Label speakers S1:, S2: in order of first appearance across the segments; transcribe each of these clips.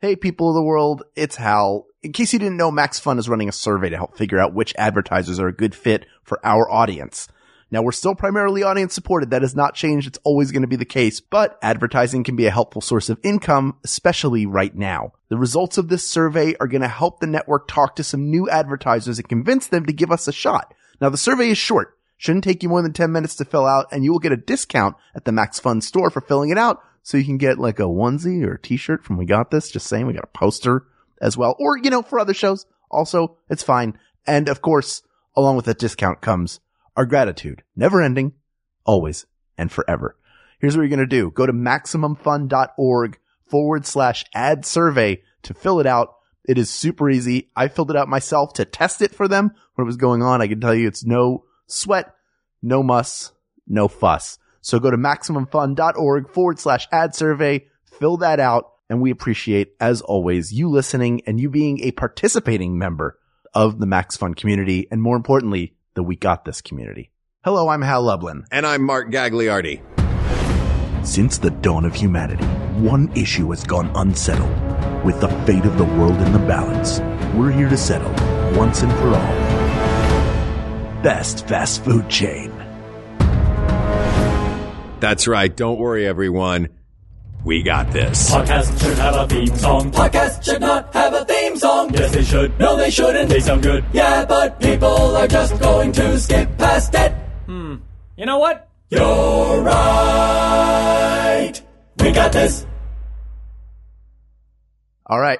S1: Hey, people of the world, it's Hal. In case you didn't know, Max Fun is running a survey to help figure out which advertisers are a good fit for our audience. Now, we're still primarily audience supported. That has not changed. It's always going to be the case, but advertising can be a helpful source of income, especially right now. The results of this survey are going to help the network talk to some new advertisers and convince them to give us a shot. Now, the survey is short. Shouldn't take you more than 10 minutes to fill out and you will get a discount at the Max Fun store for filling it out. So you can get like a onesie or a t-shirt from We Got This. Just saying we got a poster as well. Or, you know, for other shows also, it's fine. And of course, along with that discount comes our gratitude. Never ending, always and forever. Here's what you're going to do. Go to maximumfun.org forward slash ad survey to fill it out. It is super easy. I filled it out myself to test it for them when it was going on. I can tell you it's no sweat, no muss, no fuss. So go to MaximumFun.org forward slash ad survey, fill that out, and we appreciate, as always, you listening and you being a participating member of the Max Fun community, and more importantly, the We Got This community. Hello, I'm Hal Lublin.
S2: And I'm Mark Gagliardi.
S3: Since the dawn of humanity, one issue has gone unsettled. With the fate of the world in the balance, we're here to settle, once and for all, best fast food chain.
S2: That's right. Don't worry, everyone. We got this.
S4: Podcast should have a theme song.
S5: Podcasts should not have a theme song.
S4: Yes, they should.
S5: No, they shouldn't.
S4: They sound good.
S5: Yeah, but people are just going to skip past it.
S4: Hmm. You know what?
S5: You're right. We got this.
S1: All right.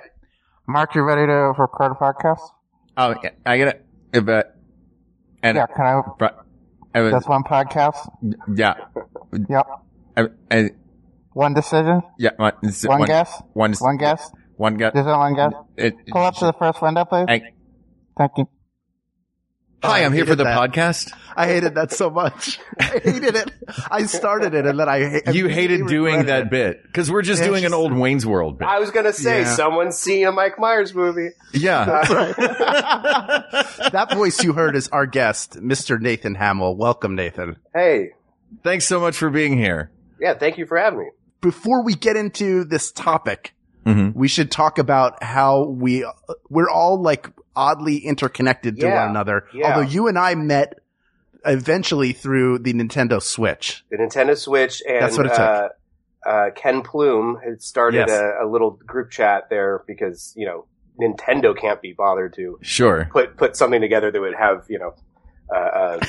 S6: Mark, you ready to record a podcast?
S7: Oh, yeah, I get it. Yeah, But and
S6: Yeah, can I?
S7: but- I was-
S6: That's one podcast.
S7: yeah,
S6: Yep.
S7: I- I-
S6: One decision.
S7: yeah. One, this-
S6: One guess?
S7: One,
S6: One guess.
S7: One guess.
S6: Is it one guess?
S7: It-
S6: Pull up to the first window, please.
S7: I-
S6: Thank you.
S7: hi, I'm here for the
S1: that.
S7: podcast.
S1: I hated that so much. I hated it. I started it and then I I
S7: You hated
S1: really
S7: doing
S1: regretted
S7: that
S1: it.
S7: bit because we're just
S1: Yeah,
S7: doing an
S1: just-
S7: old Wayne's World bit.
S8: I was gonna say
S1: Yeah.
S8: someone's seen a Mike Myers movie.
S7: Yeah,
S1: That voice you heard is our guest, Mr. Nathan Hamill. Welcome, Nathan.
S8: Hey,
S7: thanks so much for being here.
S8: yeah, thank you for having me.
S1: Before we get into this topic,
S7: Mhm.
S1: we should talk about how we uh, we're all like oddly interconnected to
S8: Yeah,
S1: one another.
S8: yeah.
S1: Although you and I met eventually through the Nintendo Switch.
S8: The Nintendo Switch and
S1: That's what it took.
S8: Uh, uh, Ken Plume had started
S1: Yes.
S8: a, a little group chat there because you know Nintendo can't be bothered to
S7: Sure.
S8: put put something together that would have you know uh, uh,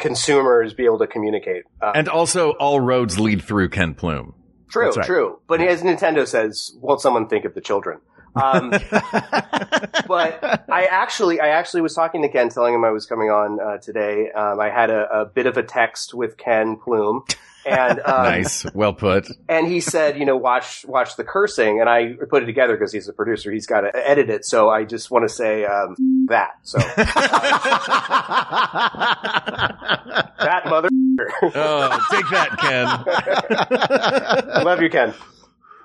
S8: consumers be able to communicate. Uh,
S7: And also, all roads lead through Ken Plume.
S8: true,
S1: that's right.
S8: true. But as Nintendo says, won't someone think of the children? Um, but I actually, I actually was talking to Ken, telling him I was coming on uh, today. Um, I had a, a bit of a text with Ken Plume, and um,
S7: Nice. Well put.
S8: and he said, you know, watch watch the cursing, and I put it together because he's a producer. He's got to edit it, so I just want to say um, that. So that mother,
S7: Oh, take that, Ken.
S8: love you, Ken.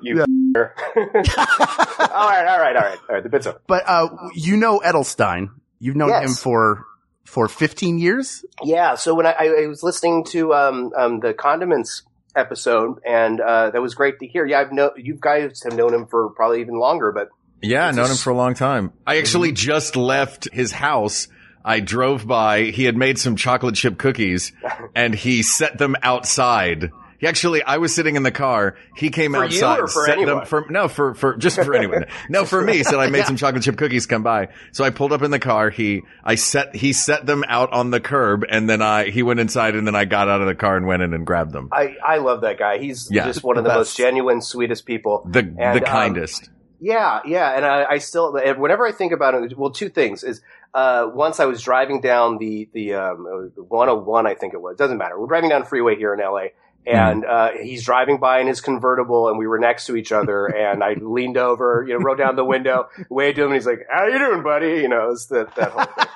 S8: You. all right, all right, all right, all right. The bit's over.
S1: But uh, you know Edelstein. You've known
S8: Yes.
S1: him for for 15 years.
S8: Yeah. So when I, I, I was listening to um, um, the condiments episode, and uh, that was great to hear. Yeah, I've know you guys have known him for probably even longer, but
S7: Yeah, known him for a long time. I actually just left his house. I drove by. He had made some chocolate chip cookies and he set them outside. He actually, I was sitting in the car. He came
S8: For you
S7: outside,
S8: or for
S7: set
S8: anyone?
S7: them for no, for for just for anyone. No, for me. So I made some chocolate chip cookies come by. So I pulled up in the car. He, I set, he set them out on the curb, and then I, he went inside, and then I got out of the car and went in and grabbed them.
S8: I, I love that guy. He's
S7: Yeah,
S8: just one of the most genuine, sweetest people.
S7: The the
S8: um,
S7: kindest.
S8: Yeah, yeah, and I, I still and whenever I think about it, well, two things is uh, once I was driving down the the um, uh, 101, I think it was, doesn't matter. We're driving down freeway here in LA, and uh, he's driving by in his convertible, and we were next to each other, and I leaned over, you know, rolled down the window, waved to him, and he's like, "How you doing, buddy?" You know, it's that that whole thing.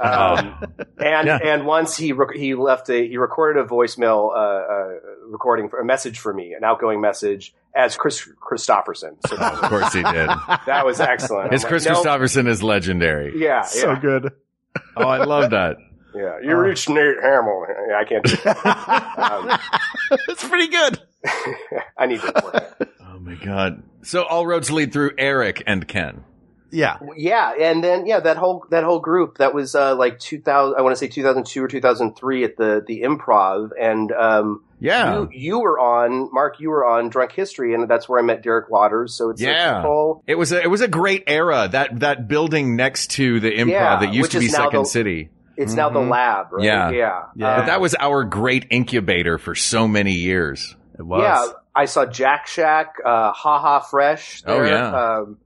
S8: Um, and
S7: Yeah.
S8: and once he rec- he left a he recorded a voicemail uh, uh, recording for, a message for me, an outgoing message as Chris Christopherson. So that was-
S7: Of course he did.
S8: that was excellent.
S7: His
S8: I'm
S7: Chris
S8: like, nope.
S7: Christopherson is legendary.
S8: Yeah, yeah,
S1: So good.
S7: Oh, I love that.
S8: yeah.
S7: Uh.
S8: You reached Nate Hamill. I can't. Do that. um,
S1: It's pretty good.
S8: I need to work.
S7: Oh my god. So all roads lead through Eric and Ken.
S1: Yeah.
S8: Yeah, and then yeah, that whole that whole group that was uh, like 2000. I want to say 2002 or 2003 at the the Improv, and um,
S7: Yeah.
S8: you you were on Mark. You were on Drunk History, and that's where I met Derek Waters. So it's
S7: Yeah.
S8: like the whole
S7: It was a it was a great era. That that building next to the improv
S8: Yeah,
S7: that used
S8: which
S7: to be
S8: is now
S7: Second
S8: the- uh,
S7: City.
S8: it's now the
S1: Mhm.
S8: lab, right?
S7: Mm-hmm. Yeah.
S8: yeah. Um,
S1: Yeah.
S7: But that was our great incubator for so many years.
S1: It was.
S8: Yeah, I saw Jack Shack, uh, Ha Ha Fresh.
S7: Oh,
S8: there.
S7: yeah.
S8: Um,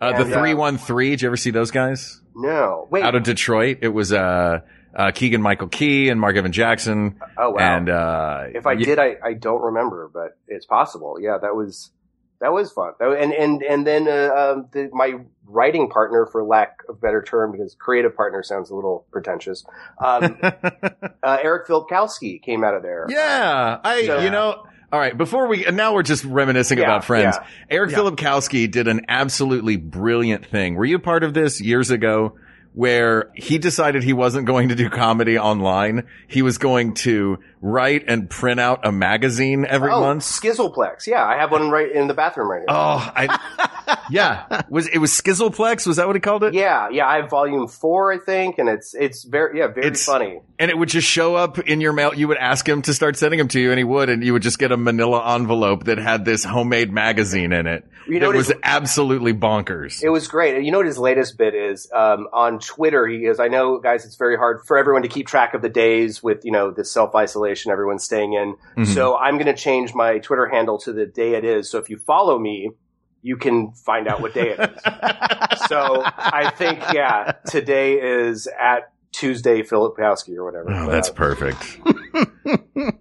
S7: Uh,
S8: And,
S7: the
S8: uh,
S7: three one three. Did you ever see those guys
S8: no, wait.
S7: out of Detroit? It was uh, uh, Keegan Michael Key and Mark Evan Jackson.
S8: oh wow.
S7: And uh,
S8: if I
S7: y-
S8: did, I, I don't remember, but it's possible. Yeah, that was that was fun. That- And and and then uh, um, the, my writing partner, for lack of better term, because creative partner sounds a little pretentious. Um, uh, Eric Filipkowski came out of there.
S7: yeah, I
S8: So-
S7: you know. All right, before we and now we're just reminiscing
S8: Yeah,
S7: about friends.
S8: yeah.
S7: Eric Filipkowski did an absolutely brilliant thing. Were you a part of this years ago where he decided he wasn't going to do comedy online? He was going to write and print out a magazine every
S8: Oh,
S7: month.
S8: Schizzleplex. Yeah, I have one right in the bathroom right now.
S7: Oh, I yeah. Was it was Schizzleplex? Was that what he called it?
S8: yeah, yeah, I have volume four, I think, and it's it's very yeah very
S7: It's-
S8: funny.
S7: And it would just show up in your mail. You would ask him to start sending them to you, and he would, and you would just get a Manila envelope that had this homemade magazine in it.
S8: You know
S7: it
S8: what
S7: was
S8: his-
S7: absolutely bonkers.
S8: It was great. And You know what his latest bit is? Um, on Twitter, he is. I know, guys, it's very hard for everyone to keep track of the days with, you know, this self isolation, everyone's staying in.
S7: Mhm.
S1: Mm-hmm.
S8: So I'm going to change my Twitter handle to the day it is. So if you follow me, you can find out what day it is. so I think, yeah, today is at Tuesday Filipowski or whatever.
S7: oh, that's
S8: Uh,
S7: perfect.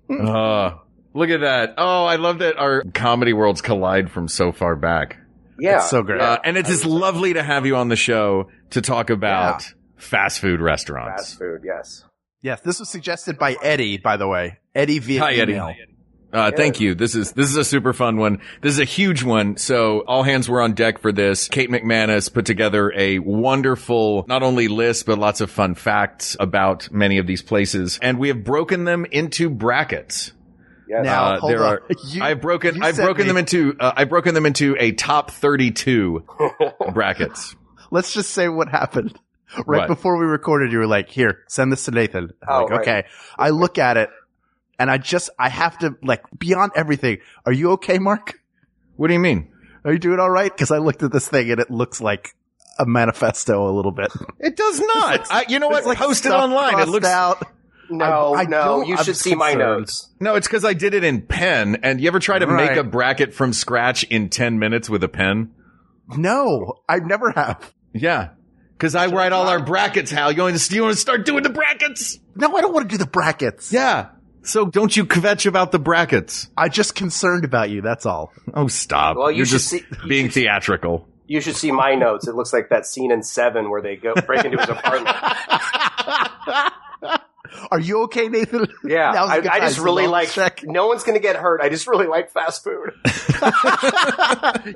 S7: Uh, look at that. Oh, I love that our comedy worlds collide from so far back.
S8: yeah.
S1: It's so great.
S7: Uh, and it's just lovely to have you on the show to talk about fast food restaurants.
S8: Fast food, yes.
S1: Yes, this was suggested by Eddie, by the way. Eddie via
S7: Hi, Eddie.
S1: email.
S7: Uh, thank you. This is this is a super fun one. This is a huge one. So all hands were on deck for this. Kate McManus put together a wonderful not only list but lots of fun facts about many of these places, and we have broken them into brackets.
S8: Yes.
S1: Now,
S7: Uh,
S1: hold
S7: there
S1: on.
S7: are-
S1: You-
S7: I've broken
S1: you
S7: I've
S1: sent
S7: broken
S1: me-
S7: them into uh, I've broken them into a top thirty-two brackets.
S1: Let's just say what happened. Right
S7: What?
S1: before we recorded, you were like, here, send this to Nathan. I'm
S8: Oh,
S1: like,
S8: right.
S1: okay. I look at it and I just, I have to, like, beyond everything, are you okay, Mark?
S7: What do you mean?
S1: Are you doing all right? Because I looked at this thing and it looks like a manifesto a little bit.
S7: It does not. I, you know what?
S1: It's like
S7: Post it
S1: stuff
S7: online. It
S1: crossed
S7: looks
S1: out.
S8: no,
S1: I- I
S8: no,
S1: don't-
S8: you
S1: I'm
S8: should see my
S1: concerned.
S8: notes.
S7: No, it's because I did it in pen. And you ever try to
S1: Right.
S7: make a bracket from scratch in 10 minutes with a pen?
S1: No, I never have.
S7: Yeah. Because I write all our brackets, Hal. You want, to, you want to start doing the brackets?
S1: No, I don't want to do the brackets.
S7: Yeah. So don't you kvetch about the brackets.
S1: I'm just concerned about you. That's all.
S7: Oh, stop.
S8: Well, you
S7: You're
S8: should
S7: just
S8: see-
S7: being theatrical.
S8: You should see my notes. It looks like that scene in Seven where they go break into his apartment.
S1: Are you okay, Nathan?
S8: Yeah,
S1: Now's a
S8: I,
S1: good
S8: I
S1: time.
S8: just really
S1: Well,
S8: like.
S1: check.
S8: No one's gonna get hurt. I just really like fast food.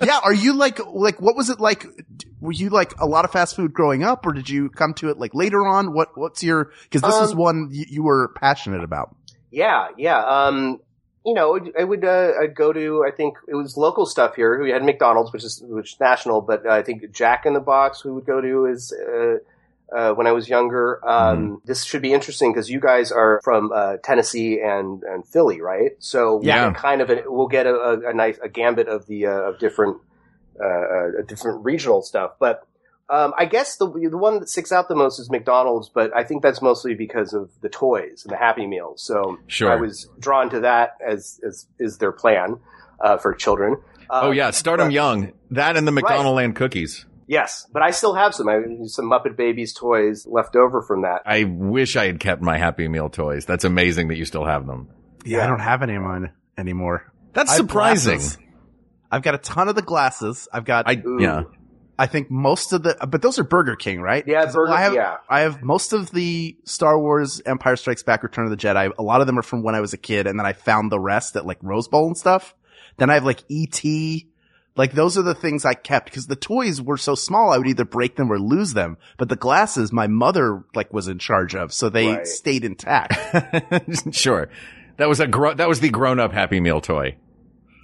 S1: yeah, are you like like what was it like? d- Were you like a lot of fast food growing up, or did you come to it like later on? What what's your because this is
S8: Um,
S1: one you, you were passionate about.
S8: yeah, yeah. Um, you know, I would uh, I'd go to. I think it was local stuff here. We had McDonald's, which is which is national, but uh, I think Jack in the Box we would go to is. Uh, uh, when I was younger, um,
S1: Mm-hmm.
S8: this should be interesting because you guys are from uh, Tennessee and, and Philly, right? So we'll
S7: Yeah.
S8: get kind of a, we'll get a, a, a nice a gambit of the uh, of different uh, uh, different regional stuff. But um, I guess the the one that sticks out the most is McDonald's, but I think that's mostly because of the toys and the Happy Meals. So
S7: Sure.
S8: I was drawn to that as as is their plan uh, for children. Uh,
S7: oh, yeah. Start 'em young. That and the McDonald Land cookies.
S8: yes, but I still have some I, some Muppet Babies toys left over from that.
S7: I wish I had kept my Happy Meal toys. That's amazing that you still have them.
S1: Yeah, I don't have any of mine anymore.
S7: That's
S1: I have
S7: surprising.
S1: glasses. I've got a ton of the glasses. I've got
S7: I,
S1: I,
S8: Ooh.
S7: yeah.
S1: think most of the but those are Burger King, right?
S8: Yeah,
S1: 'Cause
S8: Burger-
S1: I have,
S8: yeah.
S1: I have most of the Star Wars Empire Strikes Back Return of the Jedi. A lot of them are from when I was a kid and then I found the rest at like Rose Bowl and stuff. Then I have like ET. Like those are the things I kept because the toys were so small I would either break them or lose them. But the glasses my mother like was in charge of, so they
S8: Right.
S1: stayed intact.
S7: sure. That was a gro- that was the grown up Happy Meal toy.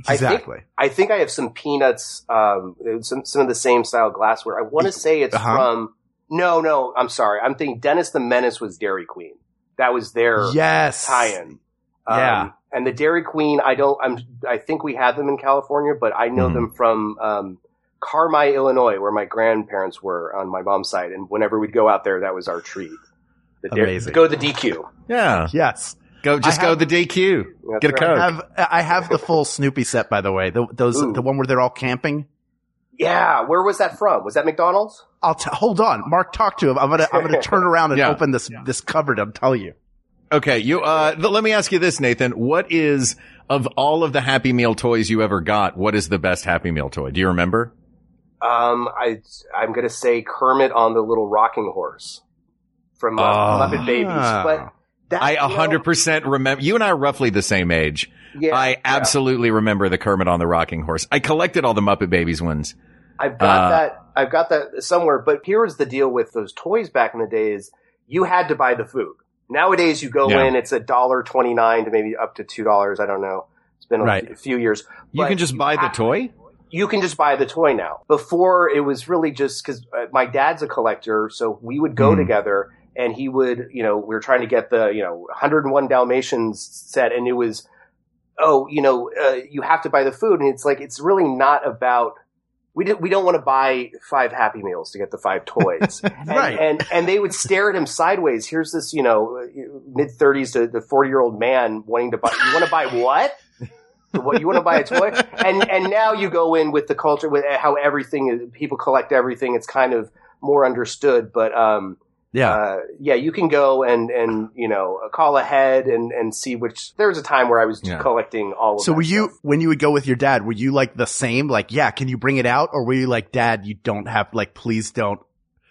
S1: Exactly.
S8: I think I have some peanuts, um, some, some of the same style glassware. I want to say it's
S1: Uh-huh.
S8: from. No, no, I'm sorry. I'm thinking Dennis the Menace was Dairy Queen. That was their
S1: yes.
S8: tie-in. Um,
S1: Yeah.
S8: and the Dairy Queen, I don't. I'm. I think we have them in California, but I know
S7: Hmm.
S1: Mhm.
S8: them from um, Carmi, Illinois, where my grandparents were on my mom's side. And whenever we'd go out there, that was our treat. The Dairy-
S1: Amazing.
S8: Go to the DQ.
S7: Yeah.
S1: Yes.
S7: Go, just
S1: I
S7: go
S1: have-
S7: the DQ.
S8: That's
S7: Get a
S8: right.
S7: coke.
S1: I have I have the full Snoopy set by the way. The, those
S8: Ooh.
S1: the one where they're all camping.
S8: Yeah. Where was that from? Was that McDonald's?
S1: I'll t- hold on, Mark. Talk to him. I'm gonna I'm gonna turn around and
S7: Yeah.
S1: open this this cupboard. I'm telling you.
S7: Okay, you. Uh, th- let me ask you this, Nathan. What is of all of the Happy Meal toys you ever got? What is the best Happy Meal toy? Do you remember?
S8: Um, I I'm gonna say Kermit on the little rocking horse from uh,
S7: Ah.
S8: Muppet Babies, but that
S7: I
S8: you know,
S7: a hundred percent remember. You and I are roughly the same age.
S8: Yeah,
S7: I absolutely remember the Kermit on the Rocking Horse. I collected all the Muppet Babies ones.
S8: I've got
S7: uh,
S8: that. I've got that somewhere. But here was the deal with those toys back in the days: you had to buy the food. Nowadays, you go
S7: Yeah.
S8: in, it's a dollar twenty nine to maybe up to two dollars. I don't know. It's been a
S1: Right.
S8: few years.
S7: You
S8: But
S7: can just buy the
S8: have-
S7: toy.
S8: you can just buy the toy now. Before it was really just because uh, my dad's a collector, so we would go
S7: Mhm.
S8: together, and he would, you know, we were trying to get the, you know, 101 Dalmatians set, and it was, oh, you know, uh, you have to buy the food, and it's like it's really not about. We, did, we don't want to buy five Happy Meals to get the five toys. and,
S1: Right.
S8: and and they would stare at him sideways. Here's this, you know, mid 30s to the 40 year old man wanting to buy. You want to buy what? what you want to buy a toy and and now you go in with the culture with how everything is people collect everything it's kind of more understood but um
S1: Yeah.
S8: uh, yeah you can go and and you know uh, call ahead and and see which there was a time where i was
S7: Yeah.
S8: collecting all of
S1: so
S8: that
S1: were you
S8: stuff.
S1: when you would go with your dad? Were you like the same? Like yeah, can you bring it out? Or were you like dad? You don't have like please don't.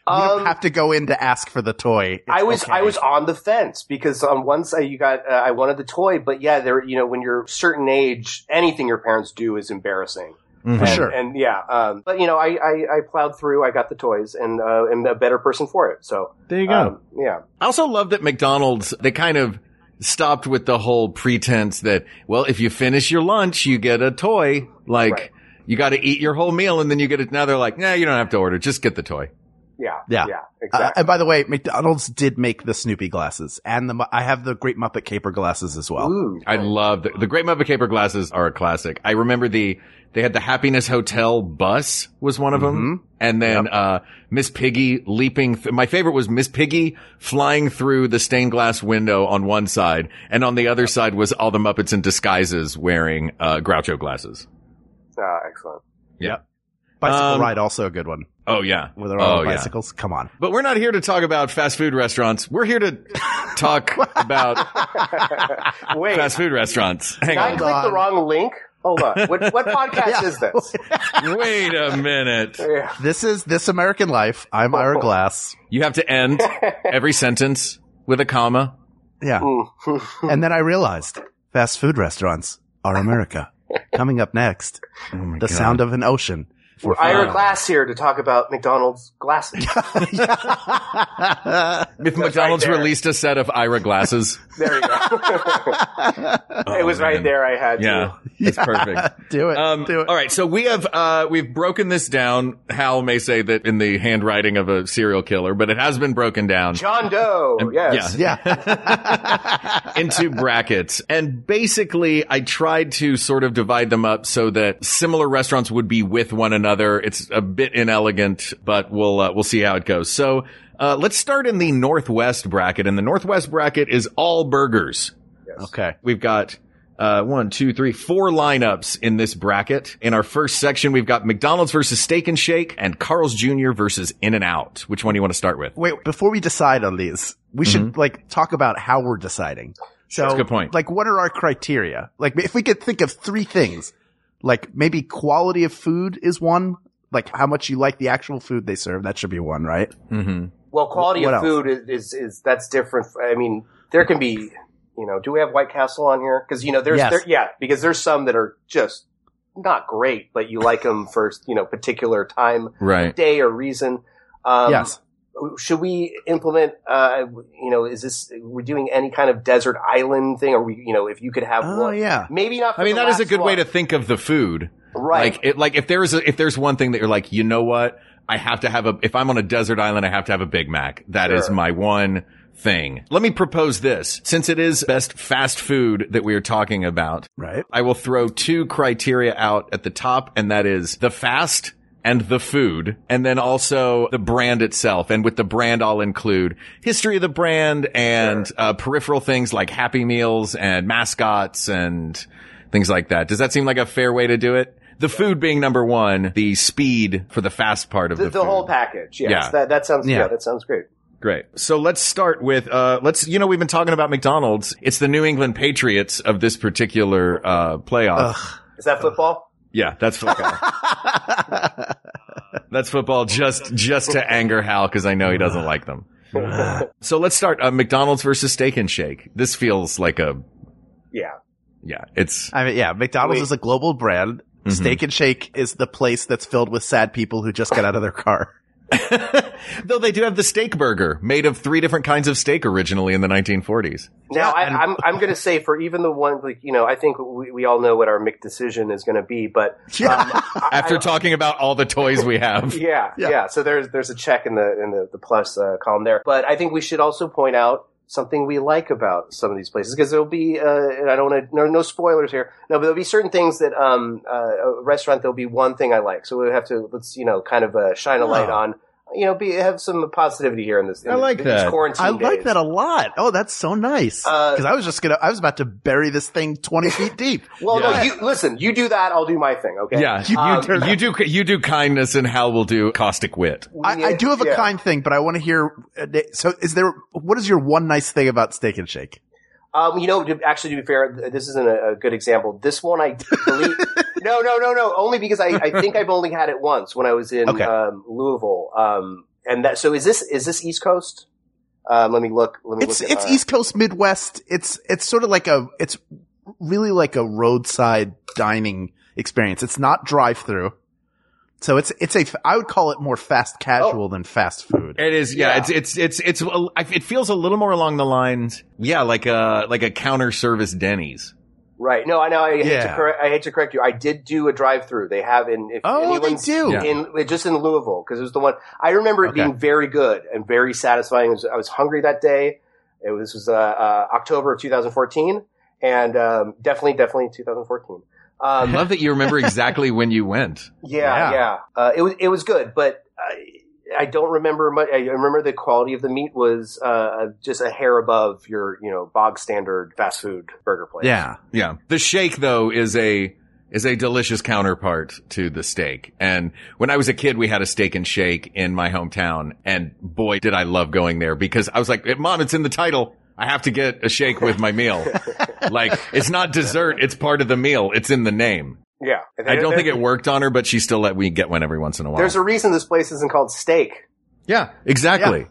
S1: You
S8: Um,
S1: don't have to go in to ask for the toy. It's
S8: I was
S1: okay.
S8: I was on the fence because on one side you got uh, I wanted the toy, but yeah, there you know when you're a certain age, anything your parents do is embarrassing.
S7: Mhm.
S1: for
S8: and,
S1: sure.
S8: and yeah, um, but you know I, I I plowed through, I got the toys, and uh, am a better person for it. So
S7: There you
S8: um, yeah,
S7: I also love that McDonald's, they kind of stopped with the whole pretense that, well, if you finish your lunch, you get a toy. Like,
S8: Right.
S7: you got to eat your whole meal and then you get it. Now they're like, nah, you don't have to order. Just get the toy.
S8: yeah,
S1: Yeah.
S8: yeah,
S1: Uh,
S8: exactly.
S1: and by the way, McDonald's did make the Snoopy glasses, and the Mu- I have the Great Muppet Caper glasses as well.
S8: Ooh,
S7: I love the, the Great Muppet Caper glasses are a classic. I remember the, they had the Happiness Hotel bus was one of them. And then, uh, Miss Piggy leaping. Th- my favorite was Miss Piggy flying through the stained glass window on one side. And on the other side was all the Muppets in disguises wearing, uh, Groucho glasses.
S8: Ah, excellent.
S1: Bicycle
S7: Um,
S1: ride also a good one.
S7: Oh yeah.
S1: Where they're all
S7: oh,
S1: on bicycles. Come on.
S7: But we're not here to talk about fast food restaurants. We're here to talk about
S8: Wait,
S7: fast food restaurants. Hang
S8: did I
S7: on.
S8: click the wrong link? Hold on. What what podcast
S1: Yeah.
S8: is this?
S7: Wait a minute.
S8: Yeah.
S1: This is This American Life. I'm Ira Glass.
S7: You have to end every sentence with a comma.
S1: Yeah. and then I realized fast food restaurants are America. Coming up next, the sound of an ocean.
S8: We're Ira Glass here to talk about McDonald's glasses.
S7: If McDonald's
S8: right there.
S7: released a set of Ira glasses,
S8: There you go. it was
S7: Oh,
S8: right
S7: man.
S8: there. I had
S7: yeah,
S8: to.
S7: it's perfect.
S1: do it.
S7: Um,
S1: do it.
S7: All right, so we have uh, we've broken this down. Hal may say that in the handwriting of a serial killer, but it has been broken down.
S8: John Doe. yes.
S7: yeah.
S1: Yeah.
S7: into brackets. And basically, I tried to sort of divide them up so that similar restaurants would be with one another. It's a bit inelegant, but we'll uh, we'll see how it goes. So uh, let's start in the northwest bracket, and the northwest bracket is all burgers.
S1: Okay.
S7: We've got. Uh, one, two, three, four lineups in this bracket. In our first section, we've got McDonald's versus Steak and Shake and Carl's Jr. versus In and Out. Which one do you want to start with?
S1: Wait, before we decide on these, we should like talk about how we're deciding. So
S7: That's a good point.
S1: Like, what are our criteria? Like, if we could think of three things, like maybe quality of food is one. Like how much you like the actual food they serve, that should be one, right?
S7: Mm-hmm.
S8: Well, quality
S1: What else?
S8: of food is, is is that's different. I mean, there can be, you know, do we have White Castle on here? Because you know, there's
S1: Yes.
S8: there, yeah, because there's some that are just not great, but you like them for you know particular time,
S7: Right.
S8: day, or reason. Um,
S1: yes.
S8: should we implement? Uh, you know, is this we're doing any kind of desert island thing? Or we, you know, if you could
S7: uh,
S8: have one,
S1: Oh yeah.
S8: maybe not. For
S7: I mean,
S8: the
S7: that is a
S8: last
S7: good way
S8: one.
S7: to think of the food.
S8: right.
S7: Like, it, like if there's a, if there's one thing that you're like, you know what, I have to have a. If I'm on a desert island, I have to have a Big Mac. That is
S8: Sure.
S7: my one thing. Let me propose this, since it is best fast food that we are talking about.
S1: Right.
S7: I will throw two criteria out at the top, and that is the fast and the food, and then also the brand itself. And with the brand, I'll include history of the brand and uh, peripheral things like Happy Meals and mascots and things like that. Does that seem like a fair way to do it? The food being number one, the speed for the fast part of
S8: the,
S7: the,
S8: the, whole
S7: food.
S8: package. Yes,
S7: Yeah.
S8: that that sounds yeah.
S1: Yeah.
S8: that sounds great.
S7: Great. So let's start with uh let's you know we've been talking about McDonald's. It's the New England Patriots of this particular uh playoff.
S8: Is
S7: Uh,
S8: that football?
S7: Yeah, that's football. that's football just just to anger Hal because I know he doesn't like them. so let's start uh, McDonald's versus Steak and Shake. This feels like a
S8: Yeah.
S7: yeah. It's
S1: I mean, yeah, McDonald's
S8: Wait.
S1: is a global brand.
S8: Mm-hmm.
S7: Mhm.
S1: Steak and Shake is the place that's filled with sad people who just got out of their car.
S7: though they do have the steak burger made of three different kinds of steak originally in the 1940s.
S8: Now I,
S1: and-
S8: I'm I'm going to say for even the one like you know I think we, we all know what our McDecision is going to be, but um, I-
S7: After
S8: I-
S7: talking about all the toys we have,
S8: yeah,
S1: Yeah.
S8: yeah so there's there's a check in the in the, the plus uh, column there, but I think we should also point out something we like about some of these places because there'll be uh, and I don't want to no no spoilers here no but there'll be certain things that um uh, a restaurant there'll be one thing I like so we have to let's you know kind of uh, shine a light on you know be have some positivity here in this in
S7: I like
S8: these
S7: that.
S8: quarantine
S1: I Oh. like
S8: days.
S1: that a lot. Oh, that's so nice.
S8: Uh,
S1: Because I was just gonna, I was about to bury this thing twenty feet deep.
S8: well
S7: Yeah.
S8: no you listen you do that I'll do my thing okay
S7: yeah, you,
S8: Um,
S7: you do you do kindness and Hal will do caustic wit.
S1: I, I do have a
S8: Yeah.
S1: kind thing, but I want to hear. uh, So, is there? What is your one nice thing about Steak and Shake?
S8: Um, you know, to, actually, to be fair, th- this isn't a, a good example. This one, I believe. no, no, no, no. Only because I, I think I've only had it once when I was in
S1: Okay.
S8: um, Louisville. Um, and that. So is this is this East Coast? Um, let me look. Let me
S1: It's
S8: look.
S1: it's East Coast Midwest. It's it's sort of like a it's really like a roadside dining experience. It's not drive through, so it's it's a f- I would call it more fast casual
S8: Oh.
S1: than fast food.
S7: It is, yeah.
S8: Yeah.
S7: It's, it's, it's, it's. a- I- It feels a little more along the lines, yeah, like a like a counter service Denny's.
S8: Right. No, I know. I hate,
S1: Yeah.
S8: to correct, I hate to correct you. I did do a drive-through. They have in. If
S1: Oh, they
S8: anyone's
S1: do.
S7: Yeah.
S8: in just in Louisville because it was the one I remember it
S1: Okay.
S8: being very good and very satisfying. It was- I was hungry that day. It was, this was uh, uh, October of 2014, and um, definitely, definitely 2014.
S7: I
S8: Um,
S7: love that you remember exactly when you went.
S8: yeah,
S1: Yeah.
S8: yeah. Uh, it was it was good, but I, I don't remember much. I remember the quality of the meat was uh, just a hair above your you know bog standard fast food burger place.
S1: Yeah,
S7: Yeah, the shake though is a is a delicious counterpart to the steak. And when I was a kid, we had a steak and shake in my hometown, and boy, did I love going there because I was like, "Mom, it's in the title. I have to get a shake with my meal." like, it's not dessert; it's part of the meal. It's in the name.
S8: yeah.
S7: I don't think it worked on her, but she still let me get one every once in a while.
S8: There's a reason this place isn't called Steak.
S7: Yeah, exactly.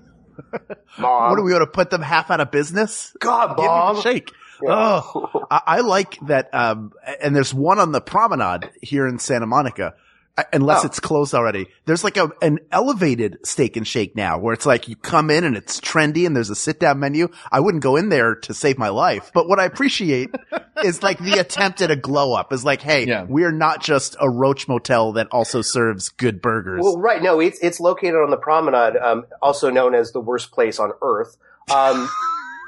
S8: Mom.
S1: what are we going to put them half out of business?
S8: God,
S1: Give me
S8: Mom.
S1: the shake.
S8: Yeah.
S1: Oh, I, I like that. Um, and there's one on the promenade here in Santa Monica. I- Unless
S8: Oh.
S1: it's closed already, there's like a an elevated steak and shake now, where it's like you come in and it's trendy, and there's a sit down menu. I wouldn't go in there to save my life, but what I appreciate is like the attempt at a glow up. Is like, hey,
S7: Yeah.
S1: we are not just a roach motel that also serves good burgers.
S8: Well, right. No, it's it's located on the promenade, um, also known as the worst place on earth. Um,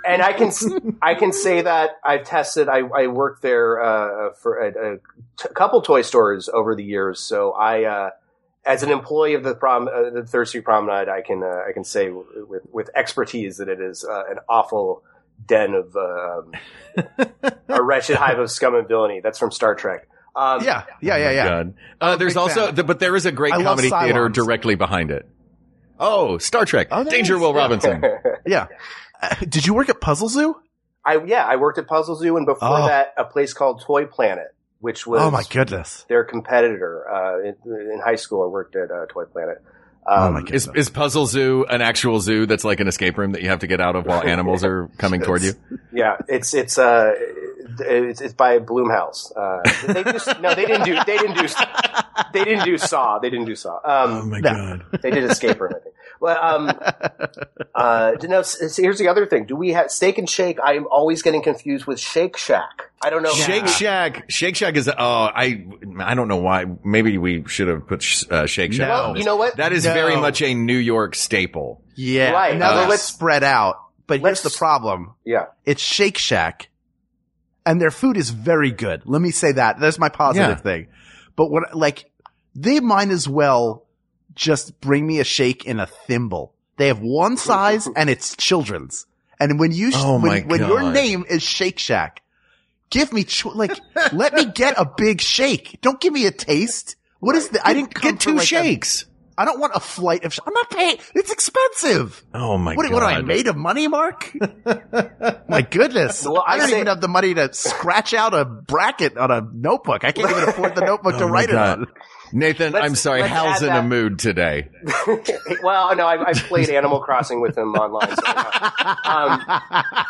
S8: and I can s- I can say that I've tested. I, I worked there uh, for a, a t- couple toy stores over the years, so I. Uh, as an employee of the prom, uh, the Third Street Promenade, I can uh, I can say w- with with expertise that it is uh, an awful den of um, a wretched hive of scum and villainy. That's from Star Trek. Um,
S1: yeah, yeah, yeah, yeah.
S7: God. Uh, there's
S1: big
S7: also,
S1: fan.
S7: th- but there is a great
S1: I love
S7: comedy theater
S1: Cylons.
S7: directly behind it. Oh, Star Trek.
S1: Oh,
S7: Danger
S1: nice.
S7: Will Robinson.
S1: Yeah. Uh, did you work at Puzzle Zoo?
S8: I yeah, I worked at Puzzle Zoo, and before
S1: Oh.
S8: that, a place called Toy Planet, which was
S1: Oh my goodness.
S8: their competitor uh, in, in high school. I worked at uh, Toy Planet.
S1: oh my god.
S7: Is, is Puzzle Zoo an actual zoo that's like an escape room that you have to get out of while animals are coming toward you?
S8: Yeah, it's it's uh, it's, it's by Bloomhouse. Uh, they just no, they didn't do they didn't do they didn't do Saw. They didn't do Saw. Um,
S7: Oh my
S1: No.
S7: god.
S8: They did Escape Room, I think. Well, um, uh, no, s- s- here's the other thing. Do we have Steak and Shake? I am always getting confused with Shake Shack. I don't know.
S7: Shake Shack. Shake Shack is oh I I don't know why. Maybe we should have put sh- uh, Shake Shack.
S1: No.
S7: on this.
S8: You know what?
S7: That is
S1: No.
S7: very much a New York staple.
S1: yeah.
S8: Right,
S1: Now
S8: uh,
S1: they're
S8: let's-
S1: spread out. But here's
S8: let's-
S1: the problem.
S8: yeah.
S1: It's Shake Shack, and their food is very good. Let me say that. That's my positive
S7: Yeah.
S1: thing. But what, like, they might as well just bring me a shake in a thimble. They have one size, and it's children's. And when you, sh-
S7: Oh my
S1: when, when your
S7: God.
S1: name is Shake Shack, give me cho- like, let me get a big shake. Don't give me a taste. What is the? I didn't come
S7: Get
S1: for,
S7: two
S1: like, a-
S7: shakes.
S1: I don't want a flight of. Sh- I'm not paying. It's expensive.
S7: oh my
S1: What,
S7: god.
S1: what am I made of money, Mark? My goodness.
S8: Well,
S1: I
S8: I
S1: don't
S8: say-
S1: even have the money to scratch out a bracket on a notebook. I can't even afford the notebook to
S7: Oh my
S1: write it
S7: God.
S1: on.
S7: Nathan,
S8: Let's-
S7: I'm sorry.
S8: let's
S7: Hal's
S8: add
S7: in a
S8: that.
S7: mood today.
S8: well, no, I've, I've played Animal Crossing with him online. So um,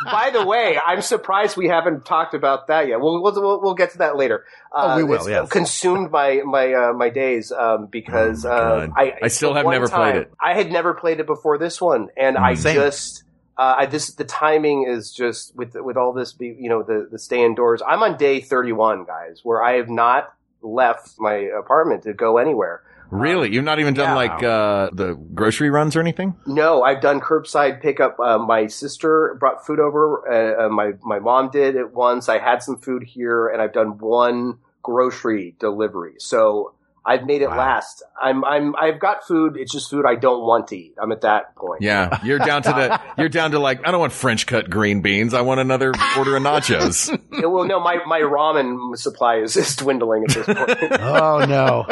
S8: by the way, I'm surprised we haven't talked about that yet. We'll we'll, we'll, we'll get to that later. Uh,
S1: Oh, we will,
S8: it's
S1: yes.
S8: Consumed my my uh, my days um, because
S7: Oh, my
S8: uh,
S7: God.
S8: I
S7: I still have
S8: one
S7: never played it.
S8: I had never played it before this one, and I
S1: Same.
S8: just. Uh, I, this the timing is just with with all this be, you know the the stay indoors. I'm on day 31, guys, where I have not left my apartment to go anywhere.
S7: Really? You've not even done
S8: Yeah.
S7: like uh, the grocery runs or anything?
S8: No, I've done curbside pickup. Uh, my sister brought food over. Uh, uh, my my mom did it once. I had some food here, and I've done one grocery delivery. So I've made it last. I'm I'm I've got food. It's just food I don't want to eat. I'm at that point.
S7: Yeah, you're down to the you're down to like I don't want French cut green beans. I want another order of nachos.
S8: Yeah, Well, no, my my ramen supply is, is dwindling at this point.
S1: Oh no.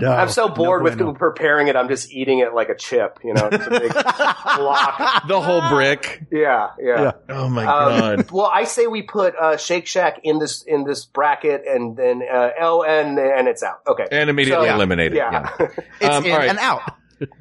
S1: No.
S8: I'm so bored
S1: no bueno.
S8: with preparing it. I'm just eating it like a chip. You know, it's a big block.
S7: the whole brick.
S8: Yeah, yeah.
S1: Yeah.
S7: Oh my
S8: Um, well, I say we put uh, Shake Shack in this in this bracket, and then uh, L and and it's out. Okay.
S7: And immediately
S8: So-
S7: eliminated.
S8: yeah.
S1: It's
S7: Um,
S1: in
S7: all right.
S1: and out.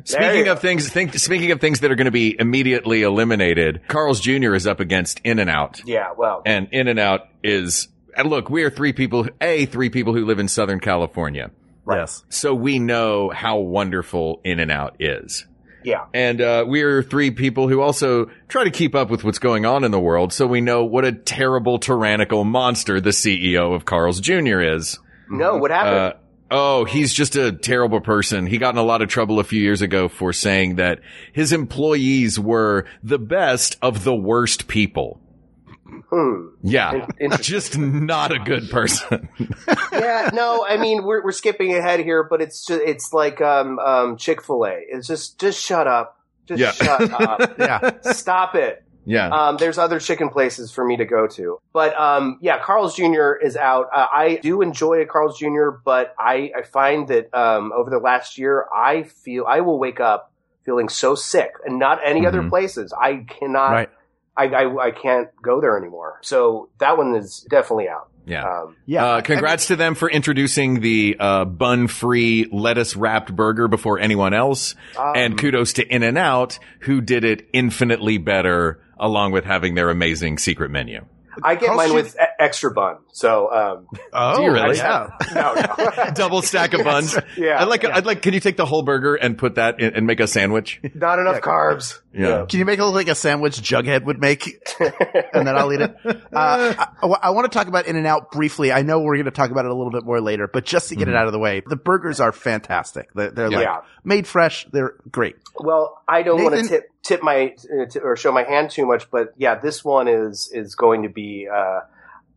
S7: Speaking
S8: you
S7: of things, think, speaking of things that are going to be immediately eliminated, Carl's Jr. is up against In and Out,
S8: yeah. Well.
S7: and In and Out is and look, we are three people. A three people who live in Southern California,
S1: Yes.
S7: so we know how wonderful In and Out is.
S8: Yeah.
S7: And uh, we are three people who also try to keep up with what's going on in the world, so we know what a terrible, tyrannical monster the CEO of Carl's Jr. is.
S8: No. What happened?
S7: Uh, oh, he's just a terrible person. He got in a lot of trouble a few years ago for saying that his employees were the best of the worst people.
S8: hmm.
S7: Yeah.
S8: Interesting.
S7: Just not a good person.
S8: yeah. No. I mean, we're we're skipping ahead here, but it's just it's like um um Chick Fil A. It's just just shut up. Just
S7: Yeah.
S8: shut up.
S1: Yeah.
S8: Stop it.
S7: yeah.
S8: Um, there's other chicken places for me to go to. But um, yeah, Carl's Jr. is out. Uh, I do enjoy a Carl's Jr., but I, I find that um, over the last year, I feel I will wake up feeling so sick and not any other
S7: Mhm.
S8: places. I cannot.
S1: Right.
S8: I, I, I can't go there anymore. So that one is definitely out.
S7: yeah.
S8: Um,
S1: Yeah.
S7: Uh, congrats to them for introducing the uh, bun-free lettuce-wrapped burger before anyone else,
S8: um,
S7: and kudos to In-N-Out who did it infinitely better, along with having their amazing secret menu.
S8: I get
S1: Carl's
S8: mine
S1: Jr.
S8: with e- extra bun. So um,
S1: oh,
S7: you really?
S1: yeah.
S8: no, no.
S7: Double stack of buns.
S8: Yeah,
S7: I'd like. I'd like. Can you take the whole burger and put that in, and make a sandwich?
S8: not enough carbs.
S7: Yeah.
S1: Can you make it look like a sandwich Jughead would make? and then I'll eat it. Uh, I, want to talk about In and Out briefly. I know we're going to talk about it a little bit more later, but just to get
S7: Mm-hmm.
S1: it out of the way, the burgers are fantastic. They're, they're like
S8: Yeah.
S1: made fresh. They're great.
S8: Well, I don't want
S1: Nathan-
S8: to tip tip my uh, t- or show my hand too much, but yeah, this one is is going to be. Uh,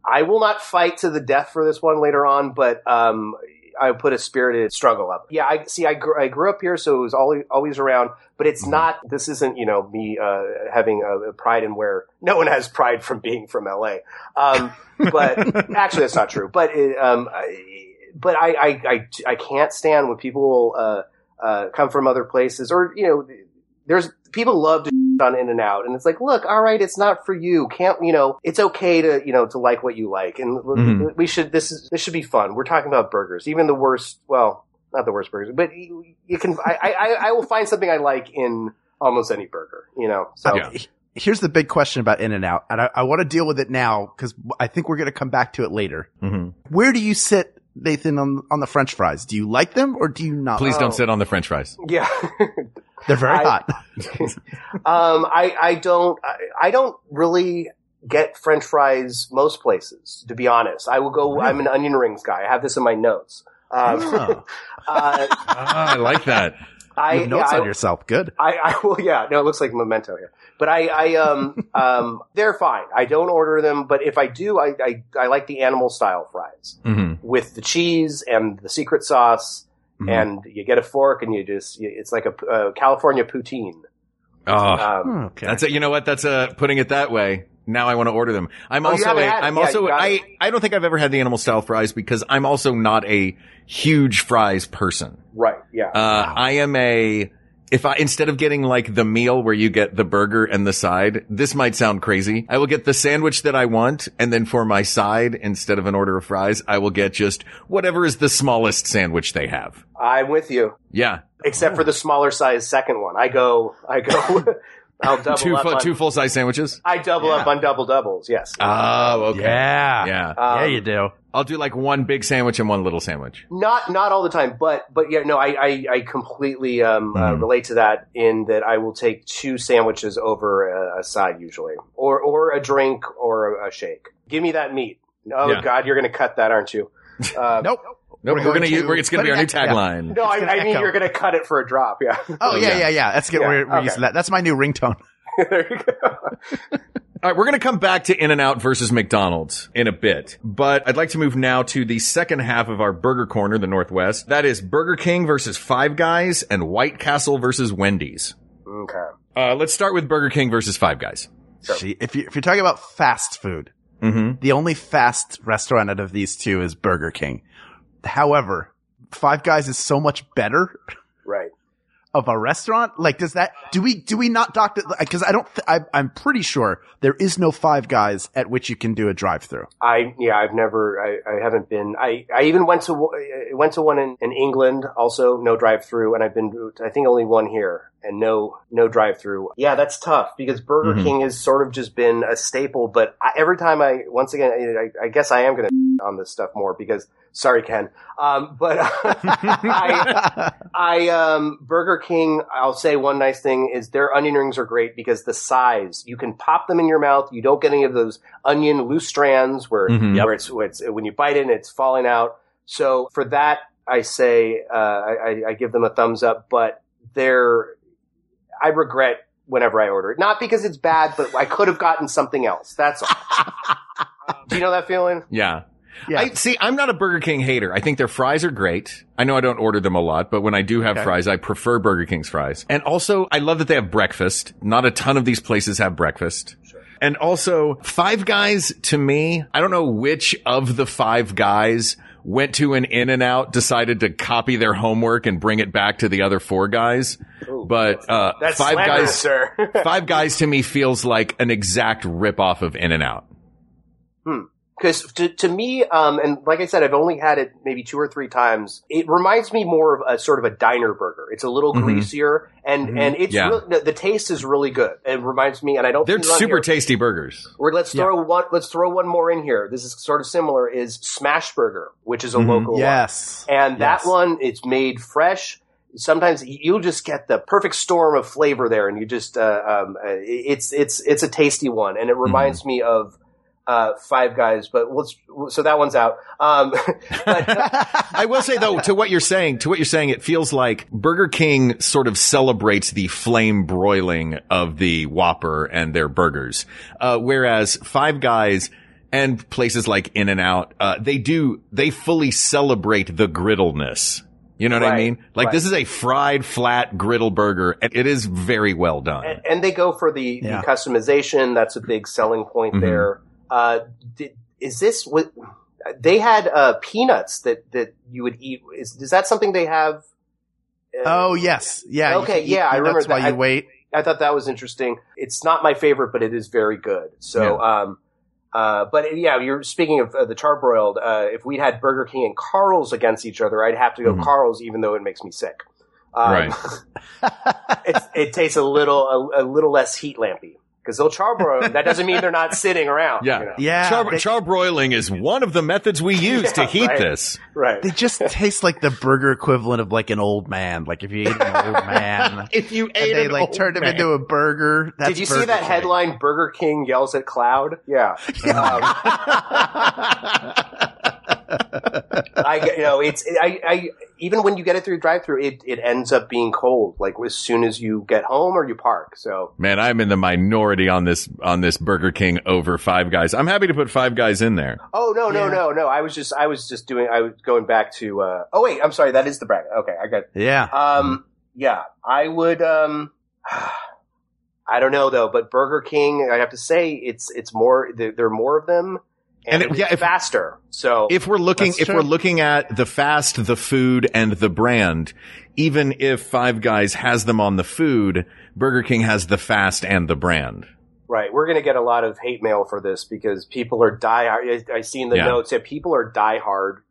S8: I will not fight to the death for this one later on, but um, I put a spirited struggle up. Yeah, I see. I, gr- I grew up here, so it was always always around. But it's not. This isn't you know me uh, having a, a pride in where no one has pride from being from LA. Um, but actually, that's not true. But it, um, I, but I, I I I can't stand when people uh, uh, come from other places or you know there's people love to on in and out and it's like look all right it's not for you can't you know it's okay to you know to like what you like and w-
S7: Mhm.
S8: we should this is this should be fun we're talking about burgers even the worst well not the worst burgers, but you, you can. I, I I will find something I like in almost any burger. You know, so
S7: Yeah.
S1: Here's the big question about In and Out, and I, I want to deal with it now because I think we're going to come back to it later.
S7: Mhm.
S1: Where do you sit, Nathan, on on the French fries? Do you like them or do you not?
S7: Please don't
S8: Oh.
S7: sit on the French fries.
S8: yeah.
S1: They're very
S8: I-
S1: hot.
S8: um, I I don't I, I don't really get French fries most places. To be honest, I will go. I'm an onion rings guy. I have this in my notes. Um,
S1: Oh,
S8: uh,
S7: Ah, I like that.
S8: I
S1: you have notes
S8: yeah, I-
S1: on yourself. Good.
S8: I, I will, yeah. No, it looks like memento here. But I, I um, um, they're fine. I don't order them, but if I do, I, I, I like the animal style fries
S7: hmm
S8: with the cheese and the secret sauce,
S1: Mhm.
S8: and you get a fork and you just, you, it's like a uh, California poutine.
S7: Oh,
S8: Um,
S1: Okay.
S7: That's it. You know what? That's uh, putting it that way. Now I want to order them. I'm
S8: Oh, you
S7: also
S8: haven't
S7: a,
S8: had it.
S7: I'm
S8: Yeah,
S7: also
S8: you got
S7: I
S8: it.
S7: I don't think I've ever had the animal style fries because I'm also not a huge fries person.
S8: right, yeah.
S7: Uh, I am a if I instead of getting like the meal where you get the burger and the side, this might sound crazy. I will get the sandwich that I want, and then for my side, instead of an order of fries, I will get just whatever is the smallest sandwich they have.
S8: I'm with you,
S7: Yeah,
S8: except for the smaller size second one. I go, I go, I'll double
S7: two
S8: up.
S7: fu-
S8: on,
S7: two full size sandwiches.
S8: I double up on double doubles. Yes.
S7: Oh, okay.
S1: Yeah.
S7: yeah.
S8: Um,
S1: yeah, you do.
S7: I'll do like one big sandwich and one little sandwich.
S8: not not all the time, but but yeah, no, I I, I completely um, uh,
S7: Mhm.
S8: relate to that in that I will take two sandwiches over a, a side usually, or or a drink or a, a shake. Give me that meat. Oh
S7: Yeah.
S8: God, you're going to cut that, aren't you? Uh,
S1: Nope. Oh,
S7: Nope,
S1: We're
S7: we're gonna
S1: going
S7: use,
S1: to-
S7: we're, it's gonna be our new tagline.
S8: No,
S1: It's
S8: I,
S1: gonna
S8: I mean
S1: echo.
S8: you're going to cut it for a drop. Yeah,
S1: Oh, yeah,
S7: yeah.
S1: yeah, yeah. That's good.
S8: Yeah,
S1: We're, we're
S8: okay.
S1: using that. That's my new ringtone.
S8: there you go.
S7: All right, we're gonna come back to In and Out versus McDonald's in a bit, but I'd like to move now to the second half of our burger corner, the Northwest. That is Burger King versus Five Guys and White Castle versus Wendy's.
S8: Okay.
S7: Uh, let's start with Burger King versus Five Guys.
S1: Gee, if, you, if you're talking about fast food,
S7: Mm-hmm.
S1: the only fast restaurant out of these two is Burger King. However, Five Guys is so much better
S8: Right.
S1: of a restaurant. Like, does that, do we, do we not doctor? Cause I don't, th- I, I'm pretty sure there is no Five Guys at which you can do a drive through.
S8: I yeah, I've never, I, I haven't been. I, I even went to w- I went to one in, in England, also no drive through, and I've been, to, I think only one here, and no no drive through. Yeah, that's tough because Burger
S7: Mhm.
S8: King has sort of just been a staple. But I, every time I, once again, I, I, I guess I am going to on this stuff more because sorry, Ken, um, but I, I um Burger King, I'll say one nice thing is their onion rings are great because the size. You can pop them in your mouth. You don't get any of those onion loose strands where
S7: Mhm.
S8: where it's, where it's when you bite in it's falling out. So for that I say uh, I, I- I give them a thumbs up, but they're I regret whenever I order it. Not because it's bad, but I could have gotten something else. That's all. Do you know that feeling?
S7: Yeah.
S1: Yeah.
S7: I see. I'm not a Burger King hater. I think their fries are great. I know I don't order them a lot, but when I do have fries, I prefer Burger King's fries. And also, I love that they have breakfast. Not a ton of these places have breakfast. And also, Five Guys to me, I don't know which of the five guys went to an In and Out, decided to copy their homework and bring it back to the other four guys. but uh,
S8: That's
S7: Five
S8: slanderous,
S7: Guys,
S8: sir.
S7: Five Guys to me feels like an exact ripoff of In and Out.
S8: because to, to me um, and like i said i've only had it maybe two or three times it reminds me more of a sort of a diner burger it's a little
S7: Mhm.
S8: greasier and and
S7: Mm-hmm.
S8: it's
S7: Yeah.
S8: real- the, the taste is really good it reminds me and i don't
S7: They're
S8: put it on
S7: super
S8: here.
S7: tasty burgers.
S8: Or let's throw one let's throw one more in here this is sort of similar is smash burger which is a
S7: Mhm.
S8: local one.
S1: yes.
S8: And that
S1: Yes.
S8: one, it's made fresh. Sometimes you'll just get the perfect storm of flavor there, and you just uh, um, uh, it's it's it's a tasty one, and it reminds
S1: Mm-hmm.
S8: me of uh, Five Guys. But let's so that one's out. Um,
S7: I will say though, to what you're saying, to what you're saying, it feels like Burger King sort of celebrates the flame broiling of the Whopper and their burgers, uh, whereas Five Guys and places like In and Out, uh, they do they fully celebrate the griddleness. You know what I
S8: Right,
S7: mean? Like
S8: right.
S7: this is a fried flat griddle burger, and it is very well done.
S8: and, and they go for the,
S1: Yeah. Mm-hmm.
S8: the customization. That's a big selling point
S7: Mhm.
S8: there. Uh, did, is this what they had? Uh, peanuts that that you would eat. Is, is that something they have? Uh,
S1: Oh, yes. Yeah. you
S8: Okay,
S1: can
S8: yeah,
S1: eat
S8: I remember
S1: peanuts
S8: that.
S1: while you
S8: I-
S1: wait.
S8: I thought that was interesting. It's not my favorite, but it is very good. So, um, Uh, but uh, yeah, you're speaking of uh, the charbroiled. Uh, if we'd had Burger King and Carl's against each other, I'd have to go
S7: Mhm.
S8: Carl's, even though it makes me sick. Um,
S7: Right.
S8: it's, it tastes a little a, a little less heat lampy because they'll charbroil. that doesn't mean they're not sitting around.
S7: Yeah.
S8: you know?
S1: Yeah.
S7: Char-
S1: they,
S7: charbroiling is one of the methods we use to heat
S8: right.
S7: this.
S8: right.
S1: they just taste like the burger equivalent of like an old man. Like if you ate an old man.
S7: If you
S1: And they like turned him into a burger. That's
S8: Did you see
S1: burger
S8: that
S1: shit.
S8: headline? Burger King yells at cloud. Yeah. Um, I get- you know it's I, I even when you get it through drive through it it ends up being cold like as soon as you get home or you park. So
S7: Man, I'm in the minority on this on this Burger King over Five Guys. I'm happy to put Five Guys in there.
S8: oh no no
S1: Yeah.
S8: no no I was just I was just doing I was going back to uh, oh wait I'm sorry that is the bracket okay I got
S1: Yeah.
S8: Um, yeah, I would. Um, I don't know though, but Burger King, I have to say, it's it's more there, there are more of them, and,
S7: And it-
S8: it's
S7: yeah, if-
S8: faster. So
S7: If we're looking,
S1: That's
S7: if
S1: true.
S7: we're looking at the fast, the food, and the brand, even if Five Guys has them on the food, Burger King has the fast and the brand.
S8: right, we're gonna get a lot of hate mail for this because people are die. I, I see in the
S7: Yeah.
S8: notes that people are diehard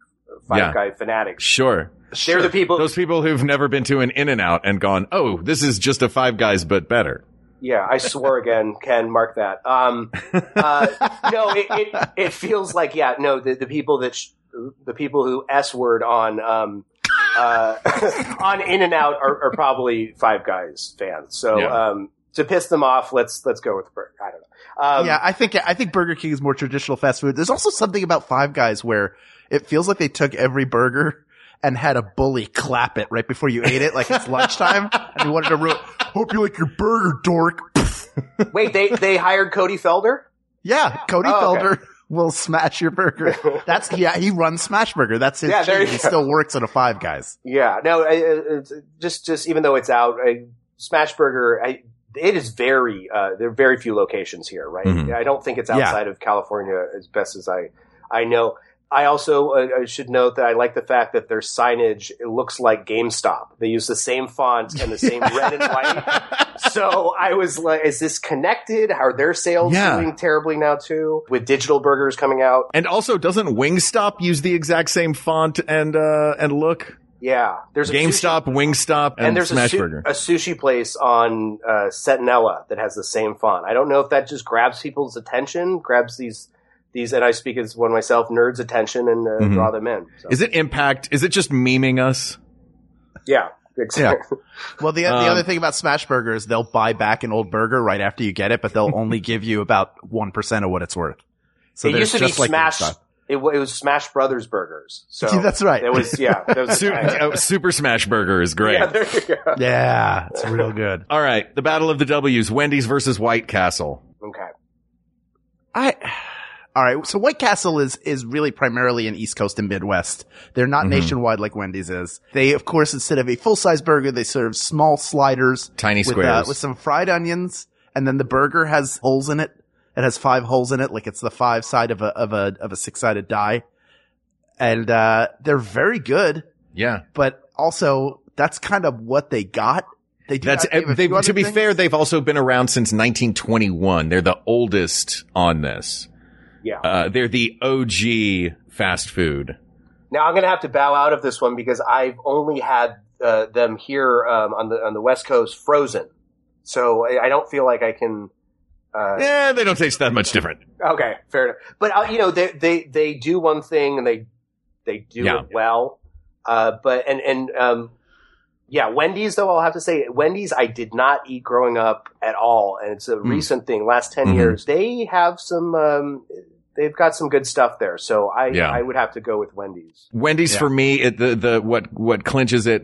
S8: Five
S7: Yeah.
S8: Guy fanatics.
S7: Sure,
S8: They're the people.
S7: those people who've never been to an In and Out and gone, oh, this is just a Five Guys but better.
S8: Yeah, I swore again, Ken. Mark that. Um, uh, no, it, it it feels like yeah, no, the, the people that sh- the people who s word on um, uh, on In and Out are, are probably Five Guys fans. So
S7: Yeah.
S8: um, to piss them off, let's let's go with Burger. I don't know. Um,
S1: yeah, I think I think Burger King is more traditional fast food. There's also something about Five Guys where it feels like they took every burger and had a bully clap it right before you ate it, like it's lunchtime, and you wanted to ruin. Hope you like your burger, dork.
S8: Wait, they they hired Cody Felder.
S1: yeah, Cody
S8: Oh, okay.
S1: Felder will smash your burger. That's yeah, he runs Smash Burger. That's his.
S8: Yeah, there
S1: chain.
S8: you
S1: he
S8: go.
S1: still works at a Five Guys.
S8: Yeah, no, I, I- it's just just even though it's out, I, Smashburger, I, it is very uh, there are very few locations here, right?
S7: Mhm.
S8: I don't think it's
S1: Yeah.
S8: outside of California as best as I I know. I also uh, I should note that I like the fact that their signage it looks like GameStop. They use the same font and the same red and white. So I was like, is this connected? Are their sales
S7: Yeah.
S8: doing terribly now too? With digital burgers coming out,
S7: And also, doesn't Wingstop use the exact same font and uh, and look?
S8: yeah. There's a few-
S7: GameStop, Wingstop, and,
S8: and, there's a, su-
S7: Smashburger.
S8: a sushi place on uh, Sentinella that has the same font. I don't know if that just grabs people's attention, grabs these these, and I speak as one myself, nerds' attention, and uh,
S1: Mm-hmm.
S7: Mhm.
S8: draw them in. So,
S7: is it impact? Is it just memeing us?
S8: yeah, exactly.
S1: Well, the
S7: Um,
S1: the other thing about Smash Burger is they'll buy back an old burger right after you get it, but they'll only give you about one percent of what it's worth. So
S8: it
S1: there's
S8: used to be
S1: just like
S8: Smash.
S1: GameStop.
S8: It, wa- it was Smash Brothers burgers. So
S1: See, that's right.
S8: It was yeah. That was,
S7: Su- oh, Super Smashburger is great.
S8: yeah, there you go.
S1: Yeah, it's real good.
S7: All right, the Battle of the W's: Wendy's versus White Castle.
S8: Okay.
S1: I all right. So White Castle is is really primarily an East Coast and Midwest. They're not
S7: Mhm.
S1: nationwide like Wendy's is. They, of course, instead of a full size burger, they serve small sliders
S7: Tiny
S1: with, uh,
S7: squares.
S1: with some fried onions, and then the burger has holes in it. It has five holes in it, like it's the five side of a of a of a six sided die, and uh, they're very good.
S7: yeah,
S1: But also, that's kind of what they got. They do
S7: that's.
S1: have- they have a
S7: They,
S1: few other
S7: to be
S1: things.
S7: fair, they've also been around since 1921. They're the oldest on this.
S8: Yeah.
S7: Uh, they're the OG fast food.
S8: Now I'm going to have to bow out of this one because I've only had uh, them here um, on the on the West Coast frozen, so I, I don't feel like I can. Uh,
S7: Yeah, Eh, they don't taste that much different.
S8: Okay, fair enough. But uh, you know, they they they do one thing and they they do
S7: Yeah.
S8: it well. Uh, but and and um, yeah, Wendy's though I'll have to say Wendy's I did not eat growing up at all, and it's a
S7: Hmm.
S8: recent thing. Last 10
S7: Mhm.
S8: years, they have some. Um, they've got some good stuff there. So I
S7: Yeah.
S8: I would have to go with Wendy's.
S7: Wendy's for me, it, the the what what clinches it.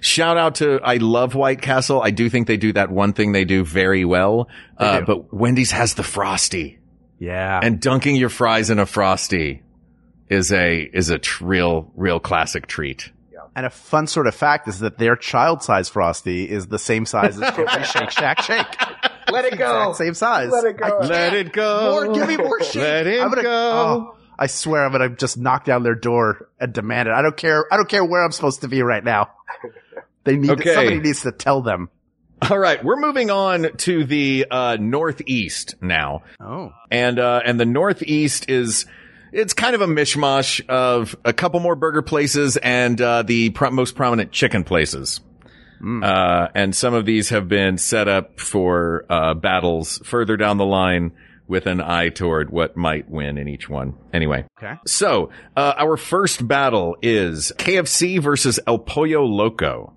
S7: Shout out to I love White Castle. I do think they do that one thing they do very well. Uh,
S1: do.
S7: But Wendy's has the frosty,
S1: yeah.
S7: and dunking your fries in a frosty is a is a tr- real real classic treat.
S1: And a fun sort of fact is that their child size frosty is the same size as every Shake Shack shake.
S8: Let it go.
S1: Exact same size.
S8: Let it go.
S1: I-
S7: Let it go.
S1: More, give me more shake.
S7: Let it
S1: I'm gonna,
S7: go.
S1: oh, I swear I'm gonna just knock down their door and demand it. I don't care. I don't care where I'm supposed to be right now. They need
S7: Okay.
S1: somebody needs to tell them.
S7: All right, we're moving on to the uh, northeast now.
S1: Oh.
S7: and uh, and the Northeast is it's kind of a mishmash of a couple more burger places and uh, the pro- most prominent chicken places. Uh, and some of these have been set up for uh, battles further down the line with an eye toward what might win in each one. Anyway.
S1: Okay.
S7: So, uh, our first battle is KFC versus El Pollo Loco.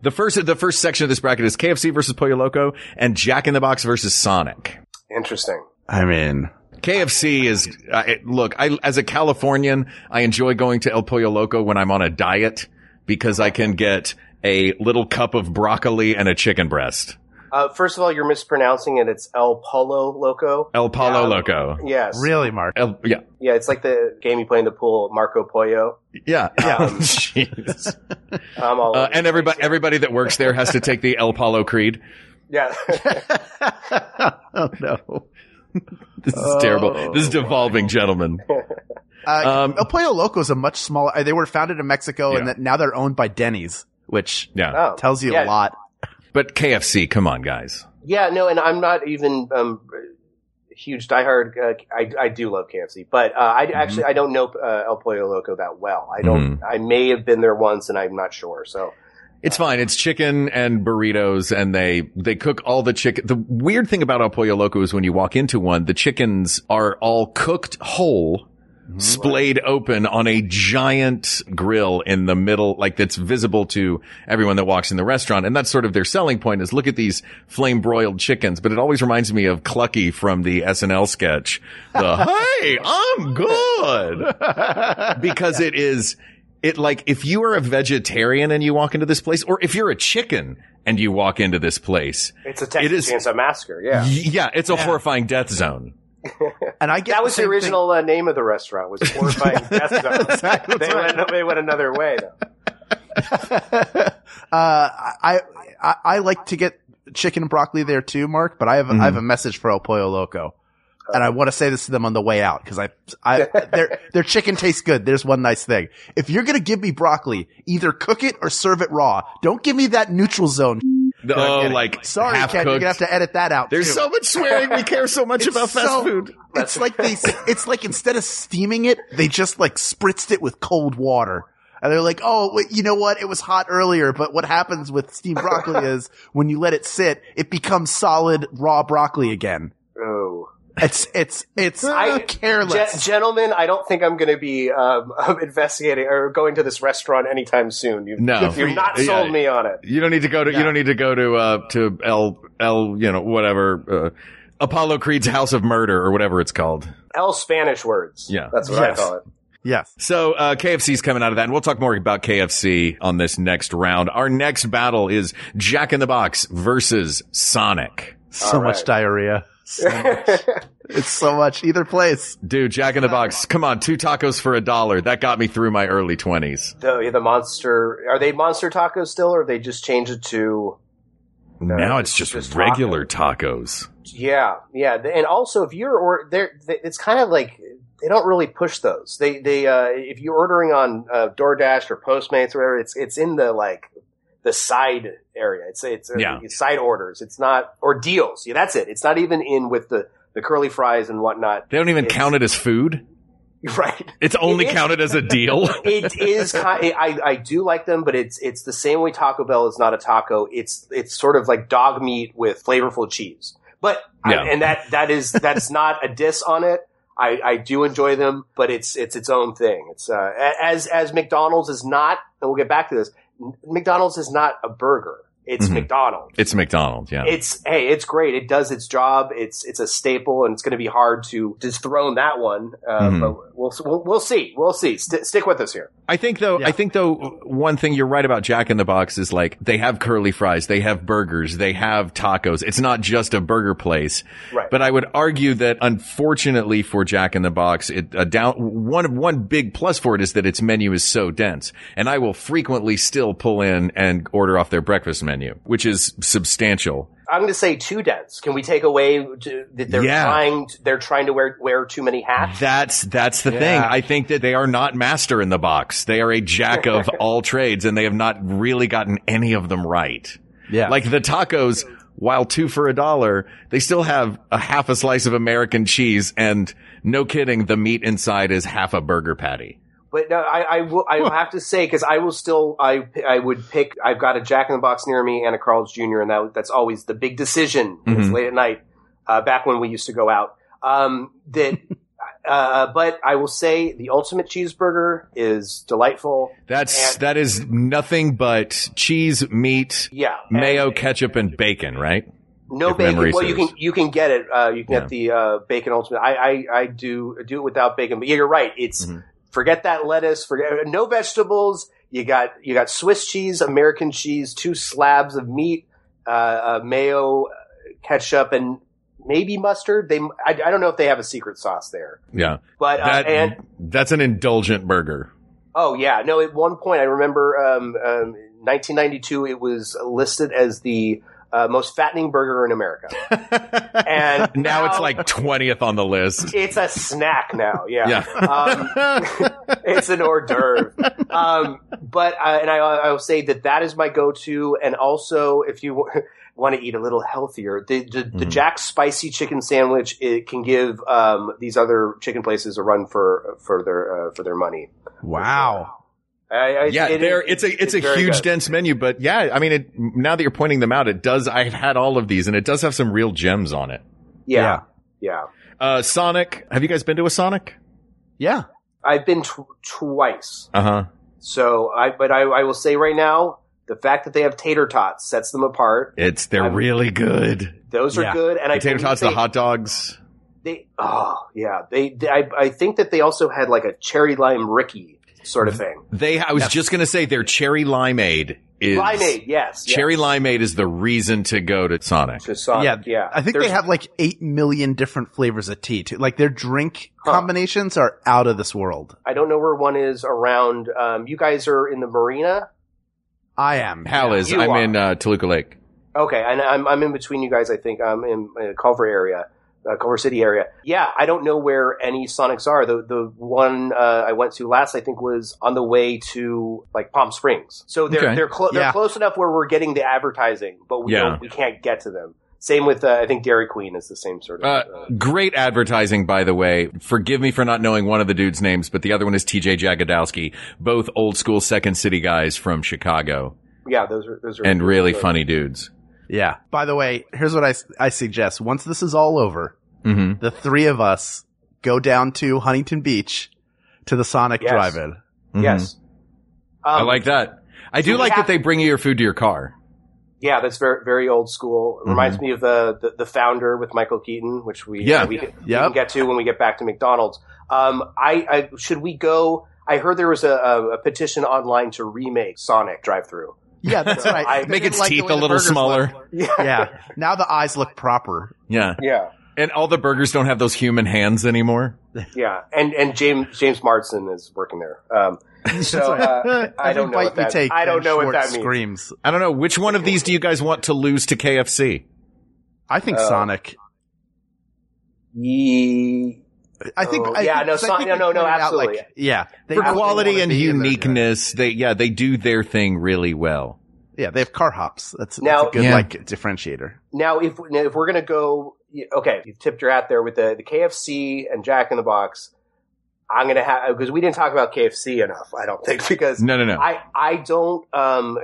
S7: The first, the first section of this bracket is KFC versus Pollo Loco and Jack in the Box versus Sonic.
S8: Interesting.
S1: I'm in.
S7: KFC is uh, it- look. I as a Californian, I enjoy going to El Pollo Loco when I'm on a diet because I can get a little cup of broccoli and a chicken breast.
S8: Uh, first of all, you're mispronouncing it. It's El Polo Loco.
S7: El Pollo
S8: Yeah.
S7: Loco.
S8: Yes.
S1: Really, Mark?
S7: El, yeah,
S8: Yeah, it's like the game you play in the pool, Marco Pollo. Um,
S7: yeah, yeah. Jeez.
S8: I'm all
S7: Uh,
S8: over
S7: and
S8: the
S7: everybody,
S8: place.
S7: everybody that works there has to take the El Pollo Creed.
S8: yeah.
S1: oh no.
S7: This is terrible. This is devolving, gentlemen.
S1: Uh,
S7: Um,
S1: El Pollo Loco is a much smaller. They were founded in Mexico,
S7: Yeah.
S1: and that now they're owned by Denny's, which
S7: Yeah,
S8: Oh.
S1: tells you
S8: Yeah.
S1: a lot.
S7: but KFC, come on, guys.
S8: Yeah, no, and I'm not even um, a huge diehard. Uh, I I do love KFC, but uh, I
S1: Mm-hmm.
S8: actually I don't know uh, El Pollo Loco that well. I don't. I may have been there once, and I'm not sure. So
S7: It's fine. It's chicken and burritos, and they they cook all the chicken. The weird thing about El Pollo Loco is when you walk into one, the chickens are all cooked whole, splayed open on a giant grill in the middle, like that's visible to everyone that walks in the restaurant. And that's sort of their selling point is look at these flame broiled chickens. But it always reminds me of Clucky from the SNL sketch. The hey, I'm good because it is it like if you are a vegetarian and you walk into this place, or if you're a chicken and you walk into this place,
S8: it's a
S7: It is-
S8: Texas Chainsaw Massacre. Yeah,
S7: y- yeah, it's a horrifying death zone.
S1: And I get
S8: that was the
S1: same thing-
S8: original uh, name of the restaurant. Was horrifying death zone.
S1: Exactly,
S8: they,
S1: that's right.
S8: went, they went another way. Though.
S1: uh, I, I I like to get chicken and broccoli there too, Mark. But I have I have a
S7: Mm-hmm.
S1: message for El Pollo Loco, and I want to say this to them on the way out because I I their their chicken tastes good. There's one nice thing: if you're gonna give me broccoli, either cook it or serve it raw. Don't give me that neutral zone. that I'm
S7: oh,
S1: getting.
S7: like
S1: sorry,
S7: half
S1: Ken, you're gonna have
S7: cooked.
S1: to edit that out.
S7: There's
S1: too.
S7: so much swearing. We care so much about fast
S1: so-
S7: food.
S1: It's like they it's like instead of steaming it, they just like spritzed it with cold water. And they're like, "Oh, wait, you know what? It was hot earlier, but what happens with steamed broccoli is when you let it sit, it becomes solid raw broccoli again."
S8: Oh.
S1: It's it's it's
S8: I-
S1: I Oh, careless.
S8: Gen- gentlemen, I don't think I'm going to be um, investigating or going to this restaurant anytime soon. You've,
S7: No.
S8: you've not sold
S7: Yeah.
S8: me on it.
S7: You don't need to go to. You don't need to go to uh to El El you know whatever uh, Apollo Creed's House of Murder or whatever it's called.
S8: L Spanish words.
S7: Yeah.
S8: that's what
S1: Yes.
S8: I call it.
S1: yes.
S7: So uh, KFC's coming out of that, and we'll talk more about KFC on this next round. Our next battle is Jack in the Box versus Sonic.
S1: So
S8: right.
S1: much diarrhea. So much. it's so much either place.
S7: Dude, Jack in the Box, come on, two tacos for a dollar. That got me through my early twenties.
S8: the the monster are they monster tacos still or they just changed it to
S7: Now it's just,
S8: just
S7: regular tacos.
S8: yeah yeah and also if you're or they're they- it's kind of like they don't really push those they they uh if you're ordering on uh, DoorDash or Postmates or whatever it's it's in the like the side area it's it's uh,
S7: Yeah.
S8: side orders it's not or deals yeah that's it it's not even in with the the curly fries and whatnot
S7: They don't even
S8: It's-
S7: count it as food.
S8: right
S7: It's only
S8: It is-
S7: counted as a deal.
S8: it is kind. I I do like them, but it's it's the same way Taco Bell is not a taco. It's it's sort of like dog meat with flavorful cheese. But I-
S7: Yeah.
S8: and that that is that's not a diss on it. I, I do enjoy them, but it's it's its own thing. It's uh, a- as as McDonald's is not, and we'll get back to this. M- McDonald's is not a burger. It's
S7: Mhm.
S8: McDonald's.
S7: it's McDonald's, yeah.
S8: It's hey, it's great. It does its job. It's it's a staple, and it's going to be hard to dethrone that one. Uh,
S7: Mhm.
S8: But we'll, we'll we'll see. We'll see. Sti stick with us here.
S7: I think though, I think though, one thing you're right about Jack in the Box is like they have curly fries, they have burgers, they have tacos. It's not just a burger place.
S8: Right.
S7: But I would argue that unfortunately for Jack in the Box, it a down one one big plus for it is that its menu is so dense, and I will frequently still pull in and order off their breakfast menu, which is substantial.
S8: I'm going to say too dense. Can we take away to, that they're
S7: Yeah.
S8: trying they're trying to wear wear too many hats?
S7: That's that's the thing. I think that they are not master in the box. They are a jack of all trades, and they have not really gotten any of them right.
S1: Yeah.
S7: Like the tacos, while two for a dollar, they still have a half a slice of American cheese and no kidding, the meat inside is half a burger patty.
S8: But no, I, I will. I will have to say because I will still. I I would pick. I've got a Jack in the Box near me and a Carl's Jr. and that that's always the big decision. when It's
S7: Mhm.
S8: late at night. Uh, back when we used to go out. Um, that. uh, but I will say the ultimate cheeseburger is delightful.
S7: That's,
S8: And-
S7: that is nothing but cheese, meat,
S8: Yeah, and
S7: mayo, ketchup, and bacon, right?
S8: no
S7: if
S8: bacon.
S7: memory
S8: Well, you
S7: serves.
S8: can you can get it. Uh, you can
S7: Yeah.
S8: get the uh, bacon ultimate. I, I I do do it without bacon. But yeah, you're right. It's
S7: Mhm.
S8: forget that lettuce. Forget uh, no vegetables. You got you got Swiss cheese, American cheese, two slabs of meat, uh, uh, mayo, uh, ketchup, and maybe mustard. They I, I don't know if they have a secret sauce there,
S7: Yeah.
S8: but uh,
S7: That,
S8: and
S7: that's an indulgent burger.
S8: Oh yeah, no. At one point, I remember um, um, 1992. It was listed as the uh, most fattening burger in America, and
S7: Now it's like 20th on the list.
S8: it's a snack now. Yeah,
S7: Yeah.
S8: um, it's an hors d'oeuvre. Um, but uh, and I, I will say that that is my go-to, and also if you want to eat a little healthier, the the, the
S7: Mhm.
S8: Jack's spicy chicken sandwich it can give um, these other chicken places a run for for their uh, for their money.
S1: Wow.
S8: I, I,
S7: yeah,
S8: it
S7: there it's
S8: is-
S7: a it's, a
S8: very
S7: huge
S8: good.
S7: dense menu, but yeah, I mean, it, now that you're pointing them out, it does. I've had all of these, and it does have some real gems on it.
S1: Yeah.
S8: Yeah. Yeah.
S7: Uh, Sonic, have you guys been to a Sonic?
S1: Yeah.
S8: I've been tw- twice.
S7: Uh huh.
S8: So I, but I, I will say right now, the fact that they have tater tots sets them apart.
S7: It's they're
S8: I'm-
S7: really good.
S8: Those are
S1: Yeah.
S8: good. And I
S7: The tater
S8: believe
S7: tots,
S8: they,
S7: the hot dogs.
S8: They, oh yeah, they. they I, I think that they also had like a cherry lime Ricky sort of thing.
S7: They. I was just gonna say their cherry limeade is
S8: Limeade, yes,
S7: Cherry
S8: yes.
S7: limeade is the reason to go to Sonic.
S8: To Sonic,
S1: Yeah,
S8: yeah,
S1: I think
S8: There's-
S1: they have like eight million different flavors of tea. Too. Like their drink
S8: Huh.
S1: combinations are out of this world.
S8: I don't know where one is around. Um, you guys are in the marina.
S1: I am.
S7: Hal is.
S8: You
S7: I'm
S8: are.
S7: in uh, Toluca Lake.
S8: Okay, and I'm I'm in between you guys. I think I'm in uh, Culver area, uh, Culver City area. Yeah, I don't know where any Sonics are. The the one uh, I went to last, I think, was on the way to like Palm Springs. So they're
S7: Okay.
S8: they're clo-
S1: Yeah.
S8: they're close enough where we're getting the advertising, but we
S7: Yeah.
S8: don't, we can't get to them. Same with uh, I think Dairy Queen is the same sort of.
S7: Uh,
S8: Uh,
S7: Great advertising, by the way. Forgive me for not knowing one of the dudes' names, but the other one is TJ Jagodowski, both old school Second City guys from Chicago
S8: yeah, those are those are
S7: and really
S8: those are-
S7: funny dudes.
S1: Yeah. By the way, here's what I s- I suggest. Once this is all over,
S7: Mm-hmm.
S1: the three of us go down to Huntington Beach to the Sonic
S8: Yes.
S1: Drive-In.
S8: Yes, um,
S7: Mm-hmm. I like that. I do
S8: we
S7: like
S8: have-
S7: that they bring you your food to your car.
S8: Yeah, that's very very old school. It Reminds me of the, the the founder with Michael Keaton, which we
S7: Mm-hmm. Yeah.
S8: we, can, we
S1: Yep.
S8: can get to when we get back to McDonald's. Um, I, I should we go? I heard there was a, a, a petition online to remake Sonic Drive Through.
S1: Yeah, that's right.
S8: I-
S1: They
S7: Make
S1: didn't
S7: its
S1: like the
S7: teeth
S1: way
S7: a
S1: the
S7: little
S1: burgers
S7: smaller.
S1: looked.
S8: Yeah,
S1: Yeah. Now the eyes look proper.
S7: Yeah.
S8: yeah,
S7: And all the burgers don't have those human hands anymore.
S8: yeah. And and James James Marsden is working there. Um, so uh, I
S1: Every
S8: don't know
S1: bite
S8: what
S1: you
S8: that.
S1: take,
S8: I don't
S1: Ben
S8: know what
S1: Schwartz
S8: that means.
S1: Screams.
S7: I don't know. Which one of these do you guys want to lose to KFC?
S1: I think
S8: Uh,
S1: Sonic.
S8: Ye-
S1: I think.
S8: oh,
S1: I
S8: yeah,
S1: think-
S8: no,
S1: 'cause I
S8: Son-
S1: think
S8: no,
S1: we
S8: no, no,
S1: pointed out,
S8: absolutely.
S1: like, yeah, they
S7: For
S1: want- they
S7: quality
S1: wanna
S7: and
S1: be in there.
S7: uniqueness, they, yeah, they do their thing really well.
S1: Yeah, they have car hops. That's, that's
S8: Now-
S1: a good
S7: Yeah.
S1: like differentiator.
S8: Now, if now if we're gonna go, okay, you've tipped your hat there with the, the KFC and Jack in the Box. I'm gonna have because we didn't talk about KFC enough. I don't think because
S7: No, no, no.
S8: I I don't um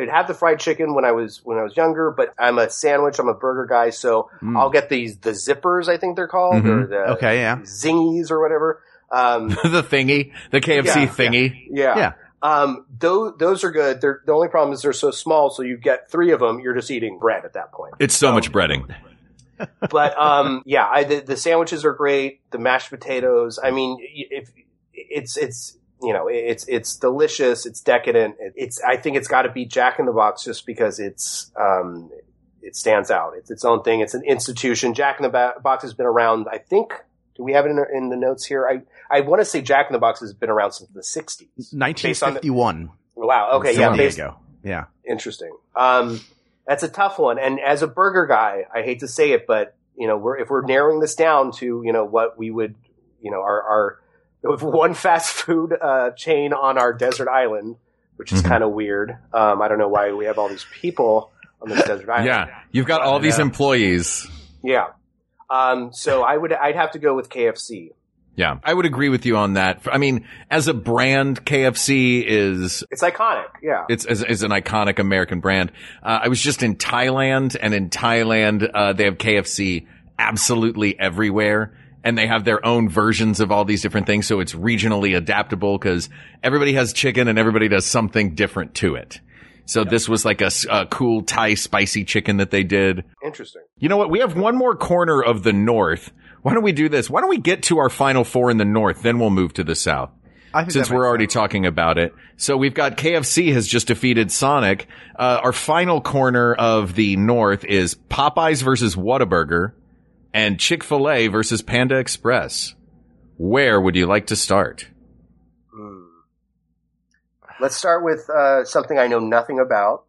S8: I'd have the fried chicken when I was when I was younger, but I'm a sandwich, I'm a burger guy, so
S1: Mm.
S8: I'll get these the zippers I think they're called or
S7: Mhm.
S8: the
S1: Okay, yeah.
S8: zingies or whatever. Um,
S7: the thingy, the KFC
S8: Yeah, yeah.
S7: thingy.
S8: yeah.
S1: Yeah.
S8: Um, those those are good. They're, the only problem is they're so small, so you get three of them, you're just eating bread at that point.
S7: It's so much breading.
S8: but um, yeah, I, the, the sandwiches are great. The mashed potatoes. I mean, y- if it's it's you know it's it's delicious. It's decadent. It, it's I think it's got to be Jack in the Box just because it's um, it stands out. It's its own thing. It's an institution. Jack in the Ba- Box has been around. I think. Do we have it in, in the notes here? I I want to say Jack in the Box has been around since the '60s.
S1: 1951.
S8: Wow. Okay.
S1: So
S8: Yeah.
S1: long
S8: based-
S1: ago. Yeah.
S8: interesting. Um, that's a tough one. And as a burger guy, I hate to say it, but you know, we're if we're narrowing this down to you know what we would, you know, our our with one fast food uh, chain on our desert island, which is
S7: Mhm.
S8: kind of weird. Um, I don't know why we have all these people on this desert island.
S7: Yeah. You've got all these
S8: Yeah.
S7: employees.
S8: Yeah. Um, so I would, I'd have to go with KFC.
S7: Yeah. I would agree with you on that. I mean, as a brand, KFC is
S8: It's iconic. Yeah.
S7: it's is, is an iconic American brand. Uh, I was just in Thailand, and in Thailand, uh, they have KFC absolutely everywhere, and they have their own versions of all these different things. So it's regionally adaptable because everybody has chicken and everybody does something different to it. So this was like a, s- a cool Thai spicy chicken that they did.
S8: Interesting.
S7: You know what? We have one more corner of the North. Why don't we do this? Why don't we get to our final four in the North, then we'll move to the South
S1: I think
S7: since
S1: that makes
S7: we're already
S1: sense.
S7: talking about it. So we've got KFC has just defeated Sonic. Uh, our final corner of the North is Popeyes versus Whataburger and Chick fil A versus Panda Express. Where would you like to start?
S8: Hmm. Let's start with, uh, something I know nothing about.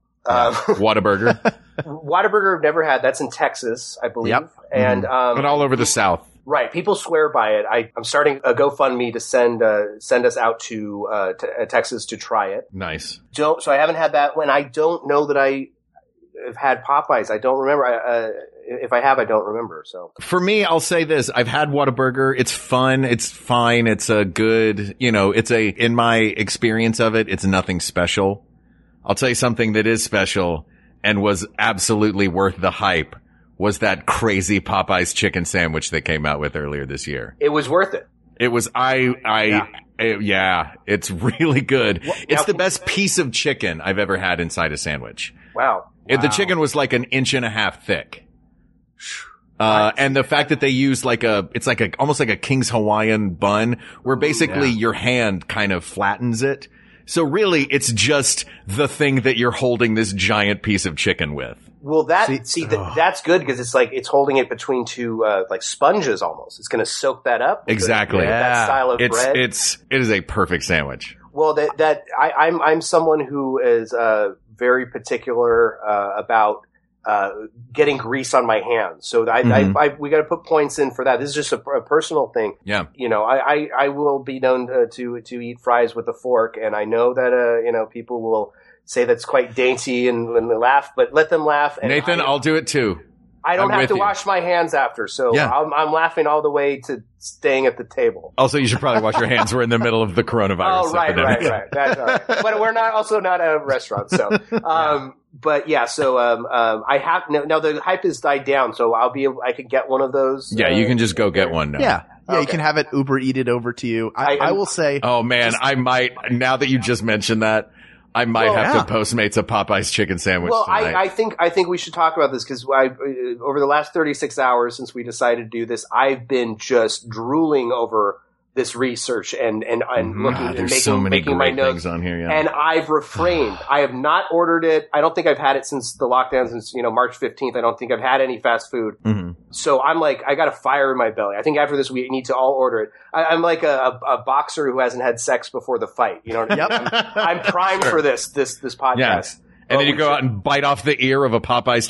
S8: Um,
S7: Whataburger,
S8: Whataburger I've never had. That's in Texas, I believe.
S1: Yep.
S8: And, um,
S7: Mm-hmm. but all over the South.
S8: Right. People swear by it. I, I'm starting a GoFundMe to send uh, send us out to uh, t- uh, Texas to try it.
S7: Nice.
S8: Don't. So I haven't had that one. I don't know that I have had Popeyes. I don't remember. I, uh, if I have, I don't remember. So
S7: For me, I'll say this. I've had Whataburger. It's fun. It's fine. It's a good, you know, it's a, in my experience of it, it's nothing special. I'll tell you something that is special and was absolutely worth the hype was that crazy Popeyes chicken sandwich they came out with earlier this year.
S8: it was worth it.
S7: It was, I, I,
S8: Yeah.
S7: eh, yeah it's really good.
S8: now-
S7: it's the best piece of chicken I've ever had inside a sandwich.
S8: Wow.
S7: It- The chicken was like an inch and a half thick. Uh, and the fact that they use like a, it's like a, almost like a King's Hawaiian bun where basically your hand kind of flattens it. So really it's just the thing that you're holding this giant piece of chicken with.
S8: Well, that see,
S1: See-
S8: th- that's good because it's like it's holding it between two uh, like sponges almost. It's going to soak that up.
S7: Exactly.
S8: With That style of
S7: It's,
S8: bread.
S7: it's, it is a perfect sandwich.
S8: Well, that that I, I'm I'm someone who is uh, very particular uh, about uh, getting grease on my hands. So I,
S7: Mhm.
S8: I, I we got to put points in for that. This is just a, a personal thing.
S7: Yeah.
S8: You know, I, I, I will be known to, to to eat fries with a fork, and I know that uh, you know people will say that's quite dainty and, and they laugh, but let them laugh. And
S7: Nathan,
S8: I,
S7: I'll do it too.
S8: I don't
S7: I'm
S8: have to
S7: with you.
S8: wash my hands after, so
S7: Yeah.
S8: I'm, I'm laughing all the way to staying at the table.
S7: Also, you should probably wash your hands. We're in the middle of the coronavirus.
S8: Oh, right,
S7: epidemic.
S8: right, right. That's all right. But we're not also not at a restaurant, so. Um, But yeah, so um, um, I have now, now the hype has died down, so I'll be able, I could get one of those. uh,
S7: Yeah. You can just go get one now.
S1: Yeah. Yeah, you
S8: Okay.
S1: can have it Uber eat it over to you. I,
S8: I-
S1: I, will say,
S7: Oh man, I might. Now that you just mentioned that, I might
S8: Well,
S7: have
S1: yeah.
S7: to Postmates a Popeyes chicken sandwich
S8: Well,
S7: tonight.
S8: I, I think I think we should talk about this because I uh, over the last thirty six hours since we decided to do this, I've been just drooling over this research and and, and
S7: God,
S8: looking and
S7: Mm-hmm. Ah, there's
S8: making,
S7: so many
S8: making my
S7: great
S8: notes.
S7: things on here. Yeah.
S8: and I've refrained. I have not ordered it. I don't think I've had it since the lockdown, since you know March fifteenth. I don't think I've had any fast food.
S7: Mhm.
S8: So I'm like, I got a fire in my belly. I think after this, we need to all order it. I, I'm like a, a, a boxer who hasn't had sex before the fight. You know, what I mean?
S1: Yep.
S8: I'm, I'm primed for this this this podcast.
S7: Yes. And
S8: Well,
S7: then you
S8: we
S7: go
S8: should-
S7: out and bite off the ear of a Popeyes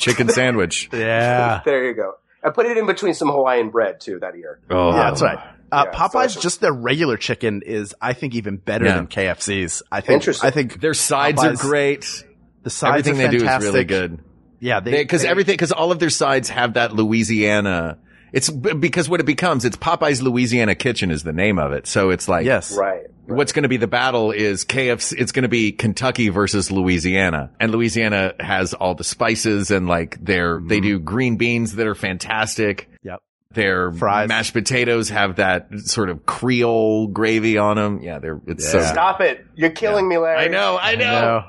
S7: chicken sandwich.
S1: yeah,
S8: There you go. I put it in between some Hawaiian bread too that year.
S7: oh,
S1: yeah, that's right. Uh,
S8: Yeah,
S1: Popeyes,
S8: so-
S1: just their regular chicken is, I think, even better
S7: Yeah.
S1: than KFC's. I think.
S8: Interesting.
S1: I think
S7: Their sides
S1: Popeyes-
S7: are great.
S1: the sides
S7: everything
S1: are
S7: they do is
S1: fantastic.
S7: really good.
S1: Yeah, they
S7: Because
S1: they-
S7: everything, because all of their sides have that Louisiana. It's b- because what it becomes, it's Popeyes Louisiana Kitchen is the name of it. So it's like,
S1: Yes.
S8: Right.
S7: What's going to be the battle is KFC. It's going to be Kentucky versus Louisiana, and Louisiana has all the spices and like their they do green beans that are fantastic.
S1: Yep.
S7: Their
S1: Fries.
S7: mashed potatoes have that sort of Creole gravy on them. Yeah, they're it's so.
S1: Yeah.
S8: Stop it! You're killing me, Larry.
S7: I know, I know.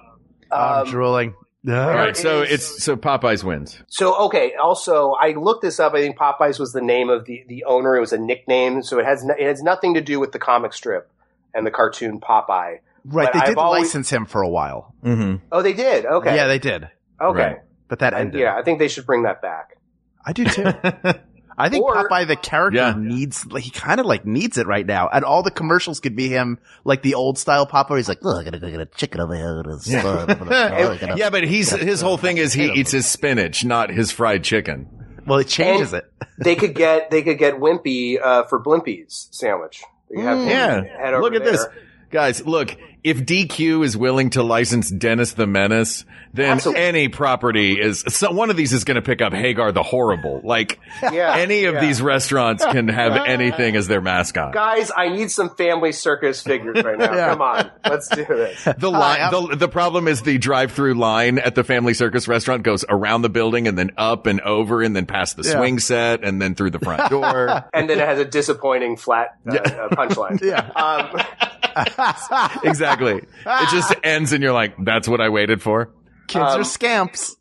S1: No, I'm
S8: Um,
S1: drooling.
S7: All
S1: Ugh.
S7: right, so
S8: It is-
S7: it's so Popeyes wins.
S8: So okay. Also, I looked this up. I think Popeyes was the name of the the owner. It was a nickname, so it has no, it has nothing to do with the comic strip and the cartoon Popeye.
S1: Right,
S8: But
S1: they
S8: I've
S1: did
S8: always-
S1: license him for a while.
S7: Mm-hmm.
S8: Oh, they did. Okay.
S1: Yeah, they did,
S8: okay.
S7: right.
S1: but that
S8: I-
S1: ended.
S8: yeah, I think they should bring that back.
S1: I do too. I think
S8: Or-
S1: Popeye the character
S7: Yeah.
S1: needs like, he kind of like needs it right now, and all the commercials could be him like the old style Popeye. He's like, look, I gotta go get a chicken over here. and a stud, and a- and a-
S7: Yeah, but he's his whole thing is he eats his spinach, not his fried chicken.
S1: Well, it changes
S8: And-
S1: it.
S8: They could get they could get Wimpy uh, for Blimpies sandwich. They could have him
S7: Yeah.
S8: head over
S7: Look at
S8: there.
S7: this. Guys, look, if DQ is willing to license Dennis the Menace, then
S8: Absolutely.
S7: any property is so one of these is going to pick up Hagar the Horrible. Like
S8: Yeah,
S7: any of
S8: yeah.
S7: these restaurants can have anything as their mascot.
S8: Guys, I need some family circus figures right now. Come on, let's do this.
S7: The line, the, the problem is the drive-through line at the Family Circus restaurant goes around the building and then up and over and then past the swing set and then through the front door.
S8: And then it has a disappointing flat uh, uh, punchline.
S1: Yeah.
S8: Um,
S7: exactly. It just ends and you're like, that's what I waited for.
S1: Kids
S8: Um,
S1: are scamps.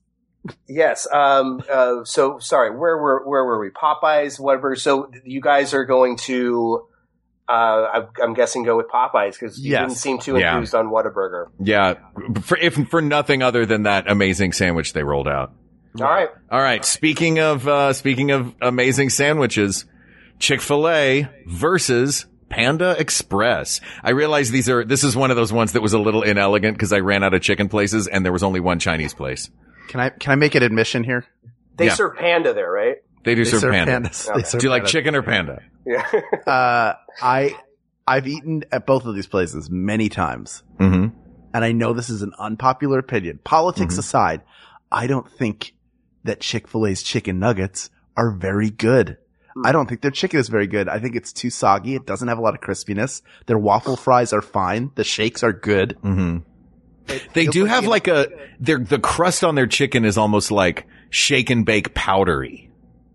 S8: yes. Um, uh, so sorry, where were where were we? Popeyes, whatever. So you guys are going to, uh, I'm, I'm guessing, go with Popeyes because you
S1: Yes.
S8: didn't seem too
S7: Yeah.
S8: enthused on Whataburger.
S7: Yeah. For, if for nothing other than that amazing sandwich they rolled out.
S8: All right.
S7: All right. Speaking of, uh, speaking of amazing sandwiches, Chick-fil-A versus Panda Express. I realize these are, this is one of those ones that was a little inelegant because I ran out of chicken places and there was only one Chinese place.
S1: Can I can I make an admission here?
S8: They
S7: Yeah.
S8: serve panda there, right?
S7: They do
S1: They
S7: serve, panda.
S1: pandas. They
S8: Okay.
S1: serve
S7: Do you like
S1: pandas.
S7: chicken or panda?
S8: Yeah.
S1: Uh, I I've eaten at both of these places many times,
S7: Mm-hmm.
S1: and I know this is an unpopular opinion.
S8: Mm-hmm.
S1: Politics aside, I don't think that Chick Fil A's chicken nuggets are very good.
S8: Hmm.
S1: I don't think their chicken is very good. I think it's too soggy. It doesn't have a lot of crispiness. Their waffle fries are fine. The shakes are good.
S7: Mm-hmm. They do have like a, their, the crust on their chicken is almost like shake and bake powdery.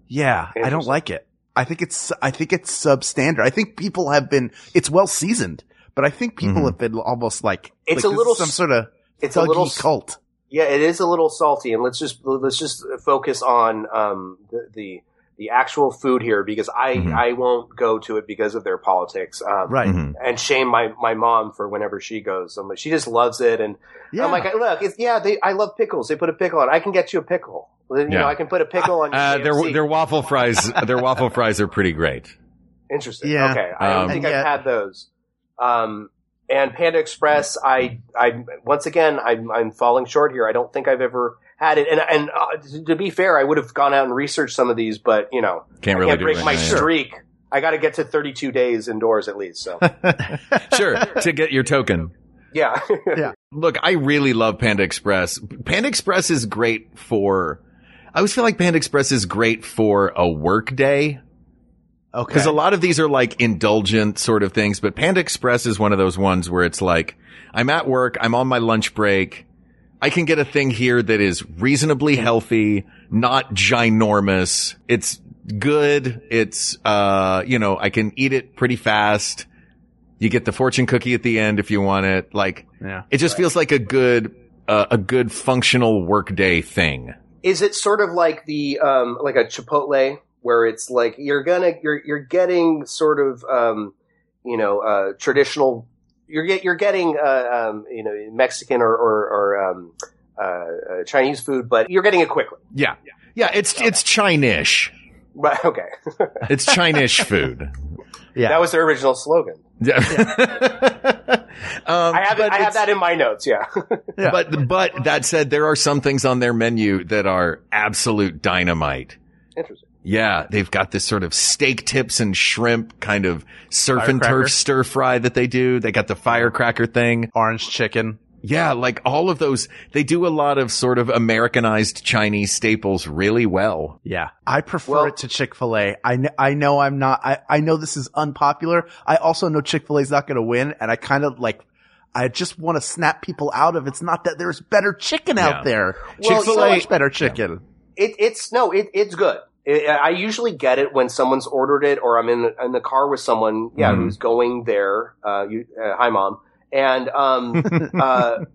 S1: Yeah, I don't like it. I think it's I think it's substandard. I think people have been it's well seasoned, but I think people
S7: Mhm.
S1: have been almost like
S8: Mm-hmm. It's
S1: like
S8: a
S1: this
S8: little
S1: is some
S8: s-
S1: sort of
S8: It's a
S1: thuggy
S8: little
S1: cult.
S8: Yeah, it is a little salty, and let's just let's just focus on um, the, the the actual food here because I
S7: Mhm.
S8: I won't go to it because of their politics. Um,
S1: Right.
S7: Mhm.
S8: And shame my, my mom for whenever she goes. I'm like, she just loves it, and
S1: Yeah.
S8: I'm like, look, it's, yeah, they, I love pickles. They put a pickle on. I can get you a pickle. You know,
S7: Yeah.
S8: I can put a pickle on. Your
S7: Uh, their,
S8: KFC.
S7: their waffle fries, their waffle fries are pretty great.
S8: Interesting.
S1: Yeah.
S8: Okay. I don't
S7: Um,
S8: think
S1: And yet-
S8: I've had those. Um, and Panda Express, I, I, once again, I'm, I'm falling short here. I don't think I've ever had it. And, and uh, to be fair, I would have gone out and researched some of these, but you know,
S7: Can't
S8: I
S7: really
S8: can't
S7: do
S8: break
S7: it.
S8: my
S7: Yeah, yeah.
S8: streak. I got to get to 32 days indoors at least. So
S7: Sure, to get your token.
S8: yeah.
S7: Look, I really love Panda Express. Panda Express is great for. I always feel like Panda Express is great for a work day
S1: okay.
S7: because a lot of these are like indulgent sort of things, but Panda Express is one of those ones where it's like, I'm at work, I'm on my lunch break, I can get a thing here that is reasonably healthy, not ginormous. It's good. It's, uh, you know, I can eat it pretty fast. You get the fortune cookie at the end if you want it. Like,
S1: Yeah.
S7: it just feels like a good, uh, a good functional workday thing.
S8: Is it sort of like the, um, like a Chipotle where it's like, you're gonna, you're, you're getting sort of, um, you know, uh, traditional. You're get you're getting uh, um, you know Mexican or or, or um, uh, uh, Chinese food, but you're getting it quickly.
S7: Yeah. Yeah. It's, it's Chinese.
S8: Right? Okay,
S7: It's Chinese food.
S1: Yeah.
S8: that was their original slogan.
S7: Yeah. um,
S8: I have it,
S7: but
S8: I
S7: it's-
S8: have that in my notes. Yeah,
S1: Yeah.
S7: But but that said, there are some things on their menu that are absolute dynamite.
S8: interesting.
S7: Yeah, they've got this sort of steak tips and shrimp kind of surf and
S1: Firecracker.
S7: turf stir fry that they do. They got the firecracker thing.
S1: Orange chicken.
S7: Yeah, like all of those. They do a lot of sort of Americanized Chinese staples really well.
S1: Yeah. I prefer
S8: Well-
S1: it to Chick-fil-A. I, kn- I know I'm not, I, I know this is unpopular. I also know Chick-fil-A's not going to win. And I kind of like, I just want to snap people out of it's not that there's better chicken
S7: Yeah.
S1: out there.
S8: Well,
S1: so
S8: so-
S1: much better chicken.
S8: It, it's no, it, it's good. It, I usually get it when someone's ordered it, or I'm in in the car with someone. Yeah,
S7: Mhm.
S8: who's going there? Uh, you, uh, hi, mom. And um, uh,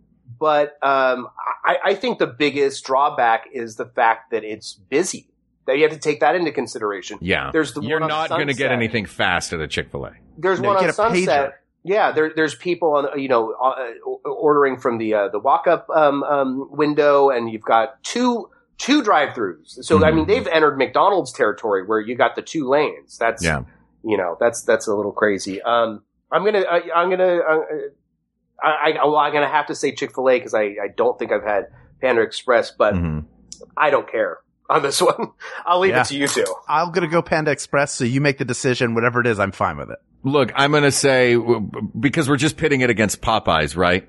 S8: but um, I, I think the biggest drawback is the fact that it's busy. That you have to take that into consideration.
S7: Yeah.
S8: There's the
S7: You're
S8: one on
S7: not going to get
S8: Sunset. Uh,
S7: anything fast at a Chick-fil-A.
S8: There's
S1: No,
S8: one
S1: you
S8: on
S1: get a
S8: Sunset.
S1: pager.
S8: Yeah, there, there's people on you know uh, o- ordering from the uh, the walk up um, um, window, and you've got two two drive throughs. So I
S1: Mm-hmm.
S8: mean,
S7: Mhm.
S8: they've entered McDonald's territory where you got the two lanes. That's
S7: Yeah.
S8: you know that's that's a little crazy. Um, I'm gonna I, I'm gonna uh, I, I well, I'm gonna have to say Chick fil A because I I don't think I've had Panda Express, but
S7: Mhm.
S8: I don't care on this one. I'll leave
S1: Mm. Yeah.
S8: it to you two.
S1: I'm going to go Panda Express. So you make the decision. Whatever it is, I'm fine with it.
S7: Look, I'm going to say w- because we're just pitting it against Popeyes, right?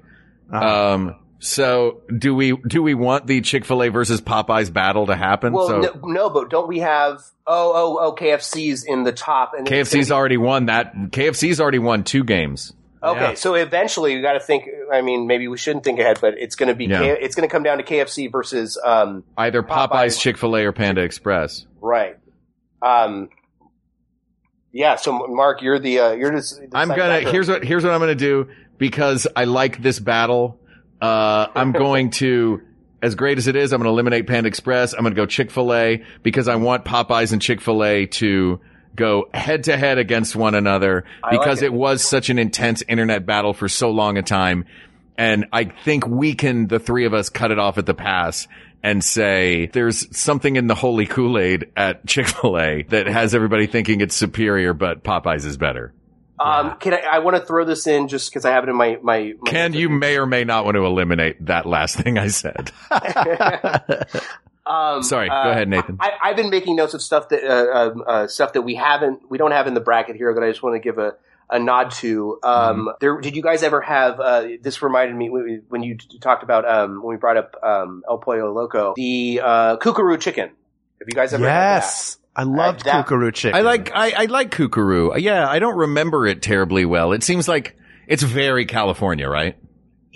S7: Um, so do we do we want the Chick Fil A versus Popeyes battle to happen?
S8: Well,
S7: so
S8: no, no, but don't we have oh oh oh KFC's in the top and it's
S7: KFC's already won that. KFC's already won two games.
S8: Okay, so eventually you got to think. I mean, maybe we shouldn't think ahead, but it's going to be
S7: Yeah.
S8: K- it's going to come down to KFC versus um,
S7: Either Popeyes,
S8: Popeyes.
S7: Chick Fil A, or Panda Express.
S8: right. Um, yeah. So Mark, you're the uh, you're just. the
S7: I'm gonna.
S8: psychiatrist.
S7: Here's what. Here's what I'm gonna do because I like this battle. Uh, I'm going to, as great as it is, I'm gonna eliminate Panda Express. I'm gonna go Chick Fil A because I want Popeyes and Chick Fil A to go head to head against one another
S8: I like
S7: because
S8: it.
S7: it was such an intense internet battle for so long a time. And I think we can, the three of us, cut it off at the pass and say there's something in the holy Kool Aid at Chick fil A that has everybody thinking it's superior, but Popeyes is better.
S8: Um, can I? I want to throw this in just because I have it in my my. my
S7: Ken, you may or may not want to eliminate that last thing I said.
S8: Um,
S7: Sorry,
S8: uh,
S7: go ahead, Nathan.
S8: I, I've been making notes of stuff that uh, um, uh, stuff that we haven't we don't have in the bracket here that I just want to give a, a nod to.
S7: Mm-hmm.
S8: Um, There, did you guys ever have? Uh, this reminded me when we- when you t- talked about um, when we brought up um, El Pollo Loco, the uh, Kookaroo chicken. Have you guys ever? had that?
S1: Yes. I loved
S8: Uh, that-
S1: Kookaroo chicken.
S7: I like I, I like Kookaroo. Yeah, I don't remember it terribly well. It seems like it's very California, right?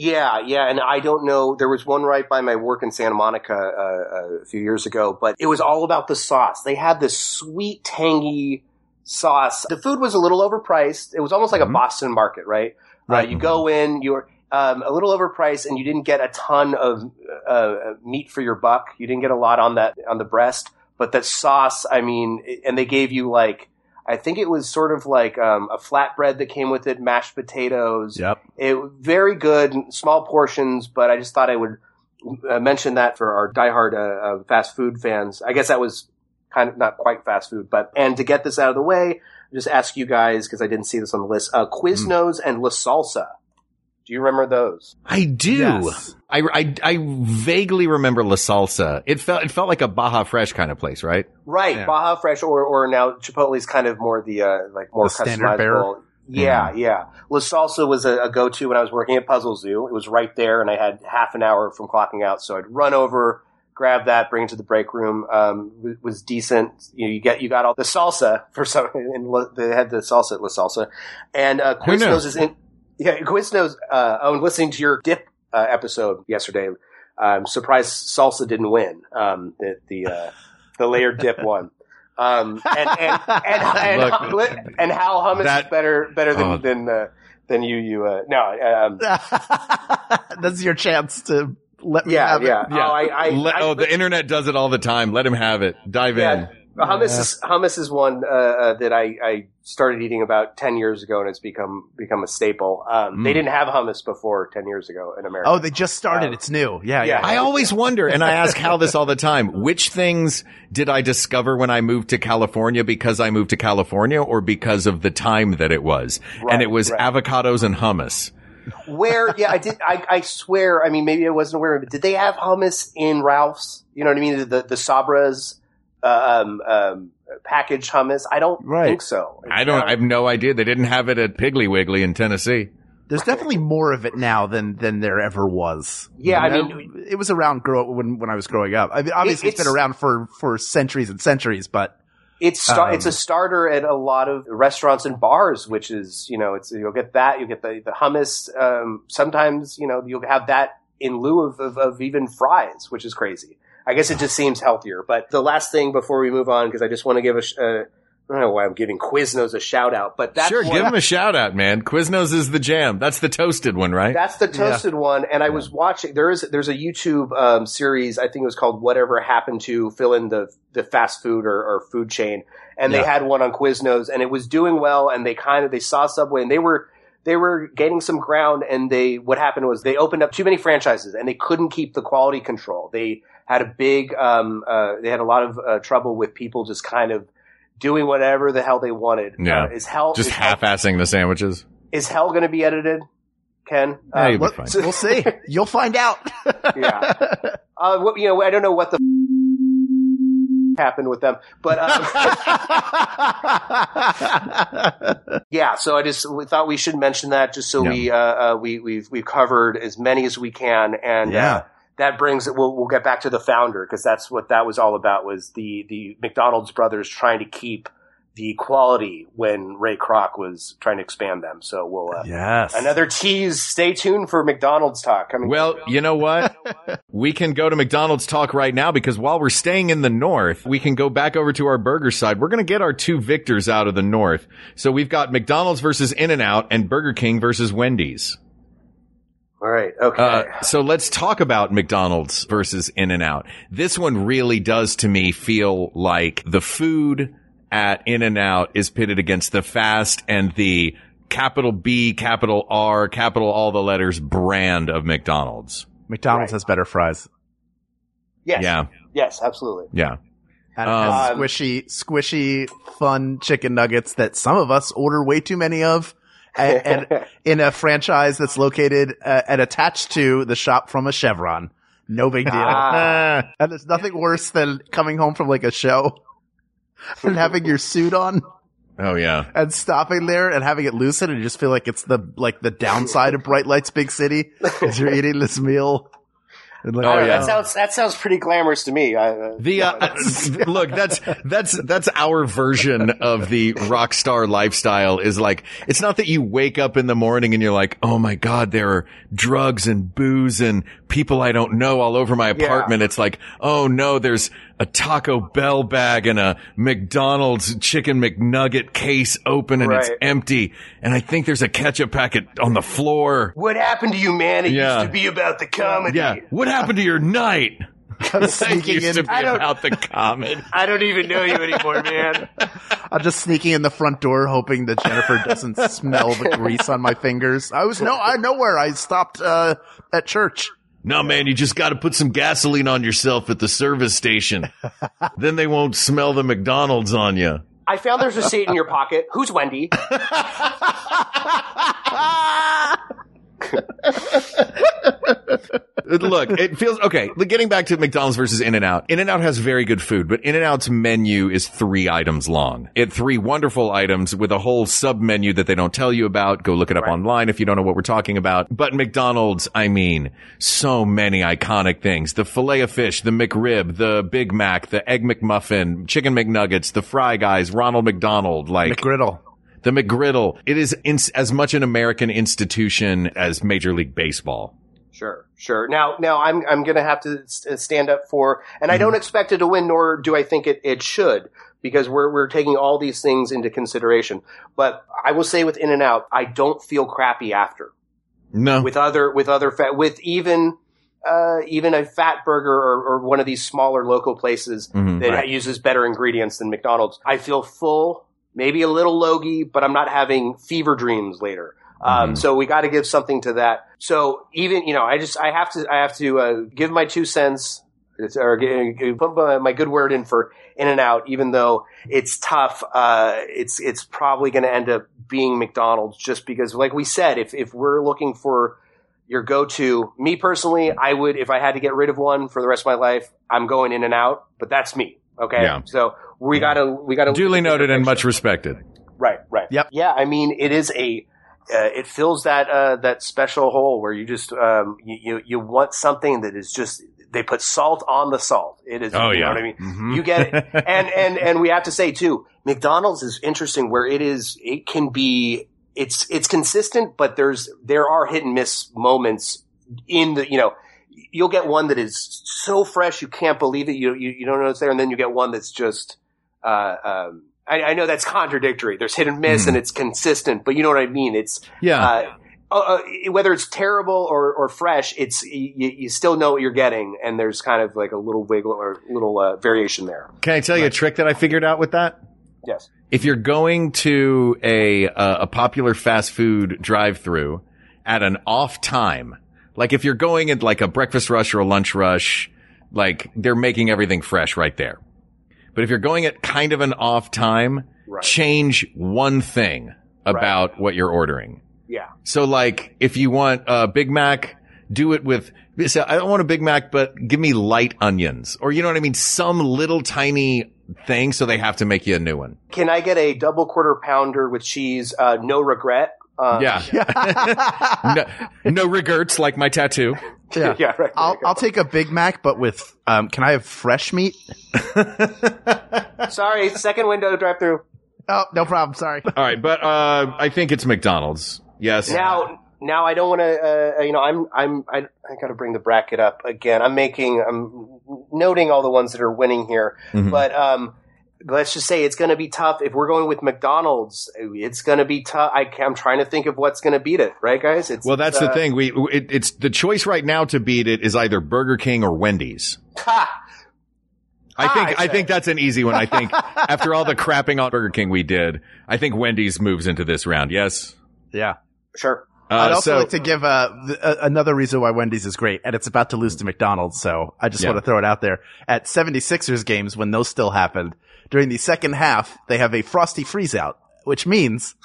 S8: Yeah, yeah, and I don't know. There was one right by my work in Santa Monica uh, uh, a few years ago, but it was all about the sauce. They had this sweet, tangy sauce. The food was a little overpriced. It was almost like a Boston market, right? Right. you go in, you're um, a little overpriced, and you didn't get a ton of uh, uh, meat for your buck. You didn't get a lot on that on the breast, but that sauce. I mean, it- and they gave you like. I think it was sort of like um, a flatbread that came with it, mashed potatoes,
S1: Yep.
S8: it very good, small portions, but I just thought I would uh, mention that for our diehard uh, uh, fast food fans. I guess that was kind of not quite fast food, but and to get this out of the way, just ask you guys because I didn't see this on the list: uh, Quiznos and La Salsa. Do you remember those?
S7: I do.
S1: Yes.
S7: I, I, I vaguely remember La Salsa. It felt it felt like a Baja Fresh kind of place, right?
S8: Right,
S1: Yeah.
S8: Baja Fresh, or or now Chipotle's kind of more the uh, like more
S1: The standard bearer. Mm-hmm.
S8: customizable. Yeah, yeah. La Salsa was a, a go-to when I was working at Puzzle Zoo. It was right there, and I had half an hour from clocking out, so I'd run over, grab that, bring it to the break room. Um, w- was decent. You, know, you get you got all the salsa for some, and La, they had the salsa at La Salsa, and uh,
S7: Who knew?
S8: Quiznos is in. Yeah, Quiznos. Uh, I'm listening to your dip uh, episode yesterday. I'm surprised salsa didn't win. Um, the the uh, the layered dip one. Um, and and and, and,
S7: Look,
S8: and how hummus is
S7: that-
S8: better better than
S7: Oh.
S8: than uh, than you you uh, no um,
S1: That's your chance to let me
S8: yeah
S1: have
S8: yeah,
S1: it.
S8: oh I, I,
S7: Le-
S8: I
S7: oh, the internet does it all the time. Let him have it. Dive
S8: yeah.
S7: in.
S8: hummus is hummus is one uh, uh, that I, I started eating about ten years ago and it's become become a staple. Um,
S7: Mm.
S8: They didn't have hummus before ten years ago in America.
S1: Oh, they just started. It's new. Yeah, yeah.
S8: Uh, Yeah.
S7: I always wonder, and I ask Hal this all the time, which things did I discover when I moved to California because I moved to California or because of the time that it was? and it was
S8: right.
S7: avocados and hummus.
S8: Where yeah I did I, I swear I mean maybe I wasn't aware of it. Did they have hummus in Ralph's? You know what I mean the the Sabras uh, um, um, package hummus? I don't
S1: Right.
S8: think so.
S7: I don't, I have no idea. They didn't have it at Piggly Wiggly in Tennessee.
S1: There's definitely more of it now than than there ever was.
S8: Yeah, I mean-
S1: it was around grow when when I was growing up. I mean, obviously, it's been
S8: it's-
S1: around for for centuries and centuries, but
S8: It's sta-
S1: Um,
S8: it's a starter at a lot of restaurants and bars, which is you know it's you'll get that you'll get the the hummus. Um, sometimes you know you'll have that in lieu of, of of even fries, which is crazy. I guess it just seems healthier. But the last thing before we move on, because I just want to give a sh- uh, I don't know why I'm giving Quiznos a shout out, but that's
S7: sure,
S8: one-
S7: give them a shout out, man. Quiznos is the jam. That's the toasted one, right?
S8: That's the toasted one. And I was watching. There is there's a YouTube um, series. I think it was called "Whatever Happened to Fill in the the Fast Food or, or Food Chain," and they had one on Quiznos, and it was doing well. And they kind of they saw Subway, and they were they were gaining some ground. And they what happened was they opened up too many franchises, and they couldn't keep the quality control. They had a big um, uh, they had a lot of uh, trouble with people just kind of doing whatever the hell they wanted.
S7: Yeah.
S8: Uh, is hell
S7: Just
S8: is hell-
S7: half-assing the sandwiches.
S8: is hell going to be edited? Ken,
S7: Yeah,
S8: Um,
S7: you'll be
S1: we'll,
S7: fine.
S1: we'll see. You'll find out.
S8: yeah. Uh, what, you know, I don't know what the happened with them. But uh, um, yeah, so I just we thought we should mention that just so we uh, uh, we we've we've covered as many as we can, and
S1: Yeah.
S8: uh, that brings we'll we'll get back to the founder because that's what that was all about was the the McDonald's brothers trying to keep the quality when Ray Kroc was trying to expand them. So we'll. Uh,
S1: Yes.
S8: Another tease. Stay tuned for McDonald's talk coming.
S7: Well, you know what? we can go to McDonald's talk right now because while we're staying in the north, we can go back over to our burger side. We're going to get our two victors out of the north. So we've got McDonald's versus In-N-Out and Burger King versus Wendy's.
S8: All right. Okay.
S7: Uh, so let's talk about McDonald's versus In N Out. This one really does to me feel like the food at In N Out is pitted against the fast and the capital B, capital R, capital all the letters brand of McDonald's.
S1: McDonald's has better fries.
S8: yes.
S7: Yeah.
S8: Yes. Absolutely.
S7: Yeah.
S1: And it has
S8: Um,
S1: squishy, squishy, fun chicken nuggets that some of us order way too many of. And, and in a franchise that's located uh, and attached to the shop from a Chevron. No big deal.
S8: Ah.
S1: and there's nothing worse than coming home from like a show and having your suit on
S7: Oh, yeah.
S1: and stopping there and having it loosen and you just feel like it's the, like the downside of Bright Lights Big City is you're eating this meal. And like,
S7: Oh,
S8: I don't know,
S7: yeah.
S8: That sounds that sounds pretty glamorous to me. I, uh,
S7: The uh, look that's that's that's our version of the rock star lifestyle is like it's not that you wake up in the morning and you're like oh my god there are drugs and booze and people I don't know all over my
S8: Yeah.
S7: apartment it's like oh no there's a Taco Bell bag and a McDonald's chicken McNugget case open and it's
S8: Right.
S7: empty and I think there's a ketchup packet on the floor
S8: what happened to you, man? It
S7: Yeah.
S8: used to be about the comedy.
S7: yeah what happened to your night it
S1: sneaking
S7: used to
S1: in,
S7: be about the comedy.
S8: I don't even know you anymore, man.
S1: I'm just sneaking in the front door, hoping that Jennifer doesn't smell the grease on my fingers. I was no, I nowhere. I stopped uh, at church.
S7: No, man, you just got to put some gasoline on yourself at the service station. then they won't smell the McDonald's on you.
S8: I found there's a seat in your pocket. Who's Wendy?
S7: Look, it feels okay. look, Getting back to McDonald's versus In N Out, In N Out has very good food, but In N Out's menu is three items long. It three wonderful items with a whole sub menu that they don't tell you about. Go look it up online if you don't know what we're talking about. But McDonald's, I mean, so many iconic things. The filet of fish, the McRib, the Big Mac, the Egg McMuffin, Chicken McNuggets, the Fry Guys, Ronald McDonald, like
S1: McGriddle.
S7: the McGriddle. It is in- as much an American institution as Major League Baseball.
S8: Sure, sure. Now, now I'm I'm gonna have to st- stand up for, and I
S7: Mm-hmm.
S8: don't expect it to win, nor do I think it, it should, because we're we're taking all these things into consideration. But I will say with In and Out, I don't feel crappy after
S7: No.
S8: with other with other fat with even uh, even a fat burger or, or one of these smaller local places
S7: Mhm.
S8: that uses better ingredients than McDonald's. I feel full, maybe a little logy, but I'm not having fever dreams later. Um, So we got to give something to that. So even you know, I just I have to I have to uh, give my two cents it's, or g- g- put my my good word in for In and Out, even though it's tough. Uh, it's it's probably going to end up being McDonald's just because, like we said, if if we're looking for your go to, me personally, I would if I had to get rid of one for the rest of my life, I'm going In and Out. But that's me. Okay,
S7: Yeah.
S8: so we gotta we gotta
S7: Duly noted and much respected.
S8: Right, right.
S1: Yep.
S8: Yeah, I mean, it is a. Uh, it fills that uh, that special hole where you just um, you, you you want something that is just they put salt on the salt. It is.
S7: Oh,
S8: you
S7: yeah.
S8: Know what I mean, you get it. and and and we have to say too, McDonald's is interesting where it is. It can be. It's it's consistent, but there's there are hit and miss moments in the you know. You'll get one that is so fresh you can't believe it. You you, you don't know it's there, and then you get one that's just uh, um, I, I know that's contradictory. There's hit and miss, and it's consistent, but you know what I mean. It's
S7: Yeah.
S8: uh, uh, uh, whether it's terrible or, or fresh, it's you, you still know what you're getting, and there's kind of like a little wiggle or little uh, variation there.
S7: Can I tell you a trick that I figured out with that?
S8: Yes.
S7: If you're going to a uh, a popular fast food drive-through at an off time, like if you're going at like a breakfast rush or a lunch rush, like they're making everything fresh right there. But if you're going at kind of an off time,
S8: Right.
S7: change one thing about what you're ordering.
S8: Yeah.
S7: So like if you want a Big Mac, do it with So I don't want a Big Mac, but give me light onions or you know what I mean? Some little tiny thing. So they have to make you a new one.
S8: Can I get a double quarter pounder with cheese? Uh, no regret. Uh,
S7: yeah. no, no regrets like my tattoo.
S8: yeah, right. there you
S1: I'll,
S8: go.
S1: I'll take a Big Mac, but with, um, can I have fresh meat?
S8: Sorry, second window drive through.
S1: Oh, no problem. Sorry.
S7: All right. But, uh, I think it's McDonald's. Yes.
S8: Now, now I don't want to. Uh, you know, I'm, I'm, I, I got to bring the bracket up again. I'm making, I'm noting all the ones that are winning here,
S7: Mhm.
S8: but um, let's just say it's going to be tough. If we're going with McDonald's, it's going to be tough. I, can- I'm trying to think of what's going to beat it, right, guys? It's,
S7: Well, that's
S8: it's,
S7: the
S8: uh,
S7: thing. We it, it's the choice right now to beat it is either Burger King or Wendy's.
S8: Ha!
S7: I
S8: Ah,
S7: think
S8: I
S7: I think that's an easy one. I think after all the crapping on Burger King we did, I think Wendy's moves into this round. Yes.
S1: Yeah.
S8: Sure.
S1: I'd
S7: Uh,
S1: also
S7: so
S1: like to give uh, th- uh, another reason why Wendy's is great, and it's about to lose to McDonald's, so I just
S7: Yeah.
S1: want to throw it out there. At 76ers games, when those still happened, during the second half, they have a frosty freezeout, which means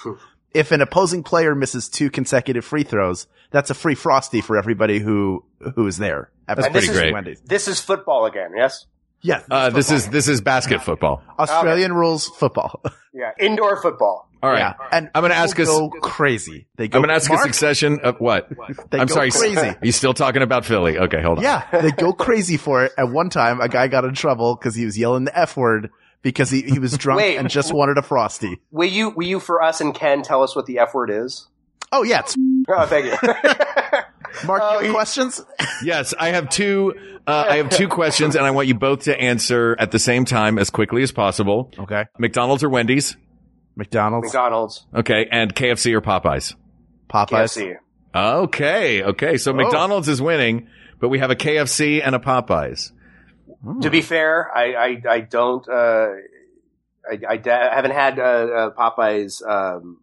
S1: if an opposing player misses two consecutive free throws, that's a free frosty for everybody who who is there. At
S7: That's
S1: the
S7: pretty
S1: Sixers
S7: great.
S1: Wendy's.
S8: This is football again. Yes.
S1: Yeah,
S7: uh, this is this is basket football.
S1: Australian rules football.
S8: Yeah. Indoor football.
S7: All right.
S1: yeah, and
S7: I'm gonna ask
S1: people
S7: us-
S1: go crazy. They go.
S7: I'm going to ask
S1: Mark,
S7: a succession of what?
S1: They
S7: I'm
S1: go
S7: sorry.
S1: crazy.
S7: You still talking about Philly? Okay, hold on.
S1: Yeah, they go crazy for it. At one time, a guy got in trouble because he was yelling the F word because he, he was drunk
S8: Wait.
S1: and just wanted a Frosty.
S8: Will you, will you for us and Ken tell us what the F word is?
S1: Oh, yeah. It's,
S8: Oh, thank you.
S1: Mark, you
S8: Oh,
S1: have
S8: he-
S1: questions?
S7: Yes, I have two. Uh, I have two questions, and I want you both to answer at the same time as quickly as possible.
S1: Okay.
S7: McDonald's or Wendy's?
S1: McDonald's,
S8: McDonald's,
S7: Okay, and KFC or Popeyes?
S1: Popeyes.
S8: KFC.
S7: Okay, okay. So McDonald's is winning, but we have a KFC and a Popeyes.
S8: To be fair, I I, I don't uh, I, I da- haven't had uh, uh, Popeyes um,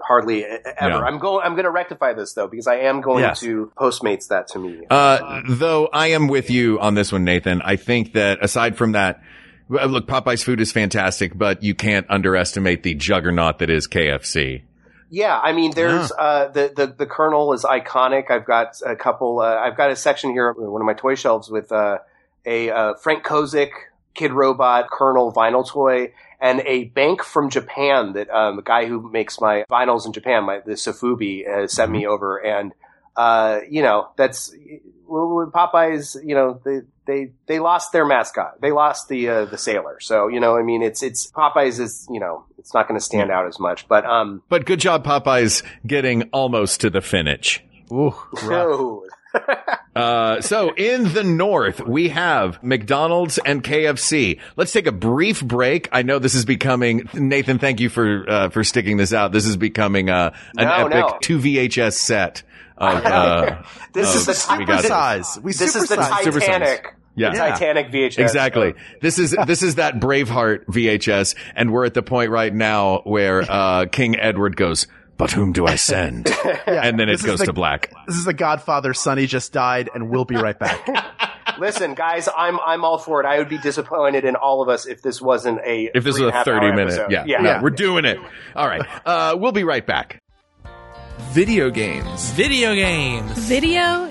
S8: hardly e- ever.
S7: Yeah.
S8: I'm going. I'm going to rectify this though because I am going
S1: Yes.
S8: to Postmates that to me.
S7: Uh, though I am with you on this one, Nathan. I think that aside from that, well, look, Popeyes food is fantastic, but you can't underestimate the juggernaut that is KFC.
S8: Yeah, I mean, there's uh, the the the Colonel is iconic. I've got a couple. Uh, I've got a section here, on one of my toy shelves with uh, a uh, Frank Kozik Kid Robot Colonel vinyl toy and a bank from Japan that um, the guy who makes my vinyls in Japan, my the Safubi, uh, sent me over, and uh, you know that's well, Popeyes. You know they. They, they lost their mascot. They lost the uh, the sailor. So you know, I mean, it's it's Popeyes is you know it's not going to stand out as much. But um,
S7: But good job, Popeyes, getting almost to the finish.
S1: Ooh, rough.
S8: No.
S7: Uh, so in the north, we have McDonald's and KFC. Let's take a brief break. I know this is becoming, Nathan, thank you for, uh, for sticking this out. This is becoming, uh, an
S8: No,
S7: epic
S8: no.
S7: two VHS set of, uh,
S8: this is the
S7: we got this.
S8: Titanic.
S1: Size. We
S8: This is the
S1: supersize.
S7: Supersize.
S8: Titanic.
S7: Yeah.
S8: The Titanic VHS.
S7: Exactly. This is this is that Braveheart VHS, and we're at the point right now where uh, King Edward goes, "But whom do I send?" and then it
S1: This is
S7: goes
S1: the-
S7: to black.
S1: This is the Godfather. Sonny just died, and we'll be right back.
S8: Listen, guys, I'm I'm all for it. I would be disappointed in all of us if this wasn't a
S7: If this
S8: three
S7: was
S8: and
S7: a
S8: half hour
S7: thirty minute,
S8: episode.
S7: yeah,
S8: yeah.
S7: no, we're doing it. All right, uh, we'll be right back.
S9: Video games.
S10: Video games.
S11: Video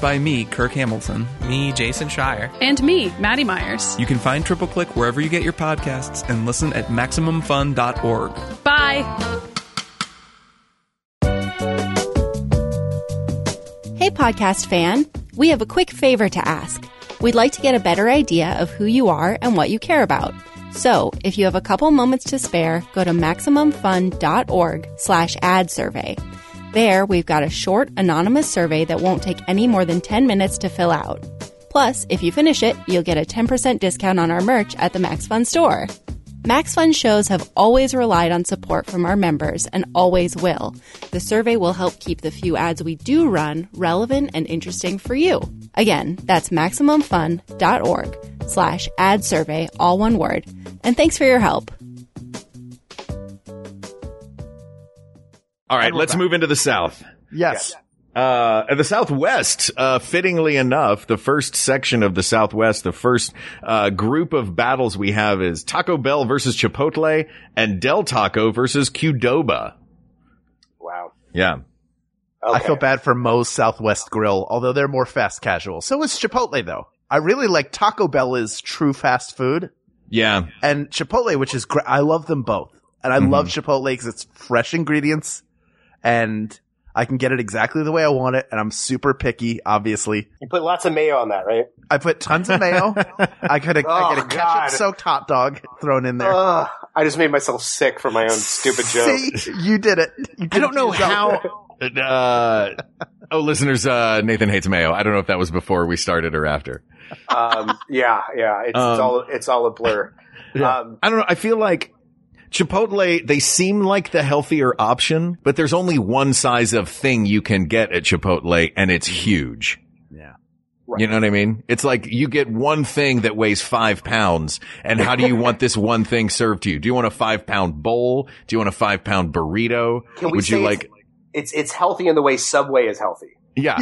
S9: by me, Kirk Hamilton.
S10: Me, Jason Schreier.
S11: And me, Maddie Myers.
S9: You can find Triple Click wherever you get your podcasts and listen at MaximumFun.org.
S11: Bye.
S2: Hey, podcast fan. We have a quick favor to ask. We'd like to get a better idea of who you are and what you care about. So, if you have a couple moments to spare, go to MaximumFun.org slash ad survey. There, we've got a short, anonymous survey that won't take any more than 10 minutes to fill out. Plus, if you finish it, you'll get a 10% discount on our merch at the Max Fun store.
S12: Max Fun shows have always relied on support from our members and always will. The survey will help keep the few ads we do run relevant and interesting for you. Again, that's MaximumFun.org slash ad survey, all one word. And thanks for your help.
S2: All right, let's move into the South.
S1: Yes.
S2: Uh, and the Southwest, uh, fittingly enough, the first section of the Southwest, the first, uh, group of battles we have is Taco Bell versus Chipotle and Del Taco versus Qdoba.
S8: Wow.
S2: Yeah.
S1: I feel bad for Moe's Southwest Grill, although they're more fast casual. So is Chipotle though. I really like Taco Bell is true fast food
S2: Yeah.
S1: and Chipotle, which is great. I love them both. And
S2: Mm-hmm.
S1: I love Chipotle because it's fresh ingredients and I can get it exactly the way I want it. And I'm super picky, obviously.
S8: You put lots of mayo on that, right?
S1: I put tons of mayo. I could I get a
S8: Oh, God.
S1: ketchup soaked hot dog thrown in there.
S8: Ugh, I just made myself sick for my own stupid joke.
S1: See, you did it. You did
S2: I don't
S1: it
S2: know
S1: yourself.
S2: how. Uh, oh, listeners, uh, Nathan hates mayo. I don't know if that was before we started or after.
S8: Um, yeah, yeah, it's,
S2: Um,
S8: it's all it's all a blur. Um,
S2: I don't know. I feel like Chipotle, they seem like the healthier option, but there's only one size of thing you can get at Chipotle and it's huge.
S1: Yeah.
S2: You know what I mean? It's like you get one thing that weighs five pounds and how do you want this one thing served to you? Do you want a five pound bowl? Do you want a five pound burrito?
S8: Can we
S2: Would you
S8: say
S2: like,
S8: it's it's healthy in the way Subway is healthy.
S2: yeah,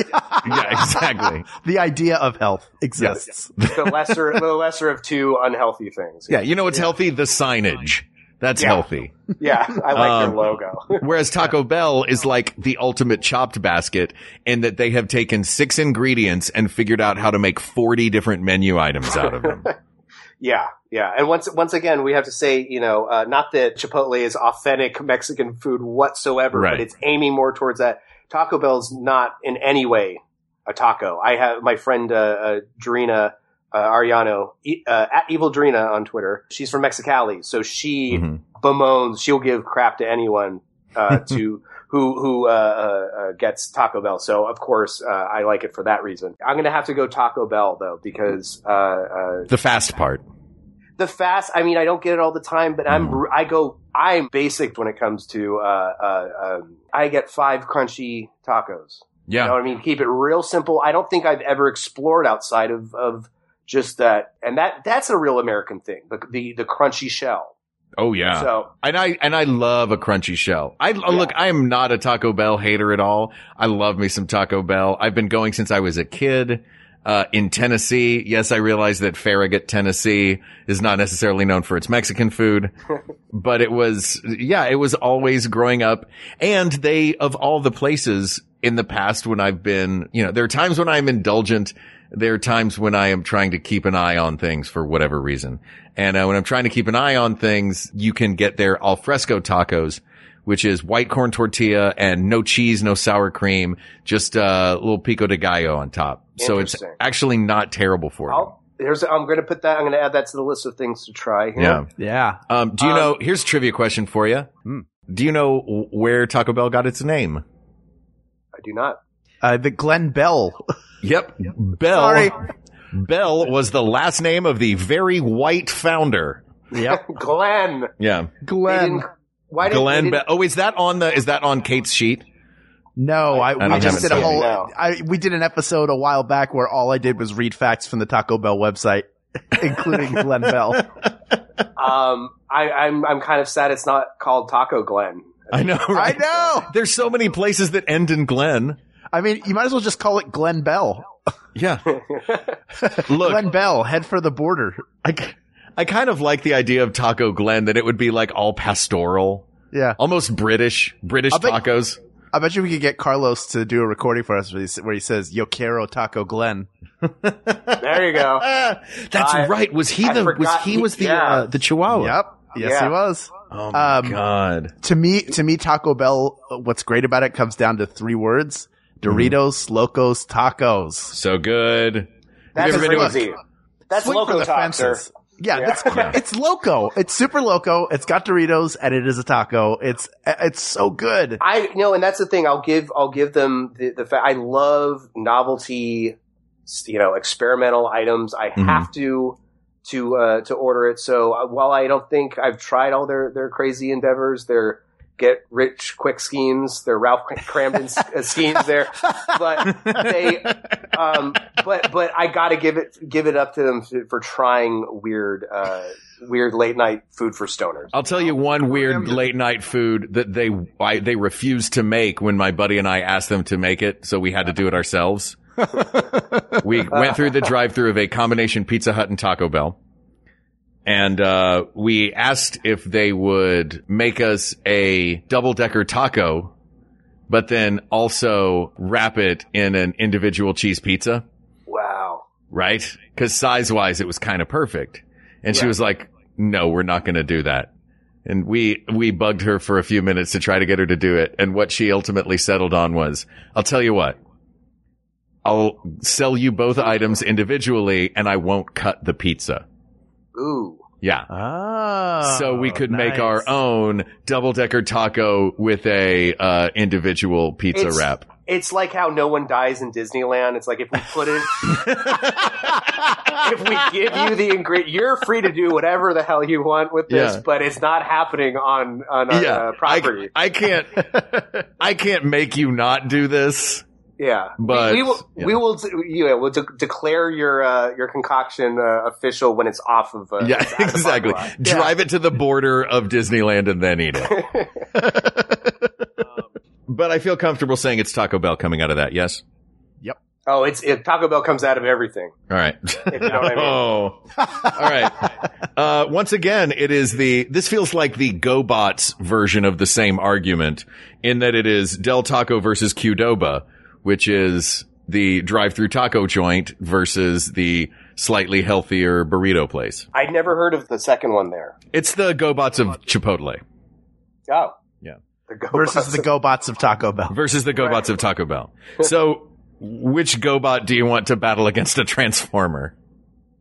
S2: yeah, exactly.
S1: the idea of health exists.
S8: The lesser the lesser of two unhealthy things.
S2: Yeah. You know what's healthy? The signage. That's
S8: Yeah.
S2: healthy.
S8: Yeah, I like
S2: Um,
S8: their logo.
S2: Whereas Taco Bell is like the ultimate chopped basket in that they have taken six ingredients and figured out how to make 40 different menu items out of them.
S8: Yeah, yeah. And once once again, we have to say, you know, uh, not that Chipotle is authentic Mexican food whatsoever,
S2: Right.
S8: but it's aiming more towards that. Taco Bell's not in any way a taco. I have my friend uh, uh, Drina uh, Ariano e- uh, at Evil Drina on Twitter. She's from Mexicali, so she bemoans. She'll give crap to anyone uh, to who who uh, uh, uh, gets Taco Bell. So of course, uh, I like it for that reason. I'm gonna have to go Taco Bell though because uh, uh,
S2: The fast part.
S8: the fast i mean i don't get it all the time but
S2: Mm.
S8: i'm i go i'm basic when it comes to uh uh um, i get five crunchy tacos
S2: Yeah.
S8: you know what i mean keep it real simple i don't think i've ever explored outside of of just that and that that's a real american thing the the, the crunchy shell
S2: Oh yeah.
S8: So-
S2: and I and I love a crunchy shell. I uh, look, I am not a Taco Bell hater at all. I love me some Taco Bell. I've been going since I was a kid. Uh, in Tennessee, yes, I realize that Farragut, Tennessee is not necessarily known for its Mexican food, but it was, yeah, it was always growing up. And they, of all the places in the past when I've been, you know, there are times when I'm indulgent there are times when I am trying to keep an eye on things for whatever reason. And uh, when I'm trying to keep an eye on things, you can get their alfresco tacos, which is white corn tortilla and no cheese, no sour cream, just a uh, little pico de gallo on top. So it's
S8: Interesting.
S2: actually not terrible for you.
S8: I'll, oh, there's i'm gonna put that i'm gonna add that to the list of things to try here.
S2: Yeah.
S1: Yeah.
S2: Um, do you know, here's a trivia question for you.
S1: Hmm.
S2: Do you know w- where Taco Bell got its name?
S8: i do not
S1: Uh, the Glen Bell.
S2: Yep. Bell.
S1: Sorry.
S2: Bell was the last name of the very white founder.
S1: yep.
S8: glenn
S2: Yeah.
S8: They
S1: Glen.
S8: didn't- why did
S2: Glenn Bell. Oh, is that on the? Is that on Kate's sheet?
S1: No, I,
S2: I
S1: we
S2: don't
S1: just
S2: have it
S1: did a
S2: saved.
S1: whole.
S8: No.
S1: I we did an episode a while back where all I did was read facts from the Taco Bell website, including Glen Bell.
S8: um i i'm i'm kind of sad it's not called taco glenn
S2: I know.
S1: I
S2: Right?
S1: know.
S2: There's so many places that end in Glen.
S1: I mean, you might as well just call it Glen Bell.
S2: Yeah. Look,
S1: Glen Bell, head for the border.
S2: I, k- I kind of like the idea of Taco Glen that it would be like all pastoral,
S1: Yeah,
S2: almost British, British
S1: I bet-
S2: tacos.
S1: I bet you we could get Carlos to do a recording for us where he, s- where he says "Yo quiero Taco Glen."
S8: there you go
S2: Ah, that's
S8: I-
S2: right. Was he
S8: I
S2: the? Was
S8: forgot
S2: he
S8: he-
S2: was the
S8: yeah.
S2: uh, the Chihuahua?
S1: Yep. Yes,
S8: Yeah.
S1: he was.
S2: Oh my
S1: Um,
S2: god.
S1: To me, to me, Taco Bell. uh, What's great about it comes down to three words:
S2: Mm-hmm.
S1: Doritos, Locos, Tacos.
S2: So good.
S8: that's
S2: You've never been to a-
S8: crazy that's
S1: Swing for
S8: local
S1: the
S8: talk, sir.
S1: fences. Yeah,
S8: Yeah.
S1: that's cra- it's loco. It's super loco. It's got Doritos and it is a taco. It's it's so good.
S8: I you know, and that's the thing. I'll give I'll give them the the fact. I love novelty, you know, experimental items. I have to to uh, to order it. So uh, while I don't think I've tried all their their crazy endeavors, their get rich quick schemes, their Ralph Cramden s- uh, schemes there, but they um, but but I got to give it give it up to them f- for trying weird uh, weird late night food for stoners.
S2: I'll tell you one weird late night food that they I, they refused to make when my buddy and I asked them to make it, so we had to do it ourselves. we went through the drive-through of a combination Pizza Hut and Taco Bell, and uh, we asked if they would make us a double-decker taco, but then also wrap it in an individual cheese pizza
S8: Wow.
S2: right? Because size wise, it was kind of perfect. And she
S8: Right.
S2: was like, no, we're not going to do that. And we, we bugged her for a few minutes to try to get her to do it. And what she ultimately settled on was, I'll tell you what, I'll sell you both items individually and I won't cut the pizza.
S8: Ooh.
S2: Yeah.
S1: Ah.
S2: so
S8: Oh,
S2: we could make our own double decker taco with a, uh, individual pizza
S8: It's-
S2: wrap.
S8: It's like how no one dies in Disneyland. It's like if we put it, if we give you the ingredient, you're free to do whatever the hell you want with this,
S2: Yeah.
S8: but it's not happening on on our
S2: Yeah.
S8: uh, property.
S2: I can't, I can't make you not do this.
S8: yeah,
S2: But-
S8: we, we will we will d- you know, we'll de- declare your uh, your concoction uh, official when it's off of. Uh,
S2: Yeah,
S8: it's out of the
S2: exactly.
S8: parking lot.
S2: Drive it to the border of Disneyland and then eat it. but I feel comfortable saying it's Taco Bell coming out of that. Yes.
S8: Oh, it's it, Taco Bell comes out of everything.
S2: All right.
S8: If you know what I mean.
S2: Oh. All right. Uh, once again, it is the, this feels like the GoBots version of the same argument in that it is Del Taco versus Qdoba, which is the drive-through taco joint versus the slightly healthier burrito place.
S8: I'd never heard of the second one there.
S2: It's the GoBots of Chipotle.
S8: Oh,
S2: Yeah.
S8: the Go
S1: versus the GoBots of Taco Bell.
S2: versus the GoBots of Taco Bell. So, which GoBot do you want to battle against a Transformer?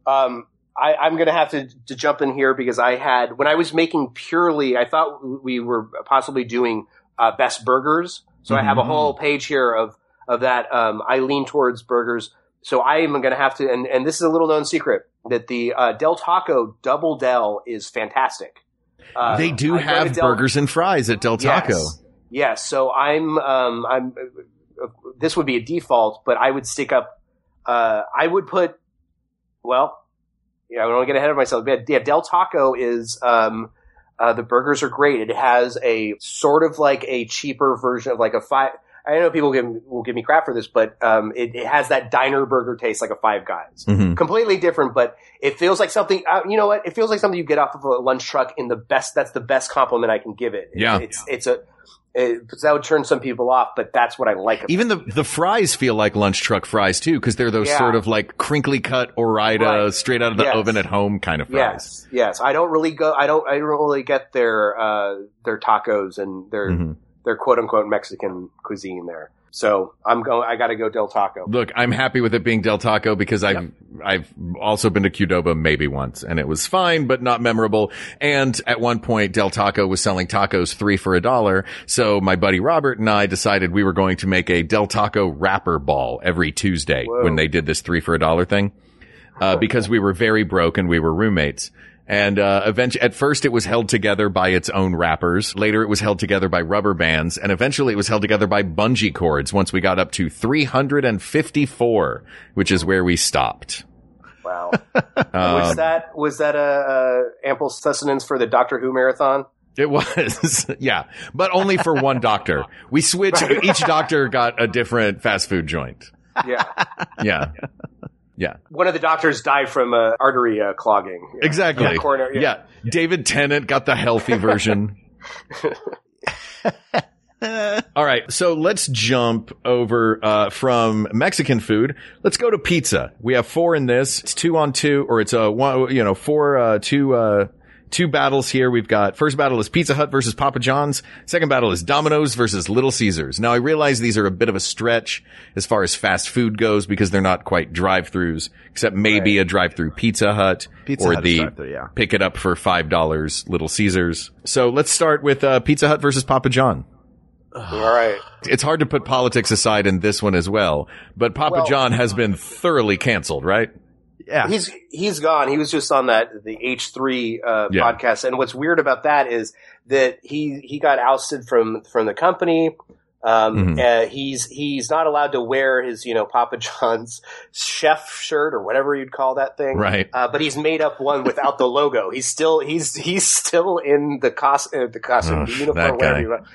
S8: um, I, I'm going to have to, to jump in here because I had when I was making purely, I thought we were possibly doing uh, best burgers. So I have a
S2: Mm-hmm.
S13: Mhm.
S8: whole page here of of that. Um, I lean towards burgers. So I am going to have to, and, and this is a little known secret that the uh, Del Taco Double Del is fantastic. Uh,
S2: they do
S8: I go to
S2: have
S8: Del-
S2: burgers and fries at Del Taco.
S8: Yes. Yes. So I'm, um, I'm, uh, this would be a default, but I would stick up, uh, I would put, well, yeah, I don't want to get ahead of myself. But yeah, Del Taco is, um, uh, the burgers are great. It has a sort of like a cheaper version of like a five. I know people can, will give me crap for this, but um, it, it has that diner burger taste like a Five Guys.
S2: Mhm.
S8: Completely different, but it feels like something. Uh, you know what? It feels like something you get off of a lunch truck. In the best, that's the best compliment I can give it.
S2: Yeah.
S8: it's it's a it, 'cause that would turn some people off, but that's what I like. About
S2: Even the the fries feel like lunch truck fries too, because they're those
S8: Yeah.
S2: sort of like crinkly cut Orida,
S8: Right.
S2: straight out of the
S8: Yes.
S2: oven at home kind of
S8: it.
S2: fries.
S8: yes, yes. I don't really go. I don't. I don't really get their uh, their tacos and their
S2: Mm-hmm.
S8: their quote unquote Mexican cuisine there. So I'm going. I got to go Del Taco.
S2: Look, I'm happy with it being Del Taco because I've I've also been to Qdoba maybe once and it was fine but not memorable. And at one point Del Taco was selling tacos 3 for a dollar, so my buddy Robert and I decided we were going to make a Del Taco wrapper ball every Tuesday when they did this 3 for a dollar thing. Uh, because we were very broke and we were roommates. And uh, eventually, at first, it was held together by its own wrappers. Later, it was held together by rubber bands, and eventually, it was held together by bungee cords. Once we got up to 354, which is where we stopped.
S8: Wow. was
S2: Um,
S8: that was that a, a ample sustenance for the Doctor Who marathon?
S2: It was, yeah, but only for one doctor. We switched.
S8: Right.
S2: Each doctor got a different fast food joint.
S8: Yeah,
S2: Yeah, yeah.
S8: one of the doctors died from uh, artery uh, clogging. Yeah.
S2: Exactly.
S8: Yeah, coronary- yeah.
S2: yeah. David Tennant got the healthy version. All right. So let's jump over uh, from Mexican food. Let's go to pizza. We have four in this. It's two on two, or it's a one. You know, four, uh, two, uh, two battles here. We've got first battle is Pizza Hut versus Papa John's. Second battle is Domino's versus Little Caesars. Now I realize these are a bit of a stretch as far as fast food goes because they're not quite drive-throughs, except maybe a drive-through Pizza Hut
S1: Pizza
S2: or
S1: Hut is
S2: the
S1: drive-thru, yeah.
S2: pick it up for five dollars Little Caesars. So let's start with uh, Pizza Hut versus Papa John.
S8: All right.
S2: It's hard to put politics aside in this one as well, but Papa
S8: Well-
S2: John has been thoroughly canceled, right?
S1: Yeah.
S8: He's he's gone. He was just on that the H three uh,
S2: Yeah.
S8: podcast. And what's weird about that is that he he got ousted from from the company.
S2: Mm-hmm.
S8: Um, uh, he's he's not allowed to wear his you know Papa John's chef shirt or whatever you'd call that thing,
S2: Right.
S8: Uh, but he's made up one without the logo. He's still he's he's still in the cost uh, the costume
S2: Ugh,
S8: the uniform.
S2: that
S8: whatever
S2: guy.
S8: you want.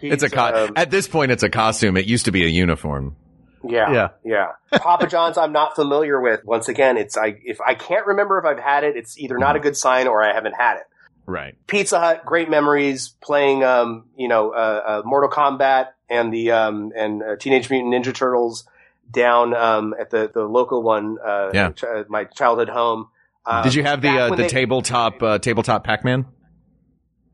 S2: it's a
S8: He's,
S2: co-
S8: um,
S2: at this point, it's a costume. It used to be a uniform.
S8: Yeah,
S2: Yeah.
S8: yeah, Papa John's, I'm not familiar with. Once again, it's I if I can't remember if I've had it, it's either not a good sign or I haven't had it.
S2: Right.
S8: Pizza Hut, great memories playing, um, you know, uh, uh, Mortal Kombat and the um, and uh, Teenage Mutant Ninja Turtles down um, at the the local one, uh,
S2: Yeah.
S8: ch- uh, my childhood home. Um,
S2: Did you have the
S8: back
S2: uh,
S8: when
S2: the
S8: they-
S2: tabletop uh, tabletop Pac Man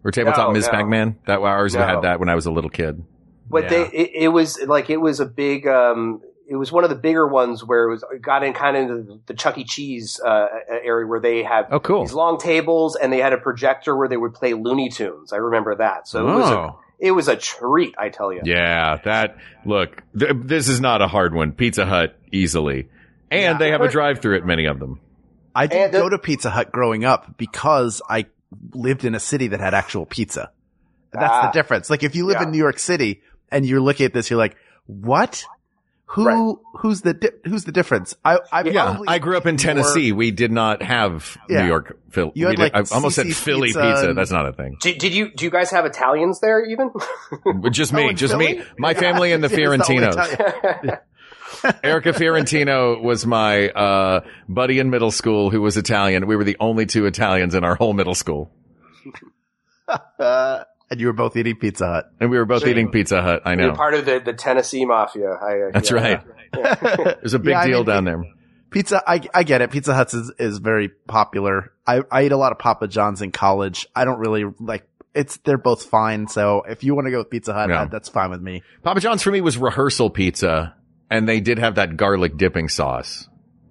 S2: or tabletop
S8: No,
S2: Ms.
S8: no.
S2: Pac Man? That ours
S8: No.
S2: had that when I was a little kid.
S8: But they, it, it was like it was a big. Um, it was one of the bigger ones where it was it got in kind of the, the Chuck E. Cheese uh, area where they had
S2: Oh, cool.
S8: these long tables and they had a projector where they would play Looney Tunes. I remember that. So it was a
S2: Oh.
S8: it was a treat, I tell you.
S2: Yeah, that look. Th- this is not a hard one. Pizza Hut easily, and they have a drive-through at many of them.
S1: I didn't go to Pizza Hut growing up because I lived in a city that had actual pizza. That's
S3: Ah.
S1: the difference. Like if you live in New York City and you're looking at this, you're like, what? Who, who's the, di- who's the difference? I, I
S2: yeah,
S1: probably
S2: I grew up in
S1: ate
S2: Tennessee.
S1: more-
S2: we did not have
S1: oh, Yeah.
S2: New York. Phil-
S1: You had,
S2: we did-
S1: like,
S2: I almost said
S1: CC
S2: Philly
S1: pizza
S2: pizza.
S1: and-
S2: That's not a thing.
S8: Did, did you do you guys have Italians there even?
S2: But just
S1: Oh,
S2: me,
S8: in
S2: just me,
S8: Philly?
S2: my family and the
S8: It's the only
S2: Fiorentinos.
S8: Italian.
S2: Erica Fiorentino was my uh, buddy in middle school who was Italian. We were the only two Italians in our whole middle school,
S1: Uh, and you were both eating Pizza Hut.
S2: and we were both
S8: Sure.
S2: eating Pizza Hut. I
S8: You're
S2: know
S8: part of the, the Tennessee mafia. I, uh,
S2: that's
S8: yeah.
S2: right. There's a big
S1: Yeah, I
S2: deal
S1: mean,
S2: down there.
S1: Pizza, I, I get it. Pizza Hut's is, is very popular. I, I ate a lot of Papa John's in college. I don't really like, it's, they're both fine. So if you want to go with Pizza Hut,
S2: Yeah.
S1: that- that's fine with me.
S2: Papa John's for me was rehearsal pizza, and they did have that garlic dipping sauce,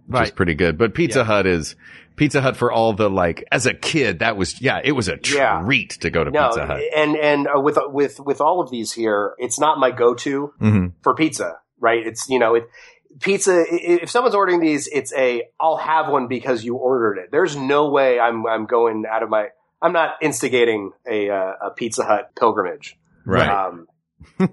S2: which is
S1: Right.
S2: pretty good. But Pizza Hut is Pizza Hut for all the like. As a kid, that was yeah, it was a
S8: Yeah.
S2: treat to go to
S8: No,
S2: Pizza Hut.
S8: and and uh, with with with all of these here, it's not my go-to.
S2: hmm
S8: for pizza, right? It's you know, it pizza. i- i- If someone's ordering these, it's a I'll have one because you ordered it. There's no way I'm I'm going out of my I'm not instigating a uh, a Pizza Hut pilgrimage,
S2: Right.
S8: Um,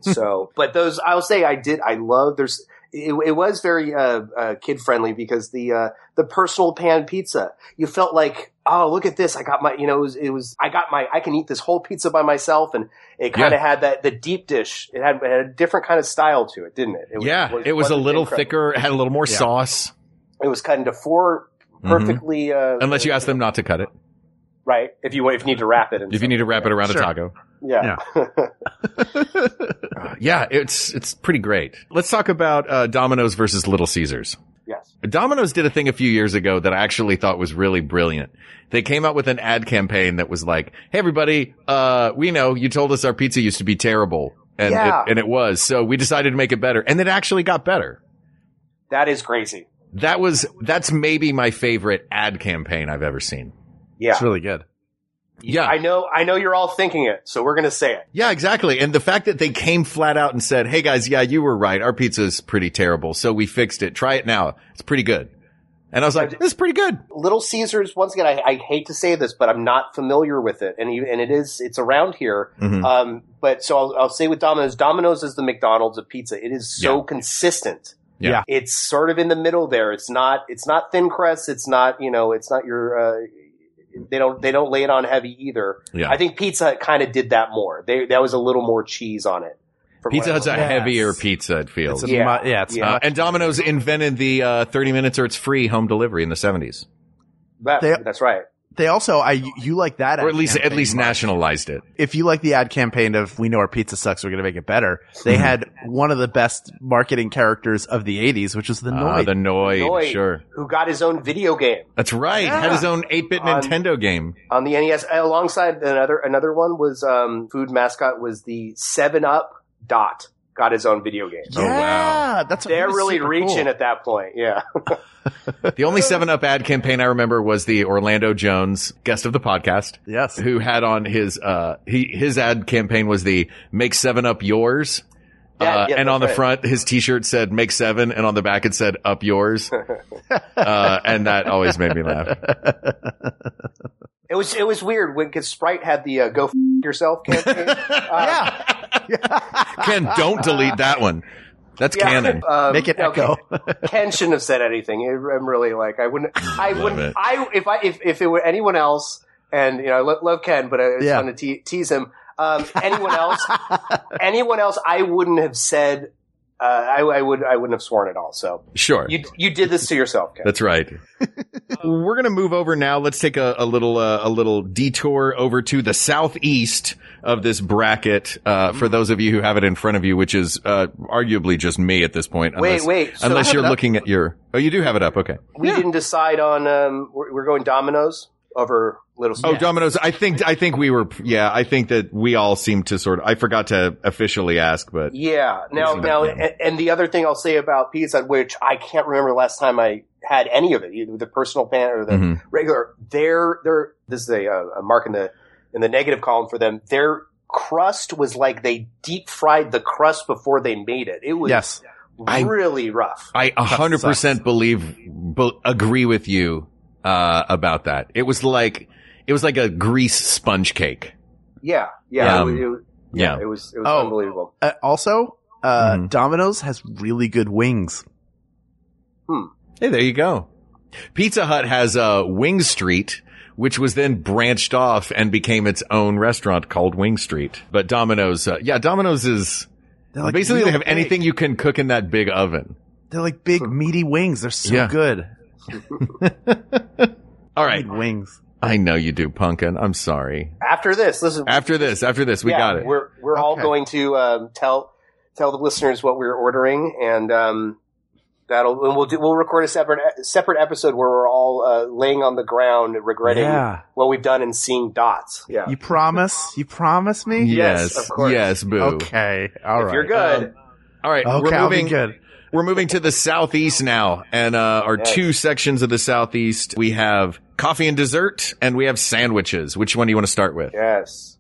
S8: so, but those I'll say I did I love there's. It, it was very uh, uh, kid friendly because the uh, the personal pan pizza you felt like oh look at this I got my you know it was, it was I got my I can eat this whole pizza by myself and it kind
S2: Yeah.
S8: of had that the deep dish. It had, it had a different kind of style to it, didn't it? it
S2: yeah, it was a
S8: wasn't
S2: little
S8: incredible.
S2: thicker, had a little more
S8: Yeah.
S2: sauce.
S8: It was cut into four
S2: Mhm.
S8: perfectly. Uh,
S2: Unless you ask them not to cut it,
S8: right. If you if you need to wrap it, and
S2: if you need to wrap it around
S8: Sure.
S2: a taco.
S8: yeah.
S2: Yeah, it's it's pretty great. Let's talk about uh, Domino's versus Little Caesars.
S8: Yes.
S2: Domino's did a thing a few years ago that I actually thought was really brilliant. They came out with an ad campaign that was like, "Hey everybody, uh, we know you told us our pizza used to be terrible, and
S8: Yeah.
S2: it, and it was, so we decided to make it better, and it actually got better."
S8: that is crazy.
S2: That was that's maybe my favorite ad campaign I've ever seen.
S8: Yeah,
S1: It's really good.
S2: Yeah,
S8: I know. I know you're all thinking it, so we're gonna say it.
S2: Yeah, exactly. And the fact that they came flat out and said, Hey guys, yeah, you were right. Our pizza is pretty terrible. So we fixed it. Try it now. It's pretty good. And I was like, this is pretty good.
S8: Little Caesars. Once again, I, I hate to say this, but I'm not familiar with it, and you, and it is it's around here.
S2: Mhm.
S8: Um, but so I'll, I'll say with Domino's, Domino's is the McDonald's of pizza. It is so
S2: Yeah.
S8: consistent.
S2: Yeah.
S8: It's sort of in the middle there. It's not. It's not thin crust. It's not. You know. It's not your. Uh, they don't. They don't lay it on heavy either.
S2: Yeah.
S8: I think Pizza Hut kind of did that more. They that was a little more cheese on it. from
S2: Pizza
S8: what I
S2: Hut's a
S8: remember.
S2: heavier pizza, it feels.
S8: It's a Yeah. mu- yeah, it's
S2: Uh,
S8: much-
S2: and Domino's invented the uh, 30 minutes or it's free home delivery in the 70s.
S8: That-
S1: They-
S8: that's right.
S1: They also, I, you like that.
S2: Or
S1: ad
S2: at least, at
S1: campaign
S2: least
S1: much.
S2: nationalized it.
S1: if you like the ad campaign of we know our pizza sucks, we're going to make it better. They
S2: Mm-hmm.
S1: had one of the best marketing characters of the 80s, which was the
S2: Ah,
S1: Noid.
S2: the Noid,
S8: Lloyd,
S2: sure.
S8: Who got his own video game?
S2: That's right. Had his own 8 bit
S8: On-
S2: Nintendo game.
S8: on the NES. Alongside another another one was um, food mascot was the Seven Up Dot got his own video game.
S2: oh,
S1: yeah, that's
S8: They're
S1: that's
S8: really
S1: super
S8: reaching
S1: cool.
S8: at that point. Yeah,
S2: Uh, The only 7 Up ad campaign I remember was the Orlando Jones, guest of the podcast.
S1: Yes.
S2: who had on his uh he his ad campaign was the make seven up yours uh,
S8: yeah,
S2: and on the
S8: that's right.
S2: front, his T-shirt said "Make seven, and on the back it said "Up yours," uh, and that always made me laugh.
S8: It was it was weird when because Sprite had the uh, "Go F- Yourself" campaign. yeah,
S2: Ken, don't delete that one. That's canon.
S8: Um, Ken shouldn't have said anything. I- I'm really like I wouldn't. I
S2: Love
S8: wouldn't.
S2: it.
S8: I if I if, if it were anyone else, and you know I lo- love Ken, but I just
S1: Yeah.
S8: want to te- tease him. Um, anyone else? anyone else? I wouldn't have said. Uh, I, I would. I wouldn't have sworn at all. So
S2: Sure.
S8: you you did this to yourself, Ken.
S2: That's right. We're gonna move over now. Let's take a, a little uh, a little detour over to the southeast of this bracket. Uh, for those of you who have it in front of you, which is uh, arguably just me at this point.
S8: Wait,
S2: unless-
S8: wait, so- I
S2: unless
S8: have
S2: you're
S8: it up.
S2: looking at your. Oh, you do have it up. Okay.
S8: We didn't decide on. Um, we're, we're going Domino's over Little.
S2: Oh,
S8: Caesars.
S2: Domino's. I think I think we were. Yeah, I think that we all seem to sort of. I forgot to officially ask, but
S8: Yeah. Now,
S2: Isn't
S8: now,
S2: that
S8: and, and the other thing I'll say about pizza, which I can't remember last time I had any of it, either the personal pan or the
S2: Mhm.
S8: regular. They're they're this is a, uh, a mark in the in the negative column for them. Their crust was like they deep fried the crust before they made it. It was
S1: Yes.
S2: I-
S8: really rough.
S2: I a hundred percent believe, b- agree with you uh, about that. It was like it was like a grease sponge cake.
S8: Yeah, yeah,
S2: Um,
S8: it, was-
S2: yeah.
S8: it was it was
S1: Oh.
S8: unbelievable.
S1: Uh, also, uh,
S2: Mm-hmm.
S1: Domino's has really good wings.
S2: Hey, there you go. Pizza Hut has uh, Wing Street, which was then branched off and became its own restaurant called Wing Street. But Domino's, uh, yeah, Domino's is
S1: like
S2: basically they
S1: real
S2: have
S1: big.
S2: anything you can cook in that big oven.
S1: They're like big, meaty wings. They're so
S2: Yeah.
S1: good.
S2: All right,
S1: wings.
S2: I know you do, Pumpkin. I'm sorry.
S8: After this, listen.
S2: After this, after this, we
S8: Yeah,
S2: got it.
S8: We're we're all
S1: Okay.
S8: going to um, tell tell the listeners what we're ordering, and um, that'll and we'll do, we'll record a separate e, separate episode where we're all uh, laying on the ground regretting
S1: Yeah.
S8: what we've done and seeing dots. Yeah,
S1: You promise? You promise me?
S2: Yes, yes, boo.
S1: Okay. All right.
S8: if you're good.
S2: All right,
S1: Okay,
S2: we're
S1: I'll be
S2: moving.
S1: good.
S2: We're moving to the southeast now, and uh, our
S8: Yes.
S2: two sections of the southeast. We have coffee and dessert, and we have sandwiches. Which one do you want to start with?
S8: Yes.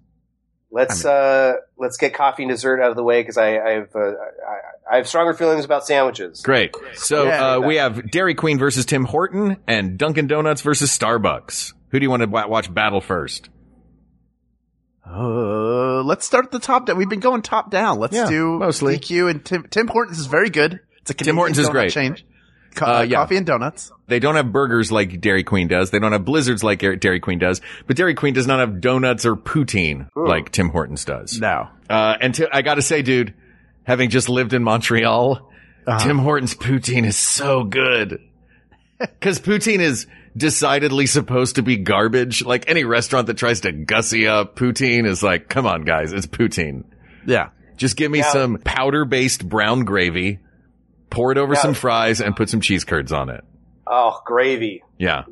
S8: Let's uh, let's get coffee and dessert out of the way because I, I have uh, I, I have stronger feelings about sandwiches.
S2: Great. So
S8: Yeah.
S2: uh, we have Dairy Queen versus Tim Horton, and Dunkin' Donuts versus Starbucks. Who do you want to wa- watch battle first?
S1: Uh, let's start at the top down. We've been going top down. Let's
S2: Yeah,
S1: do
S2: mostly.
S1: DQ and Tim. Tim Hortons is very good. It's a Canadian
S2: Hortons is
S1: donut
S2: great.
S1: Change. Co-
S2: Uh,
S1: uh,
S2: yeah.
S1: Coffee and donuts.
S2: They don't have burgers like Dairy Queen does. They don't have blizzards like Air- Dairy Queen does. But Dairy Queen does not have donuts or poutine like Tim Hortons does.
S1: No.
S2: Uh, and t- I got to say, dude, having just lived in Montreal, Tim Hortons poutine is so good. Because poutine is decidedly supposed to be garbage. Like any restaurant that tries to gussy up poutine is like, come on, guys, it's poutine.
S1: Yeah.
S2: Just give me
S8: Yeah.
S2: some powder based brown gravy, pour it over
S8: Yeah.
S2: some fries, and put some cheese curds on it.
S8: Oh, gravy!
S2: Yeah.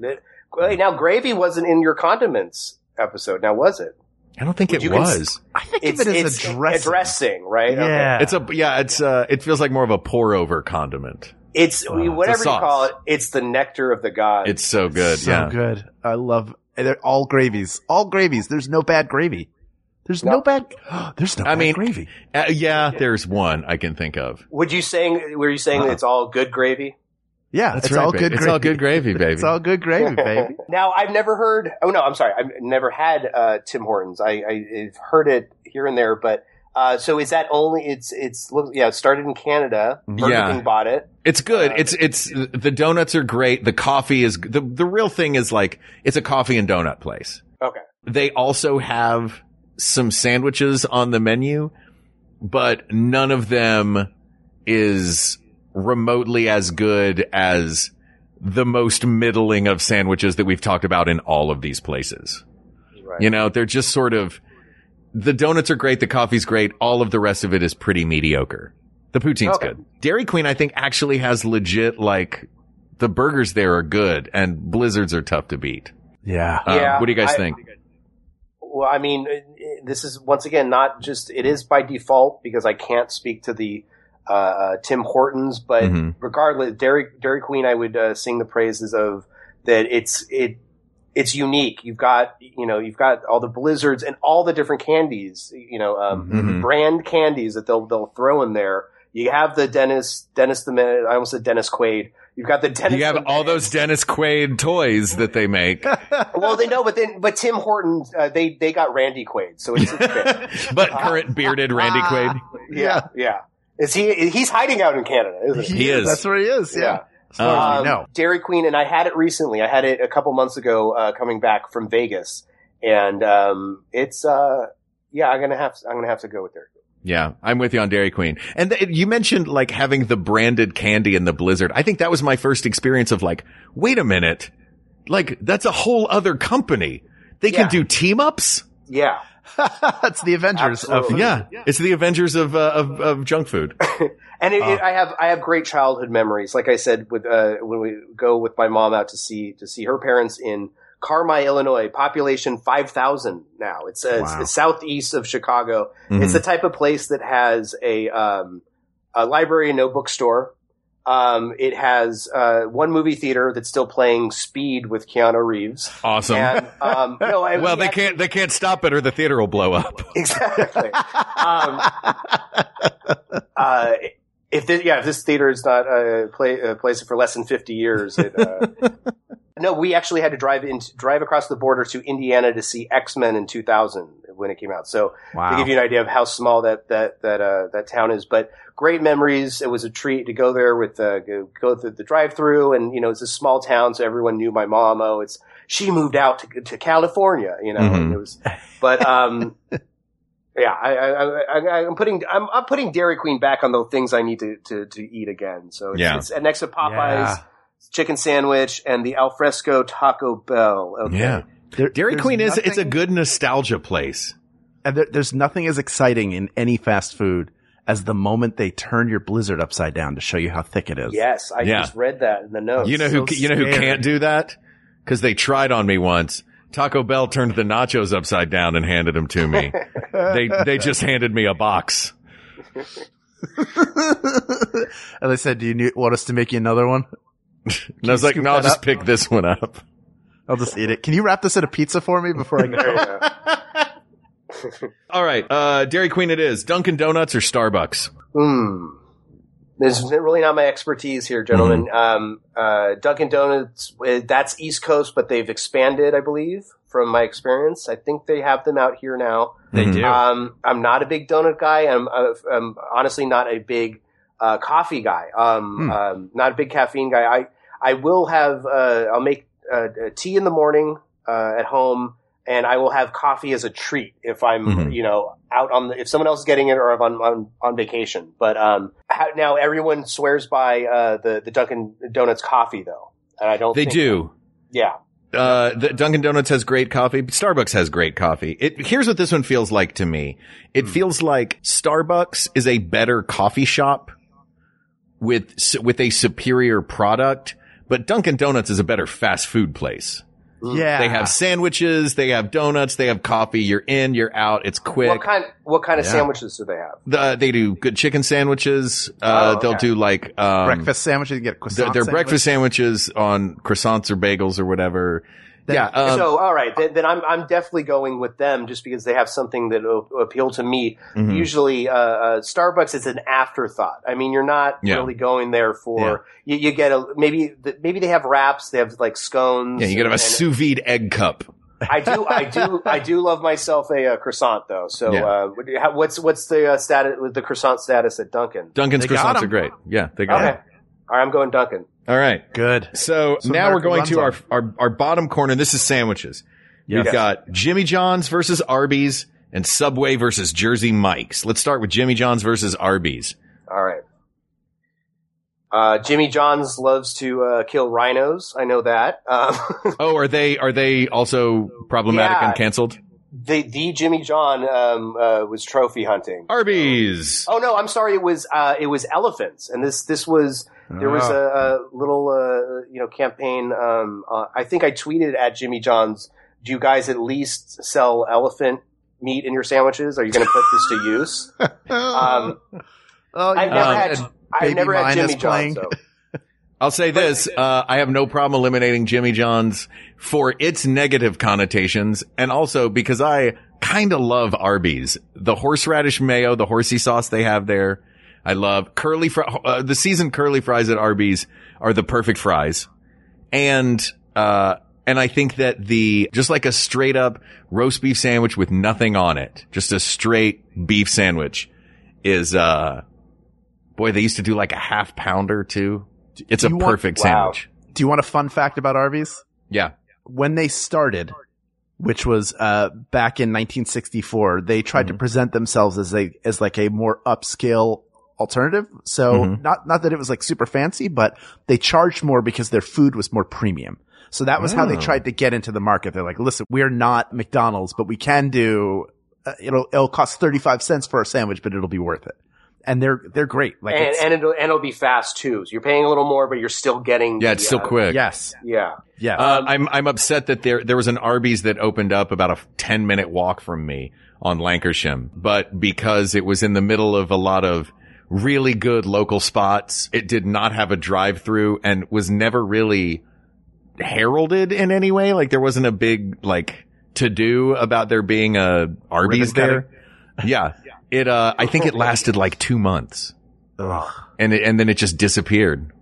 S8: Wait, now gravy wasn't in your condiments episode. Now was it?
S2: I don't think
S8: Would
S2: it
S8: you cons-
S2: was.
S1: I think of it as a dressing.
S8: dressing, right? Okay.
S1: Yeah.
S2: It's a yeah. It's uh. It feels like more of a pour over condiment.
S8: It's whatever you
S2: sauce.
S8: call it. It's the nectar of the gods.
S2: It's so good.
S1: so
S2: yeah.
S1: good. I love. and They're all gravies. All gravies. There's no bad gravy. There's no,
S8: No.
S1: bad. there's no
S2: I
S1: bad
S2: mean-
S1: gravy.
S2: Uh, yeah. There's one I can think of.
S8: Would you saying? Were you saying that it's all good gravy?
S1: Yeah,
S2: That's
S1: it's
S2: right.
S1: all
S2: ba-
S1: good.
S2: It's
S1: gravy.
S2: all good gravy, baby.
S1: It's all good gravy, baby.
S8: Now I've never heard. Oh no, I'm sorry. I've never had uh, Tim Hortons. I, I, I've heard it here and there, but uh, so is that only? It's it's look- yeah. It started in Canada. Burger
S2: Yeah.
S8: King bought it.
S2: It's good. It's it's the donuts are great. The coffee is the the real thing is like it's a coffee and donut place.
S8: Okay.
S2: They also have some sandwiches on the menu, but none of them is remotely as good as the most middling of sandwiches that we've talked about in all of these places.
S8: Right.
S2: You know, they're just sort of the donuts are great, the coffee's great, all of the rest of it is pretty mediocre. The poutine's
S8: Okay.
S2: good. Dairy Queen, I think, actually has legit like the burgers there are good, and blizzards are tough to beat.
S1: Yeah.
S2: Um,
S8: Yeah,
S2: what do you guys
S8: I-
S2: think?
S8: Well, I mean, it- it- this is once again not just. It is by default because I can't speak to the uh, uh, Tim Hortons, but
S2: Mhm.
S8: regardless, Dairy Dairy Queen, I would uh, sing the praises of that. It's it. it's unique. You've got you know you've got all the blizzards and all the different candies, you know, um,
S2: Mm-hmm.
S13: Mhm.
S8: brand candies that they'll they'll throw in there. You have the Dennis Dennis the Man- I almost said Dennis Quaid. You've got the Dennis.
S2: You have all those Dennis Quaid toys that they make,
S8: well, they know, but then but Tim Horton uh, they they got Randy Quaid, so it's, it's fit.
S2: but current bearded Randy Quaid.
S8: yeah, yeah. Is he he's hiding out in Canada, isn't he?
S2: He is. That's where
S1: he is.
S8: Yeah.
S2: As far as we know.
S8: Dairy Queen, and I had it recently. I had it a couple months ago, uh, coming back from Vegas, and um, it's uh, yeah, I'm gonna have I'm gonna have to go with Dairy Queen.
S2: Yeah, I'm with you on Dairy Queen. And th- you mentioned like having the branded candy in the Blizzard. I think that was my first experience of like, wait a minute, like that's a whole other company. They can do team ups.
S8: Yeah,
S1: that's the Avengers of food.
S2: yeah, it's the Avengers of uh, of, of junk food.
S8: And it, it,
S2: Uh.
S8: I have I have great childhood memories. Like I said, with uh, when we go with my mom out to see to see her parents in Carmi, Illinois, population five thousand now. It's, uh, it's
S13: Wow.
S8: the southeast of Chicago.
S2: Mm-hmm.
S13: Mhm.
S8: It's the type of place that has a um, a library and no bookstore. Um, it has uh, one movie theater that's still playing Speed with Keanu Reeves.
S2: Awesome.
S8: And, um, no, I,
S2: well,
S8: we
S2: they can't they can't stop it or the theater will blow up.
S8: Exactly. um, uh, if this, yeah, if this theater is not uh, play, uh, placed for less than fifty years, it, uh, no, we actually had to drive in, drive across the border to Indiana to see X Men in two thousand when it came out. So
S13: Wow.
S8: to give you an idea of how small that that that uh, that town is, but great memories. It was a treat to go there with uh, go, go through the drive through, and you know it's a small town, so everyone knew my mom. Oh, it's she moved out to, to California, you know. and
S13: Mhm.
S8: it was, but um, yeah, I, I, I, I, I'm putting I'm, I'm putting Dairy Queen back on the things I need to to, to eat again. So it's,
S13: Yeah.
S8: it's and next to Popeyes,
S13: Yeah.
S8: chicken sandwich, and the alfresco Taco Bell. Okay.
S2: Yeah, Dairy
S1: there's
S2: Queen is it's a
S1: nothing-
S2: good nostalgia place.
S1: And there, there's nothing as exciting in any fast food as the moment they turn your blizzard upside down to show you how thick it is.
S8: Yes, I
S2: Yeah.
S8: just read that in the notes.
S2: You know who you know who can't do that? Because they tried on me once. Taco Bell turned the nachos upside down and handed them to me. they they just handed me a box.
S1: And they said, do you need, want us to make you another one?
S2: And I was like, no, I'll just pick this one up.
S1: I'll just eat it. Can you wrap this in a pizza for me before I go?
S2: All right, uh, Dairy Queen it is. Dunkin' Donuts or Starbucks?
S8: Hmm. This is really not my expertise here, gentlemen.
S2: Hmm.
S8: Um, uh, Dunkin' Donuts, uh, that's East Coast, but they've expanded, I believe, from my experience. I think they have them out here now.
S2: Mm-hmm.
S13: They do.
S8: Um, I'm not a big donut guy. I'm, uh, I'm honestly not a big uh, coffee guy. Um,
S13: Hmm.
S8: um, not a big caffeine guy. I I will have. Uh, I'll make uh, uh, tea in the morning uh, at home, and I will have coffee as a treat if I'm
S2: Mm-hmm.
S13: Mhm.
S8: you know out on the, if someone else is getting it or if I'm on on vacation. But um, how, now everyone swears by uh, the the Dunkin' Donuts coffee though, and I don't.
S2: They
S8: think-
S2: do.
S8: Yeah.
S2: Uh, the Dunkin' Donuts has great coffee. but Starbucks has great coffee. It, here's what this one feels like to me. It feels like Starbucks is a better coffee shop with, s- with a superior product, but Dunkin' Donuts is a better fast food place.
S1: yeah.
S2: They have sandwiches, they have donuts, they have coffee. You're in, you're out. It's quick.
S8: What kind What kind of
S2: Yeah.
S8: sandwiches do they have?
S2: The, they do good chicken sandwiches. Uh,
S8: Oh,
S2: they'll
S8: okay.
S2: do like, um,
S1: breakfast sandwich and get a
S2: their,
S1: croissant
S2: their
S1: sandwich?
S2: breakfast sandwiches on croissants or bagels or whatever. yeah. um,
S8: so all right, then, then I'm I'm definitely going with them just because they have something that will appeal to me.
S2: Mhm.
S8: Usually, uh, uh, Starbucks is an afterthought. I mean, you're not
S2: Yeah.
S8: really going there for you, you get a maybe th- maybe they have wraps, they have like scones.
S2: Yeah, you gotta have a
S8: and-
S2: sous vide egg cup.
S8: I do, I do, I do love myself a, uh croissant though. So
S2: Yeah.
S8: uh, what do you- how- what's what's the uh, status the croissant status at Dunkin'?
S2: Dunkin's
S8: They
S2: croissants
S8: got 'em.
S2: are great. Yeah, they got
S8: okay.
S2: 'em.
S8: All right, I'm going Dunkin'.
S2: All right.
S1: Good.
S2: So
S8: So
S2: now we're
S8: America
S2: going
S8: runs
S2: to our,
S8: on.
S2: our our bottom corner. This is sandwiches.
S8: Yes.
S2: We've got Jimmy John's versus Arby's and Subway versus Jersey Mike's. Let's start with Jimmy John's versus Arby's.
S8: All right. Uh, Jimmy Johns loves to uh, kill rhinos. I know that. Um,
S2: oh, are they are they also problematic
S8: Yeah.
S2: and canceled?
S8: the the Jimmy John um, uh, was trophy hunting.
S2: Arby's.
S8: Oh no, I'm sorry. It was uh, it was elephants, and this this was there was a, a little uh, you know campaign. Um, uh, I think I tweeted at Jimmy John's. Do you guys at least sell elephant meat in your sandwiches? Are you going to put this to use? Um,
S1: oh,
S2: Um,
S8: I've never had. I've never had Jimmy John's. though.
S2: I'll say this: uh, I have no problem eliminating Jimmy John's for its negative connotations, and also because I kind of love Arby's, the horseradish mayo, the horsey sauce they have there. I love curly fr- uh, the seasoned curly fries at Arby's are the perfect fries, and uh, and I think that the just like a straight up roast beef sandwich with nothing on it, just a straight beef sandwich, is uh, boy they used to do like a half pounder too. It's
S1: Do
S2: a
S1: you want-
S2: perfect sandwich.
S1: Do you want a fun fact about Arby's?
S2: Yeah.
S1: When they started, which was uh, back in 1964, they tried to present themselves as a as like a more upscale alternative. So
S3: Mhm.
S1: not not that it was like super fancy, but they charged more because their food was more premium. So that was how they
S3: Oh.
S1: tried to get into the market. They're like, listen, we're not McDonald's, but we can do. Uh, it'll it'll cost 35 cents for a sandwich, but it'll be worth it. And they're they're great. Like
S8: and,
S1: it's-
S8: and it'll and it'll be fast too. So you're paying a little more, but you're still getting.
S2: Yeah,
S8: the,
S2: it's still
S8: uh,
S2: quick.
S1: Yes.
S8: Yeah.
S1: Yeah.
S2: Uh, I'm I'm upset that there there was an Arby's that opened up about a 10 minute walk from me on Lancashire, but because it was in the middle of a lot of really good local spots, it did not have a drive through and was never really heralded in any way. Like there wasn't a big like to do about there being a
S1: Ribbon
S2: Arby's there. Yeah. It uh I think it lasted like 2 months. And it, and then it just disappeared.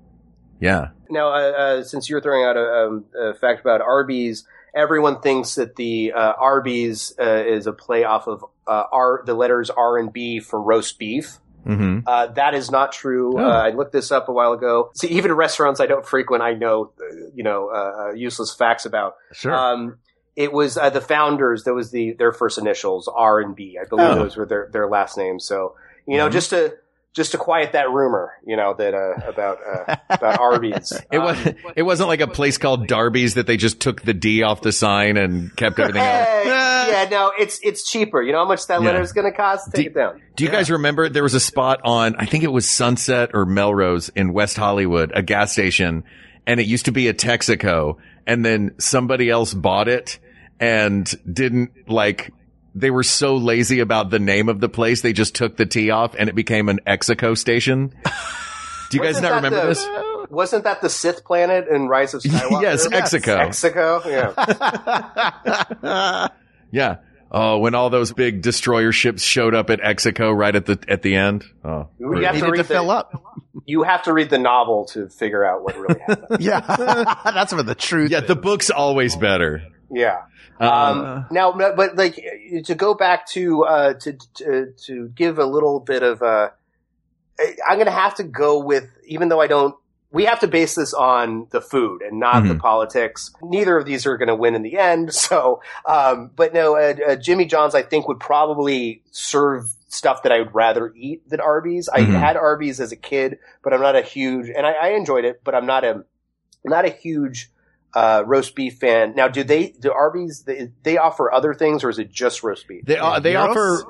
S2: Yeah.
S8: Now, uh, uh, since you're throwing out a, um, a fact about Arby's, everyone thinks that the uh, Arby's uh, is a play off of uh, R, the letters R and B for roast beef.
S2: Mhm.
S8: Uh, that is not true.
S2: Oh.
S8: Uh, I looked this up a while ago. See, even restaurants I don't frequent, I know, uh, you know, uh, uh, useless facts about.
S1: Sure.
S8: Um, it was uh, the founders. That was the their first initials R and B. I believe
S2: Oh.
S8: those were their their last names. So you know,
S2: Mhm.
S8: just to just to quiet that rumor, you know, that uh, about uh, about Arby's. Um,
S2: It was it wasn't like a place called Darby's that they just took the D off the sign and kept everything else.
S8: Hey, yeah, no, it's it's cheaper. You know how much that
S2: Yeah.
S8: letter is going to cost? Take
S2: Do-
S8: it down.
S2: Do you guys remember there was a spot on I think it was Sunset or Melrose in West Hollywood, a gas station, and it used to be a Texaco, and then somebody else bought it and didn't like they were so lazy about the name of the place, they just took the T off and it became an Exaco station. Do you guys
S8: Wasn't
S2: not
S8: that
S2: remember
S8: the-
S2: this?
S8: Wasn't that the Sith planet in Rise of Skywalker?
S2: Yes, Execo.
S8: Execo, yeah.
S2: Yeah. Oh, when all those big destroyer ships showed up at Execo right at the at the end. Oh,
S8: You have to, read the,
S1: fill up.
S8: You have to read the novel to figure out what really happened.
S1: yeah, that's where the truth.
S2: Yeah, the book's always better.
S8: Yeah.
S2: Uh,
S8: Um, now, no, but like to go back to uh, to, to to give a little bit of uh, I- I'm going to have to go with even though I don't. We have to base this on the food and not the
S2: Mm-hmm.
S13: Mhm.
S8: politics. Neither of these are going to win in the end. So, um, but no, uh, uh, Jimmy John's I think would probably serve stuff that I would rather eat than Arby's.
S13: Mhm.
S8: I had Arby's as a kid, but I'm not a huge and I, I enjoyed it, but I'm not a not a huge uh, roast beef fan. Now, do they do Arby's? They, they offer other things, or is it just roast beef?
S2: They uh, they offer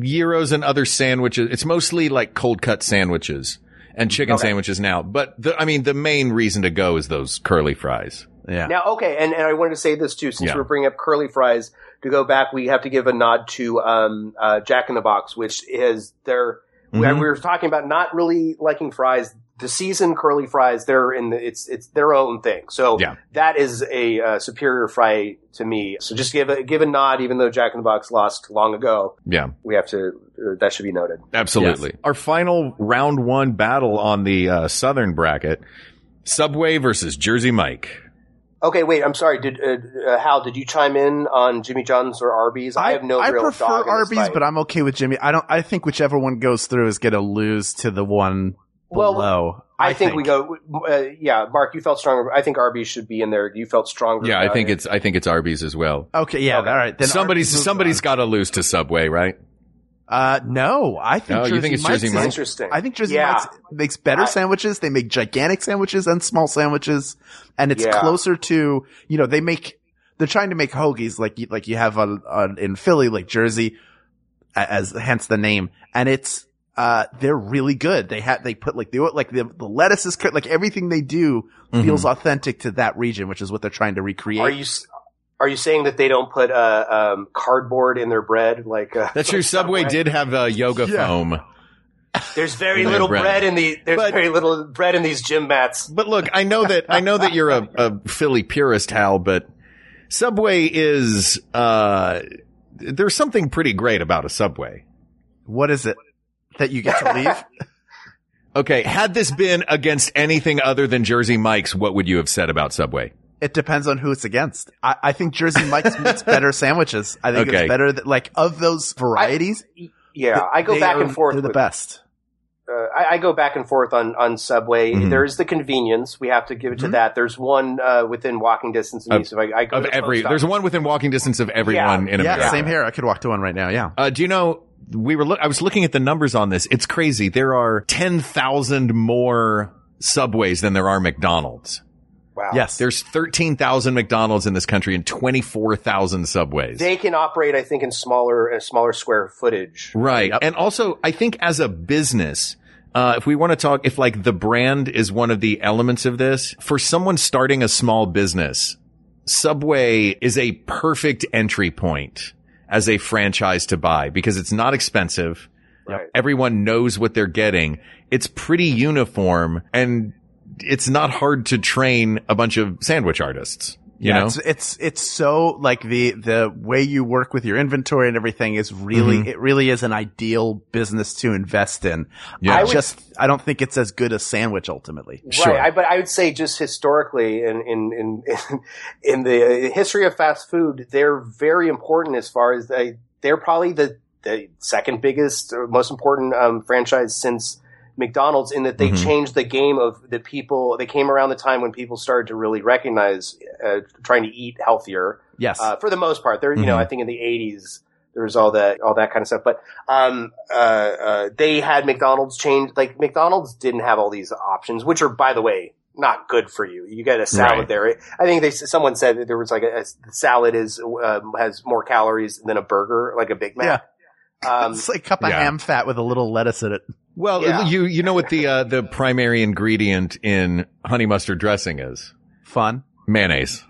S2: gyros and other sandwiches. It's mostly like cold cut sandwiches and chicken sandwiches now. But the, I mean, the main reason to go is those curly fries.
S1: Yeah.
S8: Now, okay, and, and I wanted to say this too, since
S2: Yeah.
S8: we're bringing up curly fries. To go back, we have to give a nod to um, uh, Jack in the Box, which is their. we-
S13: Mhm.
S8: We were talking about not really liking fries. The seasoned curly fries, they're in the it's it's their own thing. So
S13: Yeah.
S8: that is a uh, superior fry to me. So just give a give a nod, even though Jack in the Box lost long ago.
S2: Yeah.
S8: We have to uh, that should be noted.
S2: Absolutely. Our final round one battle on the uh, southern bracket: Subway versus Jersey Mike.
S8: Okay, wait. I'm sorry. Did uh, uh, Hal? Did you chime in on Jimmy John's or Arby's? I, have no
S1: I
S8: real
S1: prefer
S8: dog in this
S1: Arby's,
S8: fight.
S1: but I'm okay with Jimmy. I don't. I think whichever one goes through is going to lose to the one
S8: Well,
S1: below.
S8: I, think, we go. Uh, yeah, Mark, you felt stronger. I think Arby's should be in there. You felt stronger.
S2: Yeah, I
S8: about
S2: think
S8: it.
S2: it's I think it's Arby's as well.
S1: Okay, yeah, all right. Then
S2: somebody's somebody's got to lose to Subway, right?
S1: Uh, no, I think.
S2: Oh, you
S1: Jersey
S2: think it's
S1: Mike's
S2: Jersey
S1: is-
S2: Mike's?
S8: Interesting.
S1: I think Jersey
S8: Yeah.
S1: Mike's makes better sandwiches. They make gigantic sandwiches and small sandwiches, and it's
S8: Yeah.
S1: closer to you know they make. They're trying to make hoagies like you, like you have on, on in Philly, like Jersey, a- as hence the name, and it's. Uh, they're really good. They had, they put like, they, like the, the lettuce is, cut- like everything they do
S2: Mm-hmm.
S1: feels
S8: Mhm.
S1: authentic to that region, which is what they're trying to recreate.
S8: Are you s- are you saying that they don't put uh, um, cardboard in their bread? Like uh,
S2: That's true. Subway did have uh, yoga
S1: Yeah.
S2: foam.
S8: There's very
S2: In their
S8: little
S2: bread.
S8: bread. in the there's very little bread in these gym mats.
S2: But look, I know that I know that you're a, a Philly purist, Hal, but Subway is uh there's something pretty great about a Subway.
S1: What is it that you get to leave?
S2: okay, had this been against anything other than Jersey Mike's, what would you have said about Subway?
S1: It depends on who it's against. I, I think Jersey Mike's makes better sandwiches. I think
S2: Okay.
S1: it's better that like of those varieties.
S8: yeah,
S1: th-
S8: I go
S1: they
S8: back and
S1: are-
S8: forth
S1: They're the
S8: with-
S1: best.
S8: uh, I, I go back and forth on on Subway.
S2: Mhm.
S8: There is the convenience. We have to give it to that. There's one uh, within walking distance of me.
S2: Mm-hmm. Of-
S8: So I, I go
S2: Of
S8: to the
S2: every
S8: post
S2: there's
S8: office.
S2: one within walking distance of everyone in
S1: yeah,
S2: America.
S1: same here. I could walk to one right now. Yeah.
S2: Uh, do you know we were? Look, I was looking at the numbers on this. It's crazy. There are ten thousand more subways than there are McDonald's.
S8: Wow.
S1: Yes.
S2: There's thirteen thousand McDonald's in this country and twenty four thousand subways.
S8: They can operate, I think, in smaller in smaller square footage.
S2: Right. And also, I think as a business, uh, if we want to talk, if like the brand is one of the elements of this, for someone starting a small business, Subway is a perfect entry point as a franchise to buy because it's not expensive.
S8: Right.
S2: Everyone knows what they're getting. It's pretty uniform and it's not hard to train a bunch of sandwich artists. You
S1: yeah,
S2: know?
S1: it's, it's it's so like the the way you work with your inventory and everything is really
S2: Mhm.
S1: it really is an ideal business to invest in.
S2: Yeah. I
S1: I
S2: would-
S1: just I don't think it's as good a sandwich ultimately.
S8: Right. I, but I would say just historically in, in, in, in, in the uh, history of fast food, they're very important as far as they, they're probably the, the second biggest or most important um, franchise since McDonald's in that they
S2: Mhm.
S8: changed the game of the people. They came around the time when people started to really recognize uh, trying to eat healthier.
S1: Yes.
S8: Uh, for the most part, there, you know,
S2: Mhm.
S8: I think in the 80s, there was all that all that kind of stuff. But um, uh, uh, they had McDonald's change. Like McDonald's didn't have all these options, which are, by the way, not good for you. You get a salad
S2: Right.
S8: there. I think they someone said that there was like a, a salad is um, has more calories than a burger, like a Big Mac. Um,
S1: it's like a cup of
S2: Yeah.
S1: ham fat with a little lettuce in it.
S2: well,
S8: Yeah.
S2: you, you know what the, uh, the primary ingredient in honey mustard dressing is?
S1: Fun.
S2: Mayonnaise.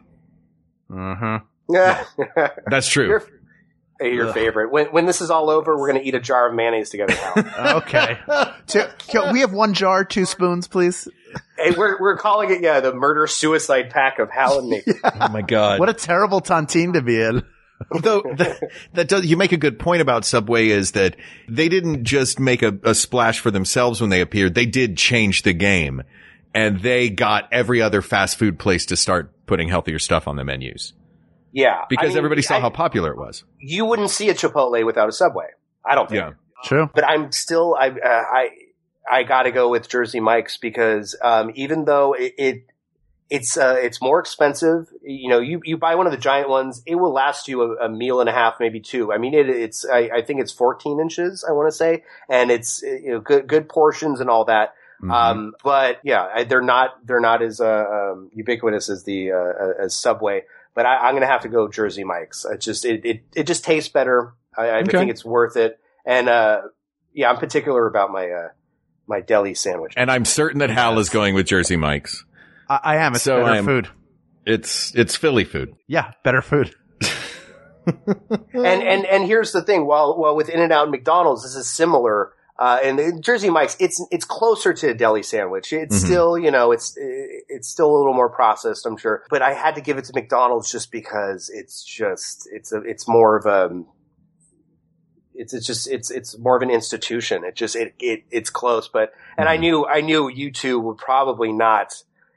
S1: Mm-hmm.
S8: yeah,
S2: That's true.
S8: Your, your favorite. When when this is all over, we're gonna eat a jar of mayonnaise together. Now.
S1: Okay. Two- can we have one jar, two spoons, please.
S8: hey, we're we're calling it yeah the murder suicide pack of Hal and Nick.
S2: oh my god!
S1: What a terrible tontine to be in.
S2: Though that, that does, you make a good point about Subway is that they didn't just make a, a splash for themselves when they appeared. They did change the game, and they got every other fast food place to start putting healthier stuff on the menus
S8: Yeah, I
S2: because
S8: mean,
S2: everybody saw
S8: I-
S2: how popular it was.
S8: you wouldn't see a Chipotle without a Subway. I don't think.
S2: Yeah.
S1: True.
S8: But I'm still I uh, I I got to go with Jersey Mike's because um, even though it, it it's uh, it's more expensive, you know, you, you buy one of the giant ones, it will last you a, a meal and a half, maybe two. I mean, it, it's I, I think it's 14 inches, I want to say, and it's uh, you know good good portions and all that. Um, but yeah, I, they're not they're not as uh, um, ubiquitous as the uh, as Subway. But I, I'm gonna have to go Jersey Mike's. It just it it, it just tastes better. I, I
S2: Okay.
S8: think it's worth it. And uh, yeah, I'm particular about my uh, my deli sandwich.
S2: And I'm certain that Hal is going with Jersey Mike's.
S1: I, I am. It's
S2: So
S1: better
S2: I am-
S1: food.
S2: It's it's Philly food.
S1: Yeah, better food.
S8: and and and here's the thing: while while with In and Out and McDonald's, this is similar. Uh, and the Jersey Mike's, it's it's closer to a deli sandwich. It's
S2: Mhm.
S8: still, you know, it's it's still a little more processed, I'm sure. But I had to give it to McDonald's just because it's just it's a it's more of a it's it's just it's it's more of an institution. It just it, it it's close, but and
S2: Mm-hmm.
S8: I knew I knew you two would probably not.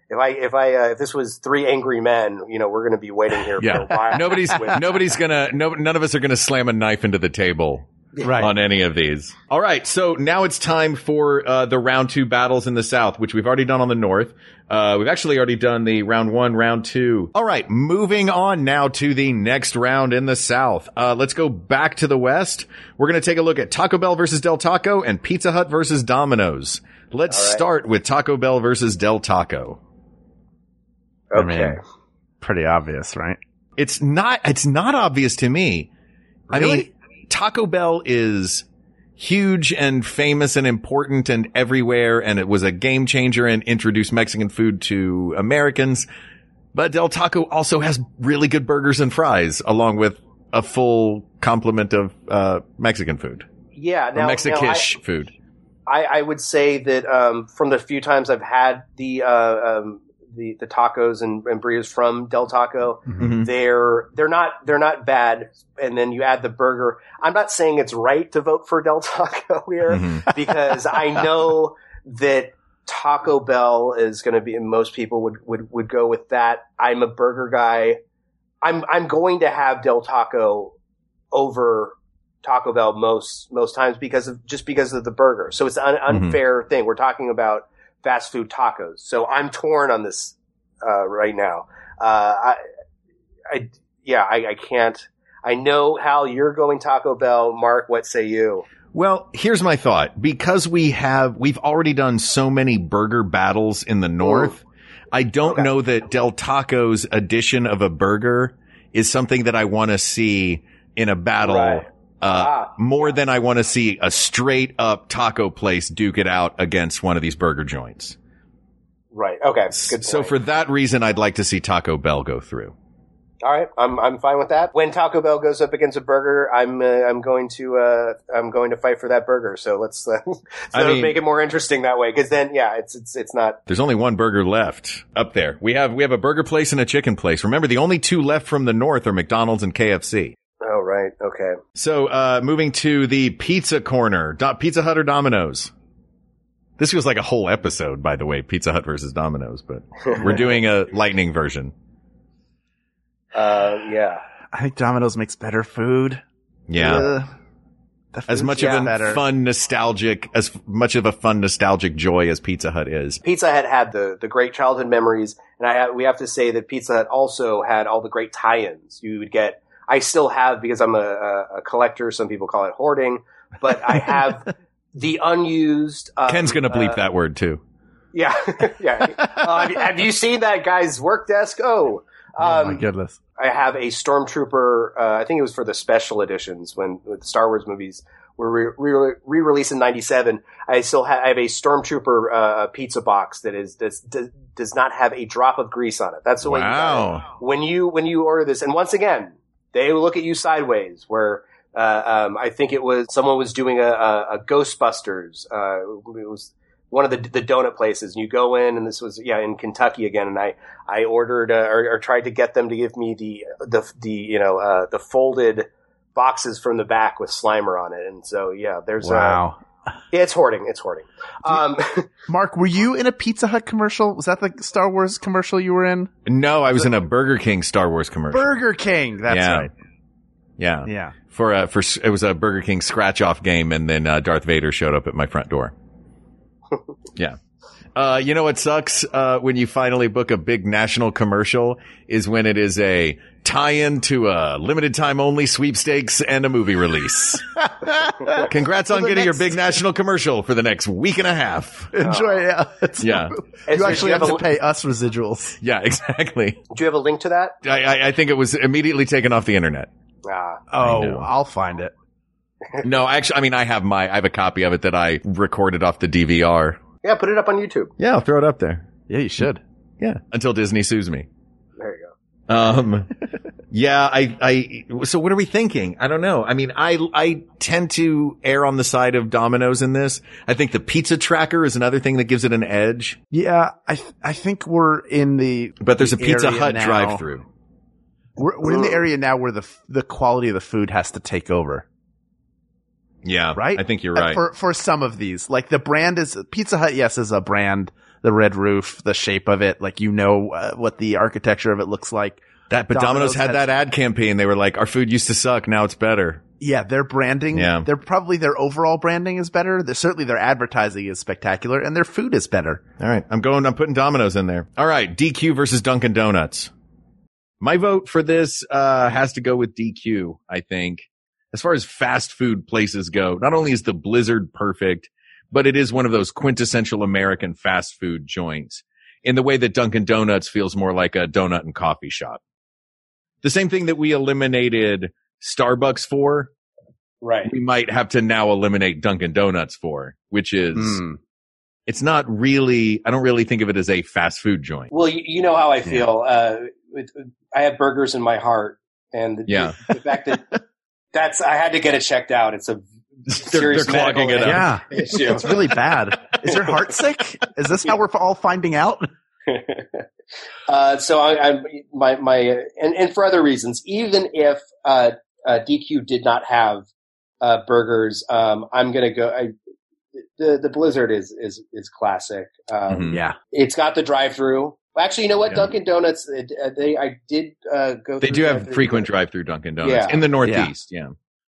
S8: If I if I uh, if this was three angry men, you know, we're going to be waiting here for a
S2: Yeah.
S8: while.
S2: Nobody's
S8: with-
S2: nobody's gonna no none of us are gonna slam a knife into the table
S1: Right.
S2: on any of these. All right, so now it's time for uh, the round two battles in the South, which we've already done on the North. Uh, we've actually already done the round one, round two. All right, moving on now to the next round in the South. Uh, let's go back to the West. We're going to take a look at Taco Bell versus Del Taco and Pizza Hut versus Domino's. Let's start with Taco Bell versus Del Taco.
S1: I mean, pretty obvious, right?
S2: It's not. It's not obvious to me. I mean,
S1: Really?
S2: Taco Bell is huge and famous and important and everywhere, and it was a game changer and introduced Mexican food to Americans. But Del Taco also has really good burgers and fries, along with a full complement of uh, Mexican food
S8: Yeah,
S2: or
S8: now, now I-
S2: Mexikish food.
S8: I, I would say that um, from the few times I've had the uh, um, the, the tacos and, and burritos from Del Taco,
S13: Mhm.
S8: they're they're not they're not bad. And then you add the burger. I'm not saying it's right to vote for Del Taco here
S2: Mm-hmm.
S8: because I know that Taco Bell is going to be. and Most people would would would go with that. I'm a burger guy. I'm I'm going to have Del Taco over Taco Bell most most times because of just because of the burger. So it's an unfair thing. We're talking about fast food tacos. So I'm torn on this uh, right now. Uh, I, I yeah, I, I can't. I know Hal, you're going Taco Bell. Mark, what say you?
S2: Well, here's my thought. Because we have, we've already done so many burger battles in the North. I don't know that Del Taco's addition of a burger is something that I want to see in a battle. Uh, more than I want to see a straight up taco place duke it out against one of these burger joints.
S8: Right. Okay.
S2: So for that reason, I'd like to see Taco Bell go through.
S8: All right, I'm I'm fine with that. When Taco Bell goes up against a burger, I'm uh, I'm going to uh, I'm going to fight for that burger. So let's uh, so
S2: I mean-
S8: make it more interesting that way, because then yeah, it's it's it's not
S2: There's only one burger left up there. We have we have a burger place and a chicken place. Remember, the only two left from the north are McDonald's and KFC.
S8: Oh right, okay.
S2: So, uh, moving to the pizza corner, Do- Pizza Hut or Domino's. This feels like a whole episode, by the way, Pizza Hut versus Domino's, but we're doing a lightning version.
S8: Uh, yeah.
S1: I think Domino's makes better food.
S2: Yeah.
S1: Uh, the
S2: as
S1: food's
S2: much of a
S1: better.
S2: fun nostalgic, as f- much of a fun nostalgic joy as Pizza Hut is.
S8: Pizza Hut had the the great childhood memories, and I we have to say that Pizza Hut also had all the great tie-ins. You would get. I still have because I'm a, a, a collector. Some people call it hoarding, but I have the unused. Um,
S2: Ken's gonna bleep
S8: uh,
S2: that word too.
S8: Yeah, yeah. Uh, have you- have you seen that guy's work desk? Oh, um,
S1: My goodness.
S8: I have a stormtrooper. Uh, I think it was for the special editions when with the Star Wars movies were re- re- re-released in '97. I still have, I have a stormtrooper uh, pizza box that is does, does does not have a drop of grease on it. That's the way. you got it.
S2: Wow.
S8: When you when you order this, and once again, they look at you sideways. Where uh, um, I think it was someone was doing a, a, a Ghostbusters. Uh, it was one of the the donut places. And you go in, and this was yeah in Kentucky again. And I I ordered uh, or, or tried to get them to give me the the the you know uh, the folded boxes from the back with Slimer on it. And so yeah, there's uh,
S1: Wow.
S8: yeah, it's hoarding. It's hoarding. Um,
S1: Mark, were you in a Pizza Hut commercial? Was that the Star Wars commercial you were in?
S2: No, I was in a Burger King Star Wars commercial.
S1: Burger King. That's
S2: yeah.
S1: right.
S2: Yeah.
S1: Yeah.
S2: For uh, for s- it was a Burger King scratch off game, and then uh, Darth Vader showed up at my front door. yeah. Uh, you know what sucks uh, when you finally book a big national commercial is when it is a tie-in to a limited time only sweepstakes and a movie release. Congrats on
S1: For the
S2: getting
S1: next-
S2: your big national commercial for the next week and a half.
S1: Enjoy. it. yeah. It's-
S2: Yeah.
S1: You
S8: It's-
S1: actually
S8: you have
S1: have to
S8: a-
S1: pay us residuals.
S2: Yeah, exactly.
S8: do you have a link to that?
S2: I, I, I think it was immediately taken off the internet.
S8: Ah.
S1: Oh, I'll find it.
S2: No, actually, I mean, I have my, I have a copy of it that I recorded off the DVR.
S8: yeah, put it up on YouTube.
S2: Yeah, I'll throw it up there.
S1: Yeah, you should.
S2: Yeah. Until Disney sues me.
S8: There you go.
S2: Um, yeah, I, I, so what are we thinking? I don't know. I mean, I, I tend to err on the side of Domino's in this. I think the pizza tracker is another thing that gives it an edge,
S1: Yeah, I th- I think we're in the
S2: but there's a
S1: the
S2: Pizza
S1: area
S2: Hut
S1: now-
S2: drive through.
S1: We're, we're in the area now where the f- the quality of the food has to take over.
S2: Yeah.
S1: Right?
S2: I think you're
S1: Uh,
S2: right.
S1: For for some of these, like the brand is Pizza Hut. Yes, is a brand. The red roof, the shape of it, like you know uh, what the architecture of it looks like.
S2: that, but Domino's, had,
S1: has-
S2: that ad campaign. They were like, our food used to suck. Now it's better.
S1: Yeah, their branding.
S2: Yeah.
S1: They're probably their overall branding is better. They're, certainly their advertising is spectacular, and their food is better.
S2: All right. I'm going, I'm putting Domino's in there. All right. DQ versus Dunkin' Donuts. My vote for this, uh, has to go with DQ, I think. As far as fast food places go, not only is the Blizzard perfect, but it is one of those quintessential American fast food joints in the way that Dunkin' Donuts feels more like a donut and coffee shop. The same thing that we eliminated Starbucks for,
S8: Right.
S2: we might have to now eliminate Dunkin' Donuts for, which is
S1: Hmm.
S2: it's not really. I don't really think of it as a fast food joint.
S8: Well, you, you know how I feel. Uh, it, I have burgers in my heart, and the,
S2: Yeah.
S8: the fact that that's I had to get it checked out. It's a serious medical
S1: Yeah,
S8: issue.
S1: it's really bad. Is your heart sick? Is this how we're all finding out?
S8: Uh, so I, I my my and, and for other reasons, even if uh, uh, DQ did not have uh, burgers, um, I'm gonna go. I, the the Blizzard is is is classic. Um,
S1: Yeah.
S8: It's got the drive through. Actually, you know what? Dunkin' Donuts. uh, They I did uh, go.
S2: They
S8: through
S2: do have
S8: drive-thru.
S2: frequent drive-through Dunkin' Donuts
S8: Yeah.
S2: in the
S8: Yeah.
S2: Northeast. Yeah.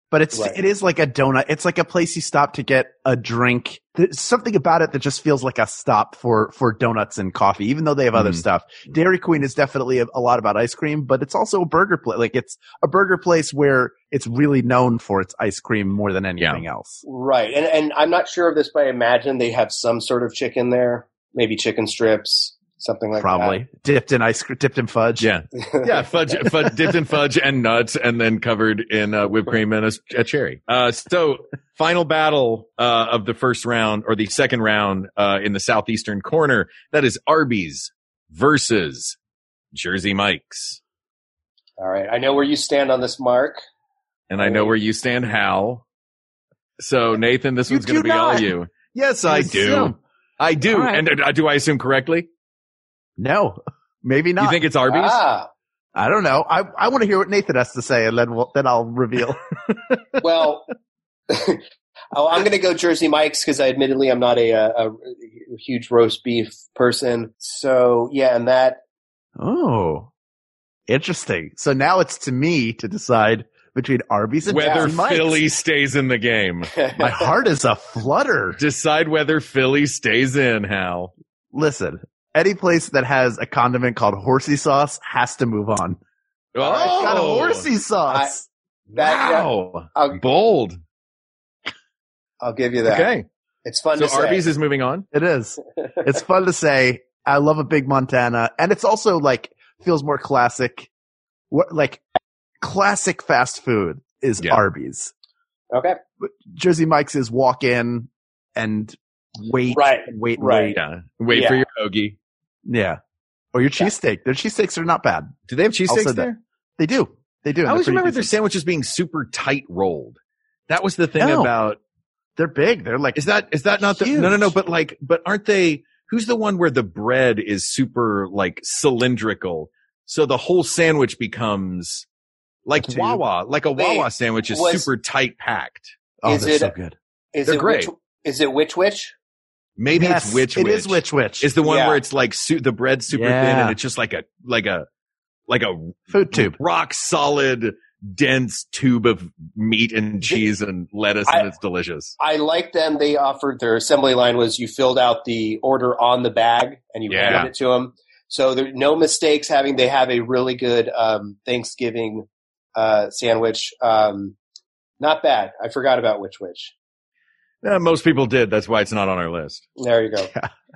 S1: But it's
S2: Right.
S1: it is like a donut. It's like a place you stop to get a drink. There's something about it that just feels like a stop for for donuts and coffee, even though they have
S2: Mm-hmm.
S1: other stuff. Dairy Queen is definitely a, a lot about ice cream, but it's also a burger place. Like it's a burger place where it's really known for its ice cream more than anything else.
S8: Right, and and I'm not sure of this, but I imagine they have some sort of chicken there, maybe chicken strips, something like
S1: Probably
S8: that.
S1: dipped in ice, cr- dipped in fudge.
S2: Yeah, yeah, fudge, fudge dipped in fudge and nuts, and then covered in uh, whipped cream and a, s- a cherry. Uh, so, final battle uh, of the first round or the second round uh, in the southeastern corner. That is Arby's versus Jersey Mike's,
S8: All right, I know where you stand on this, Mark.
S2: and I
S8: Oh.
S2: know where you stand, Hal. So, Nathan, this one's going to
S8: do
S2: be all
S8: not.
S2: you. Yes, I do.
S8: assume.
S2: I do,
S8: All right.
S2: and uh, do I assume correctly?
S1: No, maybe not.
S2: You think it's Arby's?
S8: ah,
S1: I don't know. I I want to hear what Nathan has to say, and then we'll, then I'll reveal.
S8: well, oh, I'm going to go Jersey Mike's because I admittedly I'm not a, a, a huge roast beef person. So yeah, and that
S1: Oh, interesting. So now it's to me to decide between Arby's and
S2: whether
S1: Jersey Mike's.
S2: Philly stays in the game.
S1: My heart is a flutter.
S2: Decide whether Philly stays in, Hal.
S1: Listen, any place that has a condiment called horsey sauce has to move on.
S2: Oh,
S1: It's got a horsey sauce.
S8: that
S2: wow, bold.
S8: I'll give you that.
S2: Okay.
S8: It's fun
S2: So
S8: to
S2: Arby's
S8: say.
S2: is moving on.
S1: It is. It's fun to say. I love a big Montana, and it's also like feels more classic. What like classic fast food is Arby's.
S8: Okay.
S1: Jersey Mike's is walk in and wait,
S8: Right,
S1: wait,
S8: right.
S1: wait,
S2: yeah. Wait for your hoagie.
S1: yeah, or your cheesesteak. Their cheesesteaks are not bad.
S2: Do they
S1: I'll
S2: have
S1: say
S2: cheesesteaks
S1: that.
S2: there?
S1: They do. They do. and they're
S2: I always
S1: pretty
S2: remember their
S1: decent.
S2: sandwiches being super tight rolled. That was the thing
S1: No.
S2: about
S1: they're big. They're like
S2: is that is that not the no no no? But like but aren't they? Who's the one where the bread is super like cylindrical? So the whole sandwich becomes like
S8: Two.
S2: Wawa, like a
S8: Wait,
S2: Wawa sandwich is
S8: was-
S2: super tight packed.
S1: Oh,
S8: Is
S1: they're
S8: it-
S1: so good.
S8: Is
S2: They're
S8: it
S2: great.
S8: Which, is it which which?
S2: Maybe
S1: Yes,
S2: it's witch.
S1: it
S2: witch.
S1: is Witch Witch.
S2: Is the one
S1: Yeah.
S2: where it's like su- the bread super thin
S1: Yeah.
S2: and it's just like a like a like a
S1: food tube,
S2: rock solid, dense tube of meat and cheese and lettuce, and it's delicious.
S8: I like them. They offered their assembly line was you filled out the order on the bag and you
S2: Yeah.
S8: handed it to them. So there no mistakes. Having they have a really good um, Thanksgiving uh, sandwich. Um, not bad. I forgot about which which.
S2: Uh, most people did. That's why it's not on our list.
S8: There you go.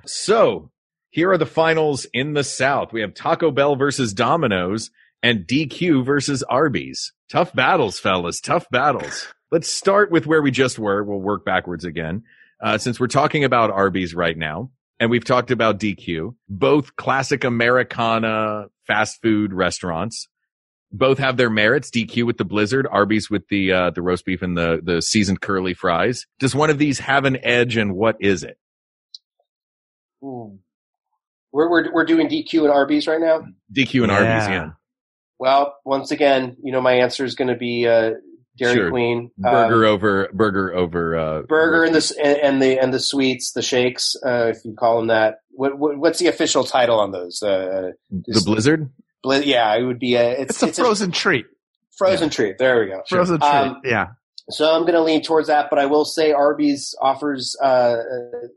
S2: So here are the finals in the South. We have Taco Bell versus Domino's and DQ versus Arby's. Tough battles, fellas. Tough battles. Let's start with where we just were. We'll work backwards again. Uh, since we're talking about Arby's right now and we've talked about DQ, both classic Americana fast food restaurants. Both have their merits. DQ with the Blizzard, Arby's with the uh, the roast beef and the the seasoned curly fries. Does one of these have an edge, and what is it?
S8: Ooh. We're, we're we're doing DQ and Arby's right
S2: Mm.
S8: now.
S2: DQ and Arby's,
S1: Yeah.
S2: yeah.
S8: Well, once again, you know my answer is going to be uh, Dairy
S2: Sure.
S8: Queen Um,
S2: Burger over burger over uh
S8: burger and the s- and, and the and the sweets, the shakes, uh, if you call them that. What, what what's the official title on those? Uh,
S2: the Blizzard.
S8: bli- yeah, it would be a it's,
S1: It's a frozen treat.
S8: frozen treat. There we go.
S1: Frozen treat.
S8: Um,
S1: yeah.
S8: so I'm going to lean towards that, but I will say Arby's offers uh, uh,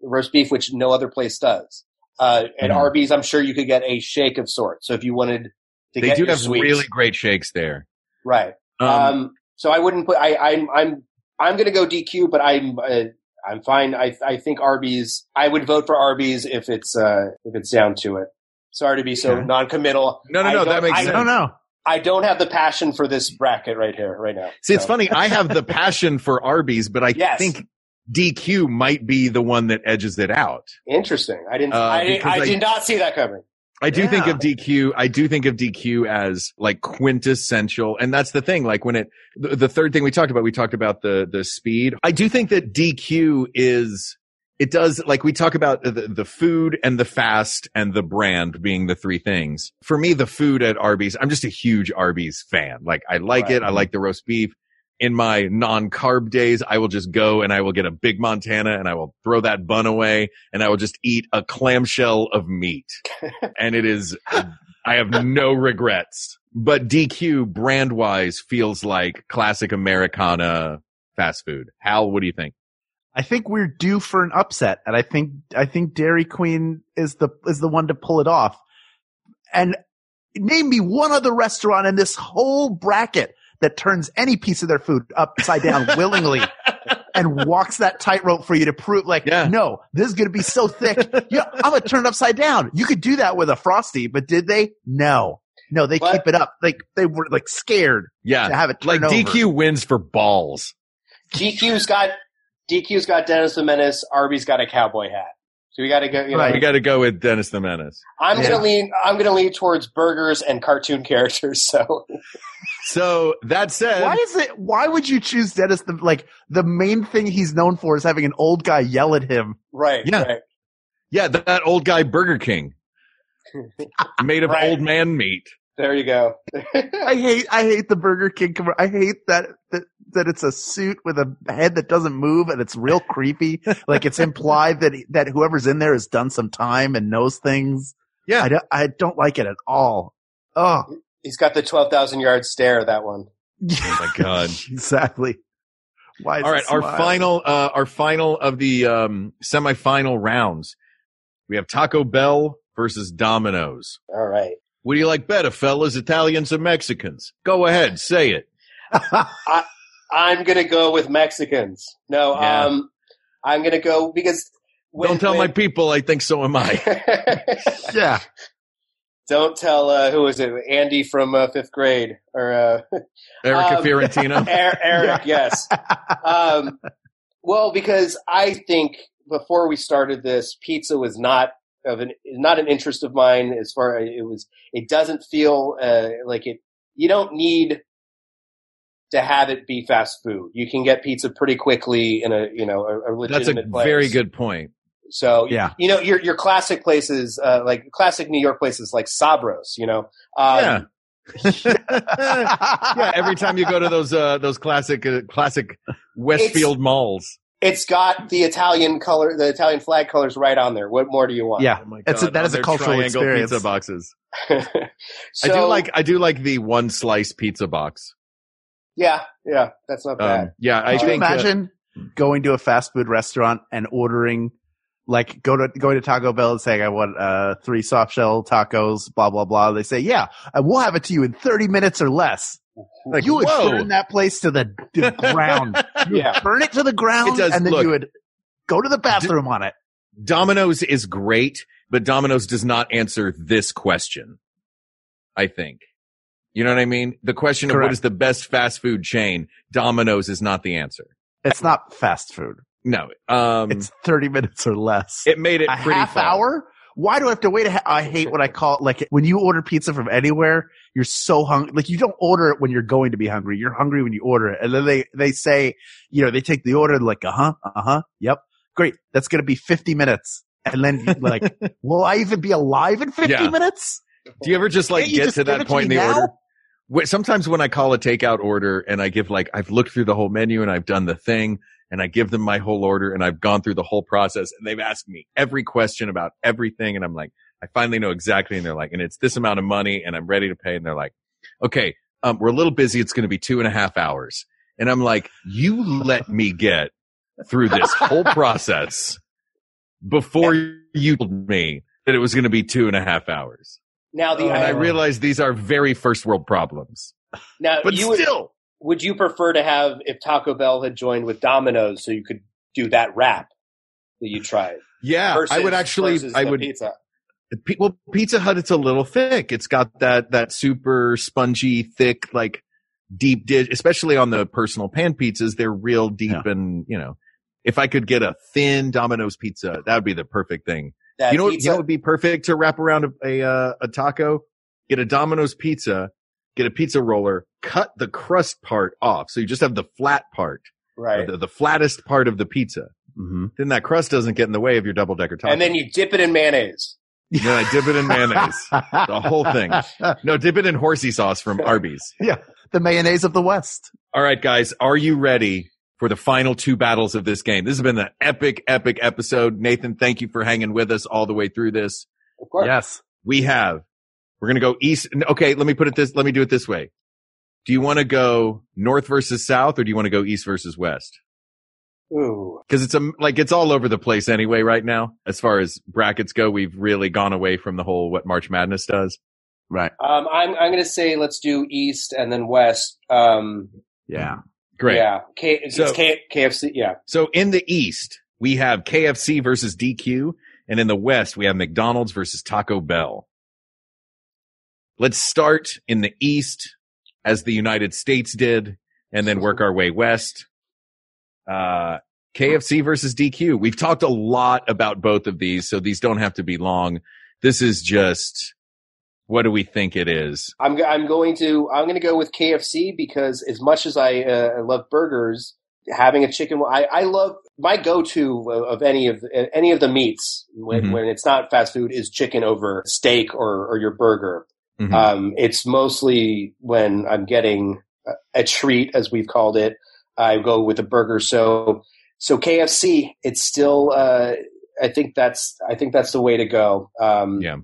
S8: roast beef, which no other place does. Uh, at
S2: Mhm.
S8: Arby's, I'm sure you could get a shake of sorts. So if you wanted to
S2: They
S8: get
S2: do
S8: your
S2: have
S8: sweets,
S2: really great shakes there.
S8: right?
S2: Um,
S8: Um, so I wouldn't put. I, I'm I'm I'm going to go DQ, but I'm uh, I'm fine. I I think Arby's. I would vote for Arby's if it's uh, if it's down to it. Sorry to be so
S1: Okay.
S8: non-committal.
S2: No, no,
S8: I
S2: no,
S8: don't-
S2: that makes
S8: I,
S2: sense.
S1: No, no.
S8: I don't have the passion for this bracket right here, right now.
S2: See, it's
S8: So-
S2: funny. I have the passion for Arby's, but I
S8: Yes.
S2: think DQ might be the one that edges it out.
S8: Interesting. I didn't.
S2: Uh,
S8: I,
S2: because
S8: I,
S2: I-
S8: did not see that coming.
S2: I do think of DQ. I do think of DQ as like quintessential, and that's the thing. Like when it, the, the third thing we talked about, we talked about the the speed. I do think that DQ is it does like we talk about the, the food and the fast and the brand being the three things. For me, the food at Arby's, I'm just a huge Arby's fan. Like I like it. I like the roast beef. In my non carb days, I will just go and I will get a big Montana and I will throw that bun away and I will just eat a clamshell of meat. and it is, I have no regrets. But DQ brand wise feels like classic Americana fast food. Hal, what do you think?
S1: I think we're due for an upset, and I think I think Dairy Queen is the is the one to pull it off. And name me one other restaurant in this whole bracket that turns any piece of their food upside down willingly and walks that tightrope for you to prove like no, this is gonna be so thick. Yeah, I'm gonna turn it upside down. You could do that with a frosty, but did they? No. No, they keep it up. Like they were like scared
S2: Yeah.
S1: to have it
S2: like
S1: turn over.
S2: DQ wins for balls.
S8: DQ's got DQ's got Dennis the Menace. Arby's got a cowboy hat. So we got to go. You know,
S2: We got to go with Dennis the Menace.
S8: I'm gonna lean. I'm gonna lean towards burgers and cartoon characters. So
S2: So that said,
S1: Why is it? Why would you choose Dennis? The like the main thing he's known for is having an old guy yell at him.
S8: right,
S2: Yeah. Yeah, that, that old guy Burger King made of old man meat.
S8: There you go.
S1: I hate. I hate the Burger King. commer- I hate that, that that it's a suit with a head that doesn't move and it's real creepy. like it's implied that that whoever's in there has done some time and knows things.
S2: Yeah,
S1: I don't, I don't like it at all. Oh,
S8: he's got the twelve thousand yard stare. That one.
S2: Oh my god.
S1: exactly. Why? Is
S2: All
S1: it
S2: right, our
S1: smile?
S2: final uh our final of the um semifinal rounds. We have Taco Bell versus Domino's.
S8: All right.
S2: What do you like better, fellas, Italians or Mexicans? Go ahead, say it.
S8: I, I'm gonna go with Mexicans. No,
S2: Yeah.
S8: um, I'm gonna go because when,
S2: Don't tell my
S8: when-
S2: people I think so am I.
S1: yeah.
S8: Don't tell uh, who is it? Andy from uh, fifth grade or uh,
S2: Erica Fiorentino?
S8: Er- Eric, yes. Um, well, because I think before we started this, pizza was not of an not an interest of mine. As far it was, it doesn't feel uh, like it. You don't need to have it be fast food. You can get pizza pretty quickly in a you know a, a legitimate
S2: That's a
S8: place.
S2: very good point.
S8: So
S2: Yeah.
S8: you know your your classic places uh, like classic New York places like Sabros. You know, um,
S2: Yeah. yeah, every time you go to those uh those classic uh, classic Westfield malls.
S8: it's got the Italian color, the Italian flag colors right on there. What more do you want?
S1: Yeah, it's a,
S2: Oh God,
S1: that
S2: on
S1: is a
S2: their
S1: cultural
S2: triangle
S1: experience.
S2: Pizza boxes.
S8: So,
S2: I do like I do like the one slice pizza box.
S8: Yeah, yeah, that's not bad.
S2: Um, yeah, I
S1: Could you
S2: think uh,
S1: imagine going to a fast food restaurant and ordering like go to going to Taco Bell and saying I want uh three soft shell tacos, blah blah blah. They say, Yeah, and we'll have it to you in thirty minutes or less. Like, you would
S2: whoa.
S1: burn that place to the, to the ground. You would
S8: Yeah.
S1: burn it to the ground
S2: It does-
S1: and then
S2: look.
S1: you would go to the bathroom on it.
S2: Domino's is great, but Domino's does not answer this question. I think. You know what I mean? The question of what
S1: Correct.
S2: is the best fast food chain, Domino's is not the answer.
S1: It's not fast food.
S2: No. Um
S1: It's thirty minutes or less.
S2: it made it
S1: a
S2: pretty
S1: half
S2: far.
S1: hour. Why do I have to wait? A ha- I hate when I call it like when you order pizza from anywhere, you're so hungry. Like you don't order it when you're going to be hungry. You're hungry when you order it. And then they, they say, you know, they take the order like, uh huh, uh huh. Yep. Great. That's going to be 50 minutes. And then you're like, will I even be alive in 50
S2: Yeah.
S1: minutes?
S2: Do you ever just like
S1: Can't you
S2: get
S1: just
S2: to
S1: give
S2: that
S1: it to
S2: point
S1: me
S2: in the
S1: now?
S2: order? Wh- Sometimes when I call a takeout order and I give like, I've looked through the whole menu and I've done the thing and I give them my whole order and I've gone through the whole process and they've asked me every question about everything. And I'm like, I finally know exactly. And they're like, and it's this amount of money and I'm ready to pay. And they're like, okay, um, we're a little busy. It's going to be two and a half hours. And I'm like, you let me get through this whole process before you told me that it was going to be two and a half hours
S8: Now the
S2: oh, and I realize these are very first world problems.
S8: now
S2: But
S8: you would,
S2: still,
S8: would you prefer to have if Taco Bell had joined with Domino's so you could do that wrap that you tried?
S2: yeah, I
S8: versus-
S2: would actually,
S8: versus
S2: I
S8: the
S2: would.
S8: pizza.
S2: Pi- Well, Pizza Hut, it's a little thick. It's got that that super spongy, thick, like deep dish. Especially on the personal pan pizzas, they're real deep and you know. If I could get a thin Domino's pizza, that would be the perfect thing.
S8: That
S2: you know, what, you
S8: pizza-
S2: know, what would be perfect to wrap around a a, uh, a taco. Get a Domino's pizza, get a pizza roller, cut the crust part off, so you just have the flat part,
S8: right? Mm-hmm.
S2: The, the flattest part of the pizza. Then that crust doesn't get in the way of your double decker taco.
S8: and then you dip it in mayonnaise.
S2: And then I dip it in mayonnaise, the whole thing. No, dip it in horsey sauce from Arby's.
S1: Yeah. The mayonnaise of the West.
S2: All right, guys, are you ready for the final two battles of this game? This has been an epic, epic episode. Nathan, thank you for hanging with us all the way through this.
S8: Of course.
S1: Yes.
S2: We have. We're going to go east. n- Okay, let me put it this, let me do it this way. Do you want to go north versus south or do you want to go east versus west?
S8: Ooh.
S2: Cause it's a, like, it's all over the place anyway right now. As far as brackets go, we've really gone away from the whole what March Madness does.
S1: Right.
S8: Um, I'm I'm going to say let's do east and then west. Um,
S1: Yeah.
S2: Great.
S8: Yeah. K, it's
S2: So-
S8: K, KFC. Yeah.
S2: So in the East, we have KFC versus DQ, and in the West, we have McDonald's versus Taco Bell. Let's start in the East as the United States did, and then work our way west. Uh, KFC versus DQ. We've talked a lot about both of these, so these don't have to be long. This is just what do we think it is?
S8: I'm go- I'm going to I'm going to go with KFC because as much as I, uh, I love burgers, having a chicken I, I love my go-to of, of any of the, any of the meats when,
S2: Mhm.
S8: when it's not fast food is chicken over steak or, or your burger.
S2: Mhm.
S8: Um, it's mostly when I'm getting a, a treat, as we've called it. I go with a burger. So so KFC, it's still. Uh, I think that's I think that's the way to go. Um,
S2: Yeah.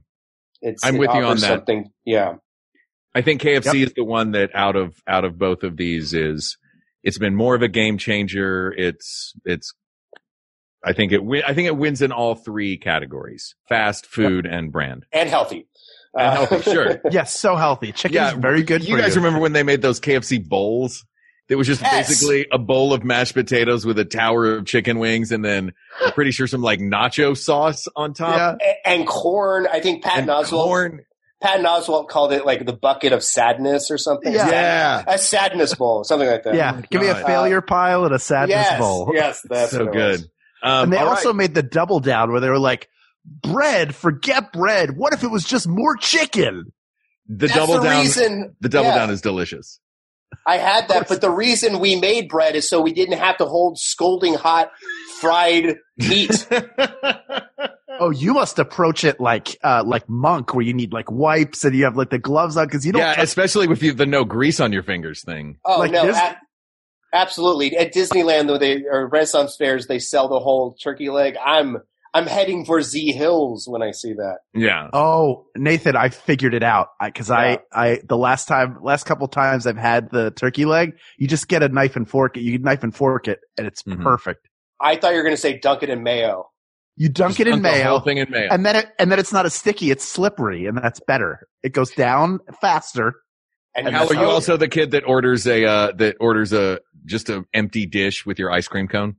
S8: it's,
S2: I'm
S8: it
S2: with you on
S8: offers
S2: that.
S8: Something, yeah.
S2: I think KFC is the one that out of out of both of these is it's been more of a game changer. It's it's I think it win, I think it wins in all three categories: fast food and brand.
S8: and healthy. Uh,
S2: And healthy, sure.
S1: yes, so healthy. Chicken is very good
S2: You
S1: for
S2: guys
S1: you.
S2: remember when they made those KFC bowls? It was just
S8: Yes.
S2: basically a bowl of mashed potatoes with a tower of chicken wings, and then I'm pretty sure some like nacho sauce on top.
S8: A- and corn. I think Pat
S2: And
S8: Oswalt.
S2: corn.
S8: Pat Oswalt called it like the bucket of sadness or something.
S1: Yeah.
S2: Yeah.
S8: a sadness bowl, something like that.
S1: Yeah. Give me a
S8: God.
S1: failure pile and a sadness
S8: yes,
S1: bowl.
S8: Yes, that's
S2: so
S8: what it was.
S2: good. Um,
S1: and they
S2: all right.
S1: also made the double down where they were like, bread, forget bread. What if it was just more chicken?
S2: the
S8: That's
S2: double
S8: the
S2: down.
S8: reason-
S2: the double
S8: yeah.
S2: down is delicious.
S8: I had that, but the reason we made bread is so we didn't have to hold scolding hot fried meat.
S1: Oh, you must approach it like, uh, like monk where you need like wipes and you have like the gloves on because you don't
S2: yeah,
S1: touch
S2: especially with you, the no grease on your fingers thing.
S8: Oh
S1: Like
S8: no,
S1: this?
S8: a- absolutely. At Disneyland, though, they or Renaissance fairs, they sell the whole turkey leg. I'm I'm heading for Z Hills when I see that.
S2: Yeah.
S1: Oh, Nathan, I figured it out. I, cause I, I, the last time, last couple times I've had the turkey leg, you just get a knife and fork it. You knife and fork it and it's
S2: Mhm.
S1: perfect.
S8: I thought you were going to say dunk it in mayo.
S1: You dunk it in
S2: Dunk The
S1: mayo
S2: whole thing in mayo.
S1: and then it, and then it's not as sticky. It's slippery and that's better. It goes down faster.
S8: And, Oh.
S2: how
S8: that's
S2: are you
S8: how-
S2: also the kid that orders a uh, that orders a just an empty dish with your ice cream cone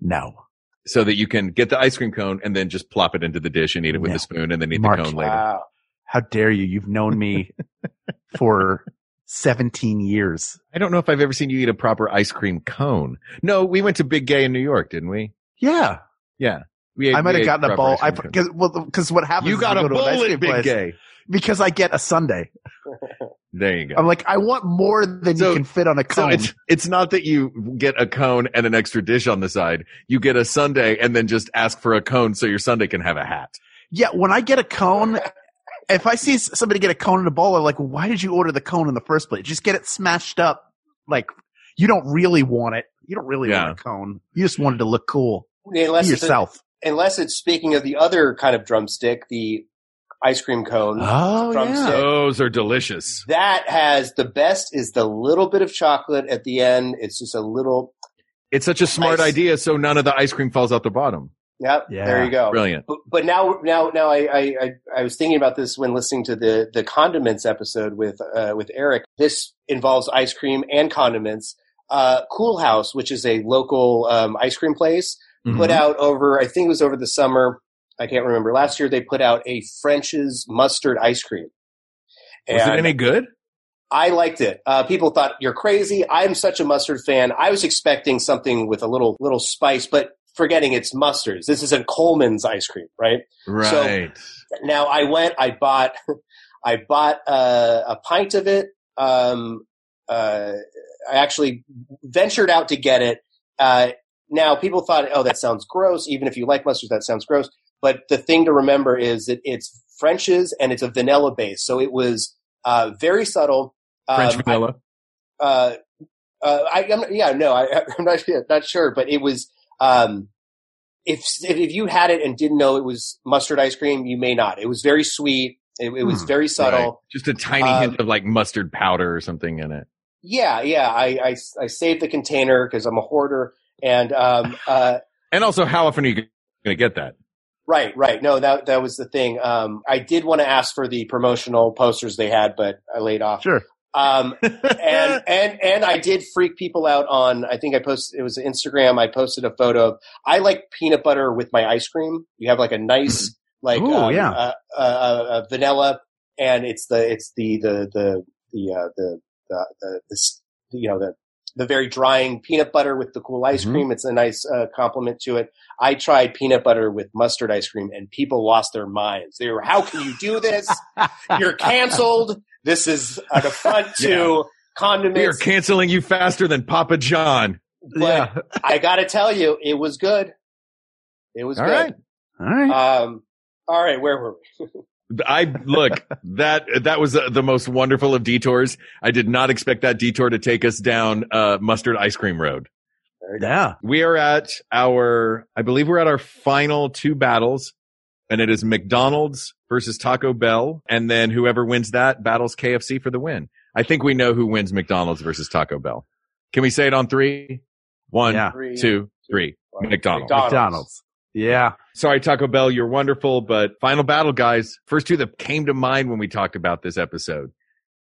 S1: No.
S2: so that you can get the ice cream cone and then just plop it into the dish and eat it with
S1: No.
S2: a spoon and then eat
S1: Mark.
S2: the cone later.
S8: Wow.
S1: How dare you? You've known me for 17 years.
S2: I don't know if I've ever seen you eat a proper ice cream cone. No, we went to Big Gay in New York, didn't we?
S1: Yeah.
S2: Yeah. We ate-
S1: I might
S2: we
S1: have
S2: ate
S1: gotten a
S2: proper
S1: bowl.
S2: ice
S1: I,
S2: cream cone.
S1: cause, well, cause what happens
S2: you
S1: is
S2: got
S1: I
S2: a
S1: go to an ice
S2: bowl
S1: cream
S2: at Big
S1: place
S2: Gay.
S1: because I get a Sunday.
S2: There you go.
S1: I'm like, I want more than
S2: So-
S1: you can fit on a
S2: So
S1: cone.
S2: it's it's not that you get a cone and an extra dish on the side. You get a sundae and then just ask for a cone so your sundae can have a hat.
S1: Yeah, when I get a cone, if I see s- somebody get a cone in a bowl, I'm like, why did you order the cone in the first place? Just get it smashed up. Like, you don't really want it. You don't really
S2: Yeah.
S1: want a cone. You just wanted to look cool. Be
S8: Unless it's a-
S1: yourself.
S8: unless it's speaking of the other kind of drumstick, the ice cream cone.
S1: Oh,
S8: Drumstick.
S1: yeah.
S2: Those are delicious.
S8: That has the best is the little bit of chocolate at the end. It's just a little.
S2: It's such a smart
S8: Nice.
S2: idea, so none of the ice cream falls out the bottom.
S8: Yep,
S1: Yeah.
S8: there you go.
S2: Brilliant.
S8: But, but now, now, now, I, I, I, I was thinking about this when listening to the the condiments episode with uh, with Eric. This involves ice cream and condiments. Uh, cool House, which is a local um, ice cream place,
S2: Mhm.
S8: put out over I think it was over the summer. I can't remember. Last year they put out a French's mustard ice cream.
S2: Was it
S8: And
S2: any good?
S8: I liked it. Uh, people thought you're crazy. I'm such a mustard fan. I was expecting something with a little little spice, but forgetting it's Mustard's. This is a Coleman's ice cream, right?
S2: Right.
S8: So now I went, I bought, I bought uh, a pint of it. Um, uh, I actually ventured out to get it. Uh, now people thought, oh, that sounds gross. Even if you like mustard, that sounds gross. But the thing to remember is that it's French's and it's a vanilla base, so it was uh, very subtle. Um,
S7: French vanilla.
S8: I, uh, uh, I, I'm, yeah, no, I, I'm not not sure, but it was. Um, if if you had it and didn't know it was mustard ice cream, you may not. It was very sweet. It, it was
S2: Hmm,
S8: very subtle.
S2: Right. Just a tiny hint of like mustard powder or something in it.
S8: Yeah, yeah. I I, I saved the container because I'm a hoarder, and um, uh,
S2: And also, how often are you going to get that?
S8: right, right. No, that that was the thing. Um, I did want to ask for the promotional posters they had, but I laid off.
S1: Sure.
S8: Um, and and and I did freak people out on. I think I posted it was Instagram. I posted a photo of I like peanut butter with my ice cream. You have like a nice like
S1: Mm-hmm. Ooh,
S8: um,
S1: yeah.
S8: uh, uh, uh, vanilla, and it's the it's the the the the uh, the, the, the, the s- you know the the very drying peanut butter with the cool
S2: Mm-hmm.
S8: ice cream. It's a nice uh, compliment to it. I tried peanut butter with mustard ice cream, and people lost their minds. They were, "How can you do this? You're canceled. This is an affront to
S2: Yeah. We are
S8: condiments."
S2: canceling you faster than Papa John.
S8: but I gotta tell you, it was good. It was
S2: All
S8: good.
S2: right.
S1: All right.
S8: Um, all right, where were we?
S2: I look that that was uh, the most wonderful of detours. I did not expect that detour to take us down uh, mustard ice cream road.
S1: Yeah.
S2: We are at our, I believe we're at our final two battles, and it is McDonald's versus Taco Bell, and then whoever wins that battles KFC for the win. I think we know who wins McDonald's versus Taco Bell. Can we say it on three? One,
S1: Yeah.
S2: two, three.
S8: Three,
S2: McDonald's.
S1: McDonald's. Yeah.
S2: Sorry, Taco Bell, you're wonderful, but final battle, guys. First two that came to mind when we talked about this episode.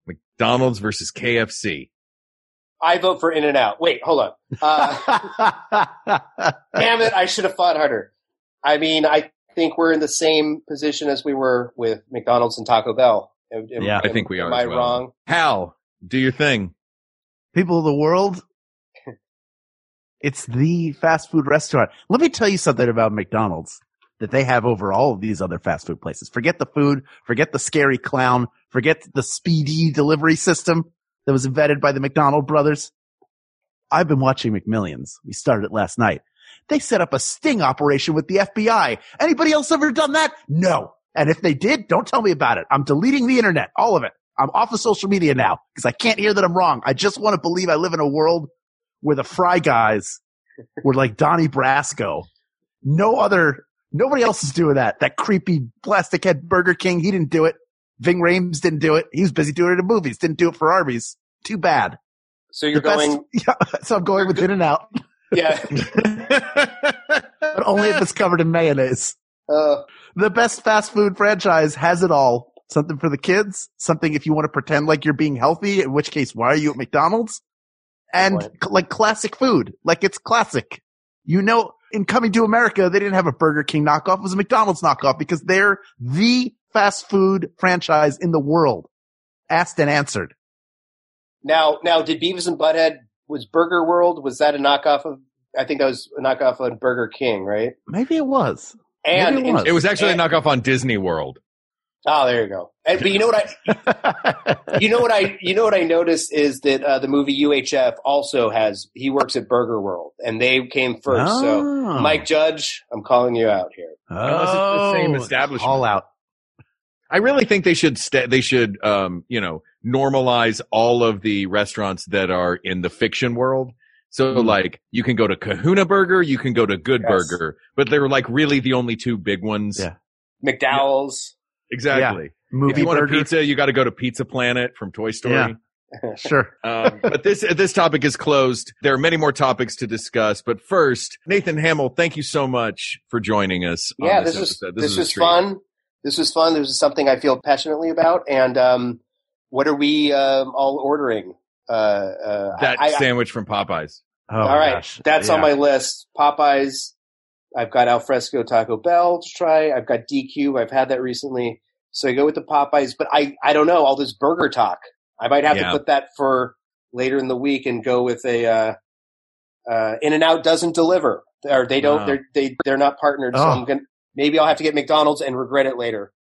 S2: McDonald's versus KFC.
S8: I vote for In and Out. Wait, hold on. Uh, damn it! I should have fought harder. I mean, I think we're in the same position as we were with McDonald's and Taco Bell. Am- am-
S1: Yeah.
S2: I think we are.
S8: Am I
S2: as well.
S8: wrong?
S2: Hal, do your thing.
S1: People of the world, it's the fast food restaurant. Let me tell you something about McDonald's that they have over all of these other fast food places. Forget the food, forget the scary clown, forget the speedy delivery system that was invented by the McDonald brothers. I've been watching McMillions. We started it last night. They set up a sting operation with the FBI. Anybody else ever done that? No. And if they did, don't tell me about it. I'm deleting the internet, all of it. I'm off of social media now because I can't hear that I'm wrong. I just want to believe I live in a world where the Fry Guys were like Donnie Brasco. No other, nobody else is doing that. That creepy plastic head Burger King, he didn't do it. Ving Rames didn't do it. He was busy doing it in movies. Didn't do it for Arby's. Too bad.
S8: So
S1: The
S8: you're
S1: best-
S8: going,
S1: yeah, so I'm going with In and Out,
S8: yeah.
S1: but only if it's covered in mayonnaise.
S8: Uh,
S1: The best fast food franchise has it all. Something for the kids, something if you want to pretend like you're being healthy, in which case, why are you at McDonald's? And
S8: Good
S1: c- like classic food, like it's classic. You know, in coming to America, they didn't have a Burger King knockoff. It was a McDonald's knockoff because they're the fast food franchise in the world. Asked and answered.
S8: now, now, did Beavis and Butthead was Burger World? Was that a knockoff of? I think that was a knockoff on Burger King, right?
S1: Maybe it was.
S8: And
S1: Maybe it was.
S2: It was actually
S8: and-
S2: a knockoff on Disney World.
S8: Oh, there you go. And, but you know what I, you know what I, you know what I noticed is that uh, the movie UHF also has. He works at Burger World, and they came first.
S1: Oh.
S2: Ah.
S8: So, Mike Judge, I'm calling you out here.
S2: Unless it's the same
S1: Oh,
S2: establishment.
S1: All out.
S2: I really think they should sta they should um you know normalize all of the restaurants that are in the fiction world. So
S1: Mm-hmm.
S2: like you can go to Kahuna Burger, you can go to Good
S8: Yes.
S2: Burger, but they're like really the only two big ones.
S1: Yeah.
S8: McDowell's.
S2: Exactly.
S1: Movie
S2: If you want
S1: burger.
S2: a pizza, you got to go to Pizza Planet from Toy Story.
S1: Yeah. Sure.
S2: Um, but this this topic is closed. There are many more topics to discuss, but first, Nathan Hamill, thank you so much for joining us. on
S8: Yeah, this, was
S2: Oh, episode.
S8: this,
S2: is a
S8: was
S2: treat.
S8: fun. This was fun. This is something I feel passionately about. And um, what are we um, all ordering? Uh, uh,
S2: That
S8: I- I-
S2: sandwich from Popeyes.
S1: Oh,
S8: all
S1: my
S8: right,
S1: gosh.
S8: that's on
S1: Yeah.
S8: my list. Popeyes. I've got Alfresco Taco Bell to try. I've got DQ. I've had that recently. So I go with the Popeyes, but I, I don't know all this burger talk. I might have
S2: Yeah.
S8: to put that for later in the week and go with a uh, uh, In and Out doesn't deliver. or they don't.
S1: Wow.
S8: They're they they're not partnered. So
S1: Oh.
S8: I'm gonna maybe I'll have to get McDonald's and regret it later.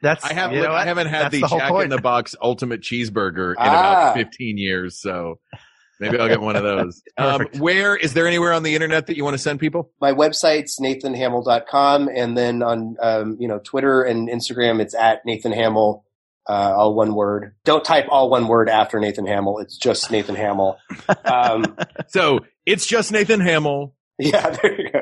S1: That's
S2: I haven't
S8: you know
S2: I
S8: what?
S2: haven't had
S8: That's
S2: the,
S8: the whole
S2: Jack
S8: point.
S2: in the Box Ultimate Cheeseburger in
S8: Ah.
S2: about 15 years, so maybe I'll get one of those. Um, where is there anywhere on the internet that you want to send people?
S8: My website's nathanhamill.com, and then on um, you know Twitter and Instagram, it's at Nathan Hamill, uh, all one word. Don't type all one word after Nathan Hamill. It's just Nathan Hamill. Um,
S2: so it's just Nathan Hamill.
S8: Yeah, there you go.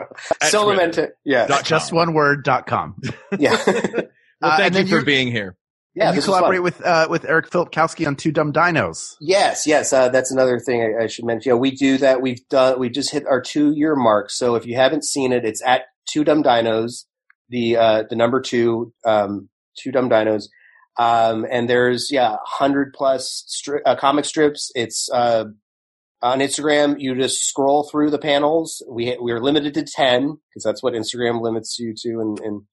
S8: So lamented. Yeah,
S1: just one word dot com.
S8: Yeah.
S2: Well,
S1: Uh,
S2: thank
S1: and then
S2: you for
S1: you're-
S2: being here.
S8: Yeah,
S1: And you
S8: this was
S1: collaborate
S8: fun.
S1: with uh, with Eric Filipkowski on Two Dumb Dinos.
S8: Yes, yes, uh, that's another thing I, I should mention. Yeah, we do that. We've done. We just hit our two year mark. So if you haven't seen it, it's at Two Dumb Dinos, the uh, the number two, um, Two Dumb Dinos, um, and there's yeah, hundred plus stri- uh, comic strips. It's uh, on Instagram. You just scroll through the panels. We we are limited to ten because that's what Instagram limits you to in in,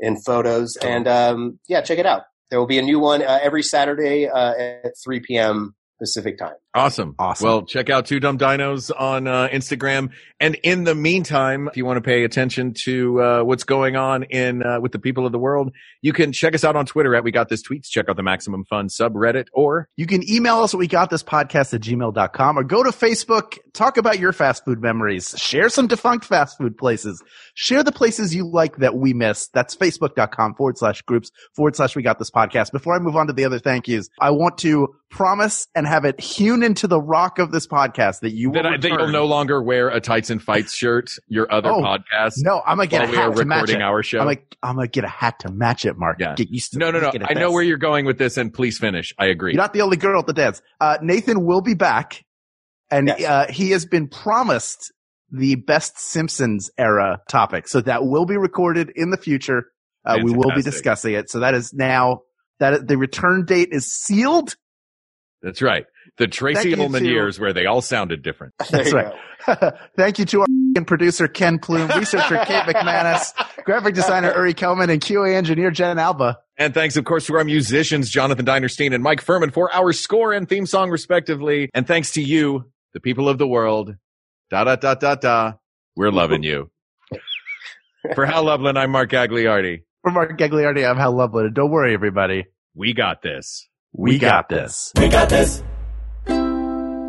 S8: in photos. And um, yeah, check it out. There will be a new one uh, every Saturday uh, at 3 p.m. Pacific time.
S2: Awesome.
S1: Awesome.
S2: Well, check out Two Dumb Dinos on uh, Instagram. And in the meantime, if you want to pay attention to uh, what's going on in uh, with the people of the world, you can check us out on Twitter at We Got This Tweets. Check out the Maximum Fun subreddit or
S1: You can email us at we got this podcast at gmail.com or go to Facebook, talk about your fast food memories, share some defunct fast food places, share the places you like that we miss. That's facebook.com forward slash groups forward slash we got this podcast. Before I move on to the other thank yous, I want to promise and have it hewn into the rock of this podcast that you will
S2: that, I, that
S1: return.
S2: you'll no longer wear a Tights and Fights shirt, your other
S1: Oh,
S2: podcast.
S1: No, I'm gonna get
S2: while
S1: a
S2: we are
S1: hat to match
S2: recording
S1: it.
S2: our show.
S1: I'm like, I'm gonna get a hat to match it, Mark.
S2: Yeah.
S1: Get used to
S2: no, no, no.
S1: get at
S2: I know
S1: this.
S2: where you're going with this and please finish. I agree.
S1: You're not the only girl at the dance. Uh, Nathan will be back, and uh, he has been promised the best Simpsons era topic, so that will be recorded in the future. Uh, we will be
S2: Fantastic.
S1: discussing it. So that is now that the return date is sealed.
S2: That's right. The Tracy
S1: Thank you
S2: Ullman
S1: to-
S2: years where they all sounded different.
S1: That's right. Thank you to our f***ing producer Ken Plume, researcher Kate McManus, graphic designer Uri Kelman, and QA engineer Jen Alba.
S2: And thanks, of course, to our musicians, Jonathan Dinerstein and Mike Furman, for our score and theme song, respectively. And thanks to you, the people of the world. Da da da da da. We're loving you. for Hal Loveland, I'm Mark Gagliardi.
S1: For Mark Gagliardi, I'm Hal Loveland. And Don't worry, everybody.
S2: We got this.
S1: We, got, this.
S5: We got this.